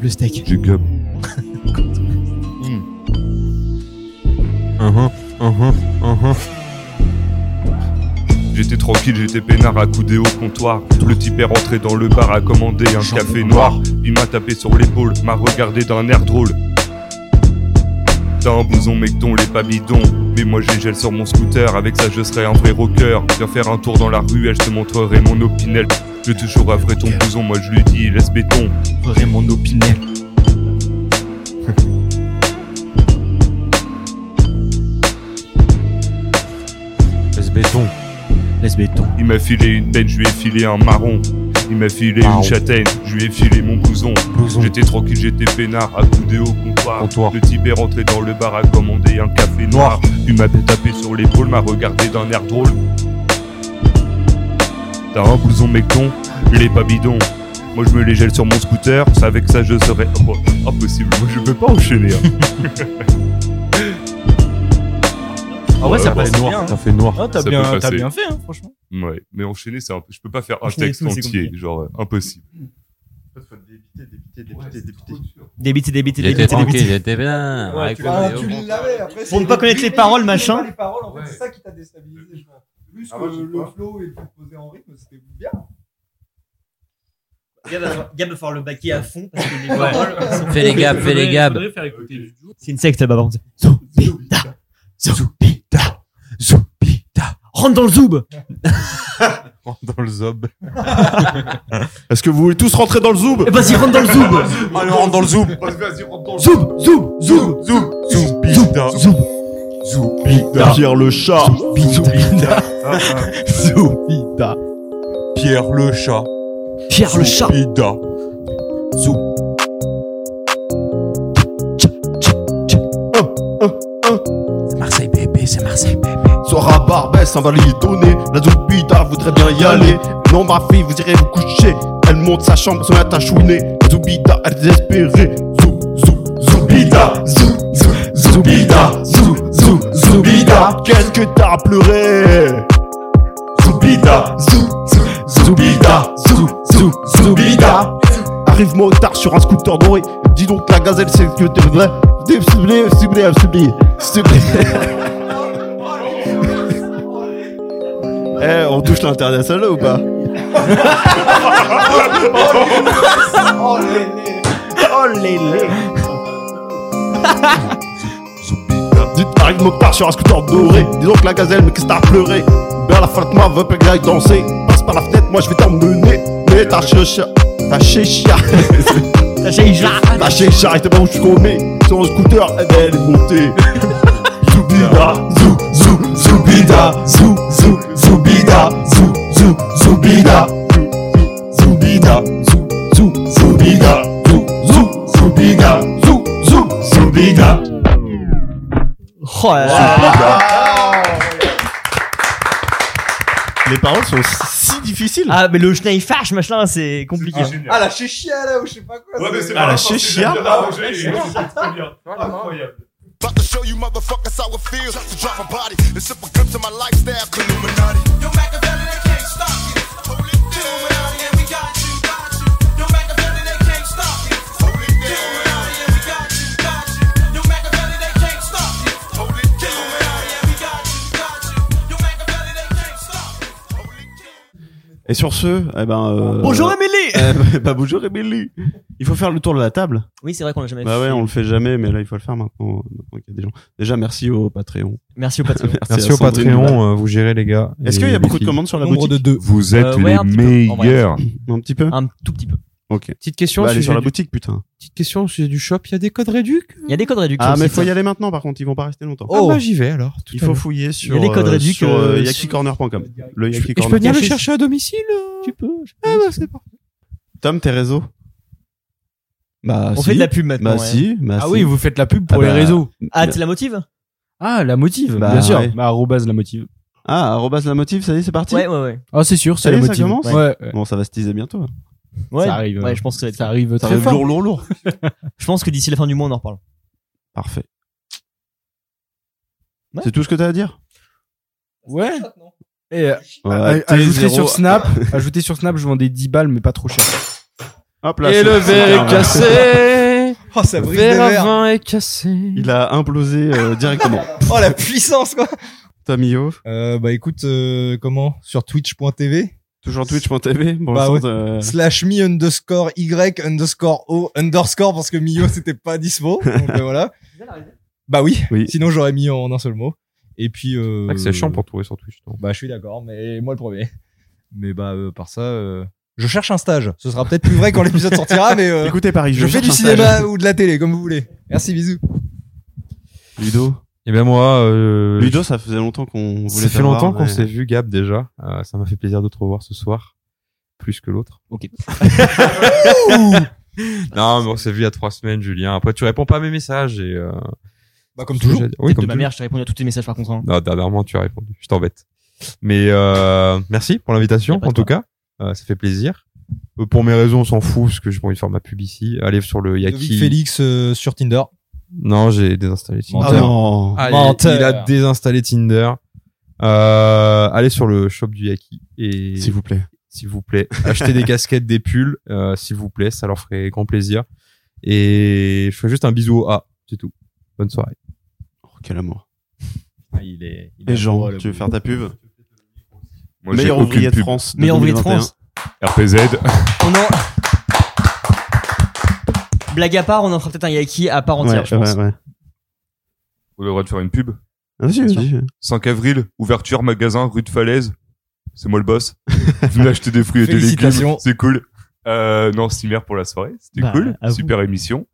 le steak.
Je gobe.
Mm. Uh-huh,
J'étais tranquille, j'étais peinard accoudé au comptoir. Le type est rentré dans le bar, a commandé un café noir. Il m'a tapé sur l'épaule, m'a regardé d'un air drôle. T'as un blouson mecton, les pas bidon. Mais moi j'ai gel sur mon scooter, avec ça je serai un vrai rocker. Viens faire un tour dans la ruelle, je te montrerai mon opinel. Je toujours vrai ton blouson, moi je lui dis laisse béton.
Mon opinion.
Laisse béton.
Laisse béton.
Il m'a filé une peine, je lui ai filé un marron. Il m'a filé
Marron.
une châtaigne, je lui ai filé mon blouson. J'étais tranquille, j'étais peinard, accoudé au comptoir. Le type est rentré dans le bar, a commandé un café noir. Il m'a tapé sur l'épaule, m'a regardé d'un air drôle. T'as un blouson mecton, les pas bidons. Moi je me les gèle sur mon scooter, c'est avec ça je serais. Oh, impossible, moi je peux pas enchaîner. hein.
En vrai, ça passe
fait
bien, hein. Ça fait noir.
Ça
Ah, t'as
peut
bien- t'as
passer.
bien fait, hein, franchement.
Ouais, mais enchaîner, c'est un peu- je peux pas faire un
Enchaîner
texte
tout, c'est
entier,
compliqué.
genre euh, impossible.
Débiter, débiter,
Il était
débiter,
tranquille,
débiter.
il était bien. Ouais,
tu
écoute, Ah,
l'as-
tu
tu
l'avais, après,
Pour
c'est-
ne pas connaître les paroles, machin.
Les paroles, en fait, c'est ça qui t'a déstabilisé, je crois. Plus
Ah,
que
moi, j'ai
le
pas.
flow et le composé en rythme, c'était bien.
Gab va falloir- Gab va falloir le baquer à fond parce que les
Ouais.
paroles sont-
Fais les gabs, fais les gabs.
Faudrait faire écouter du jour. C'est une secte là-bas, on sait. Zoubita, Zoubita, Zoubita. Rentre dans le zoub.
Rentre dans le zob.
Est-ce que vous voulez tous rentrer dans le zoub
Eh, vas-y, rentre dans le
zoub Allez, rentre dans le zoub
Zoub, zoub, zoub,
zoub, zoubida,
zoub,
zoubida. Pierre le chat, zoubida, zoubida.
Pierre le chat.
Pierre le chat.
Zoubida. Zou.
C'est Marseille bébé, c'est Marseille bébé. Sora Barbès, on ben, va lui donner. La Zoubida voudrait bien y aller. Non, ma fille, vous irez vous coucher. Elle monte sa chambre, se met à chouiner. La Zoubida, elle est désespérée. Zou, zou, Zoubida, zou, zou, Zoubida, zou, zou, Zoubida. Qu'est-ce que t'as à pleurer? Zoubida, zou, zou, Zoubida, zou, zou, Zoubida. Arrive motard sur un scooter doré. Dis donc, la gazelle, c'est que t'es vrai. S'il te plaît, s'il te plaît, s'il te plaît, s'il te plaît. Eh, on touche l'international ou pas
Oh lélé
Oh lélé Dites, arrive Mokhtar sur un scooter doré. Dis donc, la gazelle, mais qu'est-ce que t'as pleuré Ben, la Fatma veut pas que j'aille danser. Passe par la fenêtre, moi je vais t'emmener. Mais ta chécha. Ta chécha. ta chécha. Ta chécha, elle était pas où je suis tombé. Sur un scooter, eh ben, elle est montée. Zoubida, zou, zou, zoubida, zou, zou, zoubida, zou, zou, zoubida, zoubida, zou, zou, zoubida, zou, zou, zoubida, zou, zou, zoubida.
Oh là là.
Les paroles sont si difficiles.
Ah, mais le Schneifash, machin, c'est compliqué.
Ah, la chéchia là, ou je sais pas quoi.
Ouais, mais c'est
Ah, la
marrant,
chez
c'est
Chia.
bien arrangé et c'est très bien. Incroyable.
About to show you motherfuckers how it feels to drop a body and sip a grip to my lifestyle, Illuminati. Yo, Machiavelli, they can't stop you. Hold it down, and we got you, got you. Yo, Machiavelli, they can't stop you. Hold it down, and we got you, got you. Yo, Machiavelli, they can't stop you. Hold it down, and we got you, got you. Yo, Machiavelli, they can't stop you.
Et sur ce, eh ben. euh,
Bonjour, Émilie
euh, bah, bah, bonjour Émilie Il faut faire le tour de la table.
Oui, c'est vrai qu'on l'a jamais
Bah
fait.
ouais, on le fait jamais, mais là il faut le faire maintenant. euh, maintenant qu'il y a des gens. Déjà, merci au Patreon.
Merci au Patreon.
Merci
à
au
Sandrine.
Patreon, euh, vous gérez les gars.
Est-ce
Et
qu'il y a
les
beaucoup de
filles.
commandes sur la
Nombre
boutique
de deux.
Vous êtes
Euh, ouais, un petit peu, en vrai.
meilleurs.
euh,
Un petit peu
Un tout petit peu.
Ok.
Petite question
Bah,
au
allez
sujet
sur la
du-
boutique, putain.
Petite question au sujet du shop, il y a des codes réduc
Il y a des codes réducs.
Ah, mais faut y aller maintenant, par contre, ils vont pas rester longtemps. Oh.
Ah
Oh.
bah, j'y vais, alors, tout
Il
à
faut
l'heure.
fouiller
Il
sur,
y a des codes
euh,
réducs,
sur
euh,
euh,
sur-
yakicorner.com. Le
Je peux-
Yaki
je
Corner.
peux venir le chercher à domicile Tu
peux.
Ah bah c'est parti.
Tom, tes réseaux bah,
On
si.
fait de la pub maintenant,
Bah
ouais.
si, bah
Ah
si.
oui, vous faites
la pub pour
bah,
les réseaux.
Ah, c'est la motive
Ah, la motive,
Bah,
bien sûr.
ouais.
Bah, arrobase la motive.
Ah, arrobas la motive, ça y est, c'est parti
Ouais, ouais, ouais.
Ah, c'est sûr, c'est
Ça y
la
est, ça
motive.
commence
Ouais, ouais.
Bon, ça va se teaser bientôt. là.
Ouais,
Ça arrive,
ouais,
euh,
je pense que ça, va être
ça arrive
très fort. lourd, lourd.
je pense que d'ici la fin du mois, on en reparle.
Parfait.
Ouais.
C'est tout ce que t'as à dire
Ouais. Et euh,
Ouais,
aj-
T0.
ajouter sur Snap, ajouter sur Snap, je vendais 10 balles mais pas trop cher.
Hop
Et le verre est cassé.
cassé.
Oh, ça brille
Verre
de
à
verre.
vin est cassé.
Il a implosé euh, directement.
Oh la puissance quoi
Tamio.
Euh, bah écoute, euh, comment Sur twitch.tv
Toujours twitch.tv bon,
Bah
le
ouais.
sens, euh,
Slash mi underscore y underscore o underscore parce que mio c'était pas dispo. Donc euh, voilà. Bah oui. Sinon j'aurais mis en un seul mot. Et puis. Euh,
vrai Ah, que c'est chiant pour trouver sur Twitch.
Bah je suis d'accord, mais moi le premier. Mais bah euh, par ça. euh, Je cherche un stage. Ce sera peut-être plus vrai quand l'épisode sortira, mais euh,
Écoutez, Paris, je
je fais
cherche
du
un stage.
cinéma ou de la télé, comme vous voulez. Merci, bisous.
Ludo.
Et ben moi, euh,
Ludo, ça faisait longtemps qu'on voulait
Ça fait
t'avoir,
longtemps qu'on
mais-
s'est vu, Gab, déjà. Euh, ça m'a fait plaisir de te revoir ce soir. Plus que l'autre.
Ok.
non, mais on s'est vu il y a trois semaines, Julien. Après, tu réponds pas à mes messages et, euh,
Bah, comme
c'est ce que
toujours.
j'ai à dire.
Tête
Oui,
de
comme Bah
ma
toujours.
mère, je t'ai répondu à tous tes messages par contre. hein.
Non, dernièrement, tu as répondu. Je t'embête. Mais euh, merci pour l'invitation, en tout cas. Euh, ça fait plaisir. Euh, Pour mes raisons, on s'en fout, parce que j'ai pas envie de faire ma pub ici. Allez sur le Yaki.
Vic Félix euh, sur Tinder.
Non, j'ai désinstallé Tinder.
Menteur. Ah non.
Ah, il-
Menteur.
Il, a désinstallé Tinder. Euh, allez sur le shop du Yaki et
S'il vous plaît.
S'il vous plaît, achetez des casquettes, des pulls, euh, s'il vous plaît, ça leur ferait grand plaisir. Et je fais juste un bisou au A, c'est tout. Bonne soirée.
Oh, quel amour.
Ah,
il est,
Et Eh, Jean, tu veux faire ta pub
Moi, j'ai
Meilleur
aucune
ouvrier de
pub.
France. de
Meilleur ouvrier de
2021.
France.
RPZ.
On en- Blague à part, on en fera peut-être un yaki à part entière,
Ouais,
je pense.
ouais, Ah, ouais.
On a le droit de faire une pub
Vas-y, vas-y.
5 avril, ouverture magasin rue de Falaise. C'est moi le boss. Venez acheter des fruits et des légumes.
Félicitations.
C'est cool. Euh, non, Steamer pour la soirée. C'était
Bah,
cool.
à vous.
Super émission.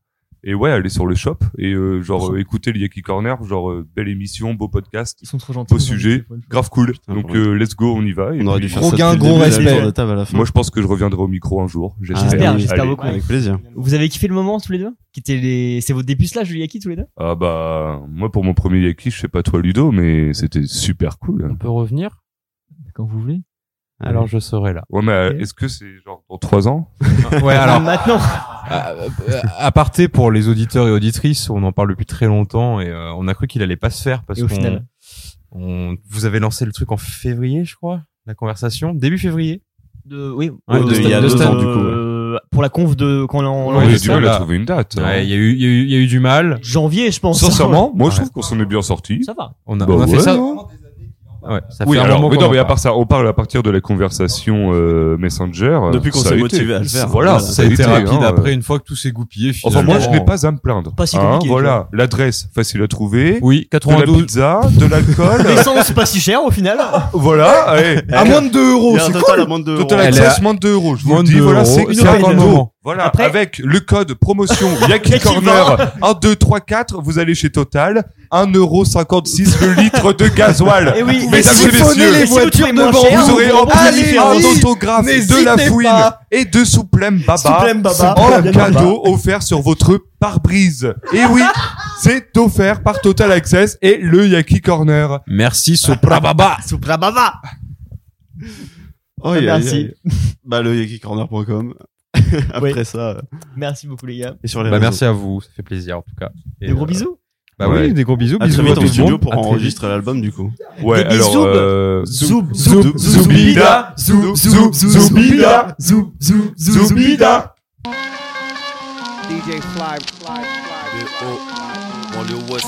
Et ouais, allez sur le shop et euh, genre euh, écoutez le Yaki Corner, genre euh, belle émission, beau podcast.
Ils sont trop gentils.
Beau sujet, grave cool. Donc
pour le
euh, let's go, on y va. et
On aurait
puis-
dû faire Gros ça gain, depuis le gros début, la respect. tour de table à la fin. Ah,
Moi, je pense que je reviendrai au micro un jour.
J'espère,
J'espère.
j'espère
Allez.
beaucoup. Vous avez kiffé le moment tous les deux Qui étaient les... C'est votre dépucelage de yaki tous les deux
Ah bah moi pour mon premier Yaki, je sais pas toi Ludo, mais c'était super cool.
On peut revenir
quand vous voulez.
Alors je serai là.
Ouais mais euh, est-ce que c'est genre dans trois ans
Ouais, alors.
Maintenant.
À, à- à parté pour les auditeurs et auditrices, on en parle depuis très longtemps et euh, on a cru qu'il allait pas se faire parce
Et au
qu'on-
final
on- vous avez lancé le truc en février, je crois, la conversation, début février.
De... Oui,
Ouais,
euh,
de- il y a
de
deux
Stan-
ans, du coup, ouais.
euh, Pour la conf de. Quand on
Ouais,
on-
du mal à trouver
une date. hein.
Ouais, il y a eu, il y a eu, il y a eu du mal.
Janvier, je pense.
Sincèrement,
moi je
Ouais.
trouve qu'on s'en est bien sorti.
Ça va.
On a,
Bah
on a fait
ouais.
ça. Ouais, ça
oui,
fait un
alors,
moment
mais
qu'on
non,
en
mais à
parle.
part ça, on parle à partir de la conversation euh, Messenger. euh,
Depuis qu'on
ça
s'est
a été.
motivé à le faire.
Voilà,
Voilà, ça a été rapide après, une fois que tout s'est goupillé,
hein, Enfin, moi, je
finalement.
n'ai pas à me plaindre.
Pas si
Hein,
compliqué,
voilà, l'adresse facile à trouver.
Oui, 92.
De la pizza, de l'alcool.
L'essence pas si chère au final.
Voilà, allez.
À moins de 2 euros,
Il y a un
c'est
total
cool.
à moins de 2 euros. Total access, moins de 2 euros. Je vous
Moins
le
de
dis,
deux
voilà,
euros,
c'est une
c'est
euro.
un euro.
Voilà, avec le code promotion Yaki
Yaki
Corner 1, 2, 3, 4, vous allez chez Total. 1,56€ le litre de gasoil.
Eh oui,
mesdames
et
et
siphonnez
messieurs,
les voitures
vous,
moins chères,
aurez
vous
en
aurez
plus
allez,
un
allez,
autographe de
n'hésitez
la fouine
pas.
et de Souplem Baba,
Souplem Baba.
en
Souplem
cadeau offert sur votre pare-brise. Et oui, c'est offert par Total Access et le Yaki Corner.
Merci Sopra Baba.
Supra Baba.
Oh, il y a-
Merci.
il y a- Bah, le yakicorner.com. Après ça. euh,
Merci beaucoup, les gars.
Et sur les
Bah,
réseaux.
merci à vous, ça fait plaisir en tout cas. Et,
Des gros
euh,
bisous.
Bah
Ouais.
oui, des gros bisous,
À
bisous
très vite
à
en
tout le
studio
monde.
pour
À très vite.
enregistrer l'album, du coup.
Ouais,
Des
alors,
bisous.
euh,
Zoub,
zoub,
zoub, zoubida,
zoubida, zoub,
zoub,
zoub,
zoub,
zoubida, zoub, zoub, zoubida.
DJ Fly. Fly.
On the West.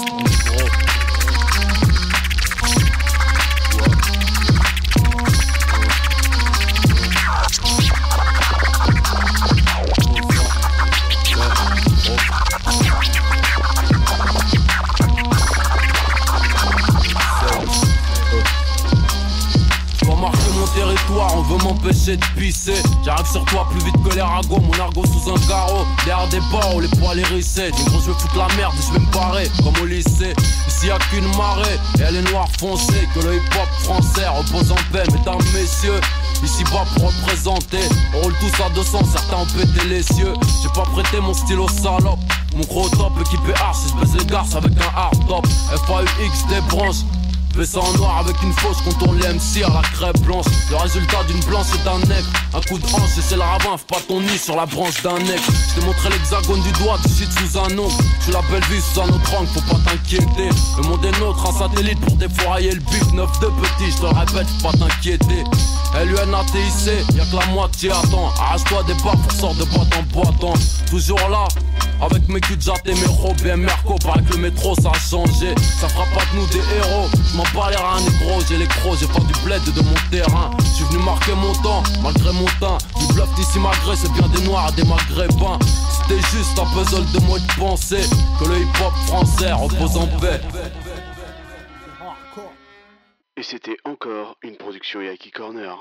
Je vais marquer mon territoire, on veut m'empêcher de pisser. J'arrive sur toi plus vite que les ragots, mon argot sous un carreau. L'air des bords, les poils hérissés. Dis gros, je vais foutre la merde et je vais me barrer, comme au lycée. Ici y a qu'une marée, et elle est noire foncée. Que le hip-hop français repose en paix, mesdames, messieurs. Ici bas pour représenter, on roule tous à 200, certains ont pété les cieux. J'ai pas prêté mon stylo salope, mon gros top équipé hard, si je baise les garces avec un hard top. FAUX des branches. Vaisseau en noir avec une fausse quand on l'aime cire la crêpe blanche Le résultat d'une blanche et d'un nec Un coup de hanche et c'est le ravin Fais pas ton nid sur la branche d'un nec Je t'ai montré l'hexagone du doigt Tu chites sous un ongle Tu la belle vie sous un autre angle Faut pas t'inquiéter Le monde est nôtre Un satellite pour défourailler le bif Neuf de petit Je te le répète Faut pas t'inquiéter LUNATIC Y'a que la moitié attend Arrache-toi des barres pour sort de boîte en boîte hein. Toujours là avec mes culs de jatte et mes robes et Merco, paraît que le métro ça a changé. Ça fera pas de nous des héros. Je m'en bats les reins, négro, j'ai les crocs, j'ai pas du bled de mon terrain. Je suis venu marquer mon temps, malgré mon teint. Du bluff d'ici malgré, c'est bien des noirs et des maghrébins. C'était juste un puzzle de mots et de pensée. Que le hip hop français repose en paix.
Et c'était encore une production Yaki Corner.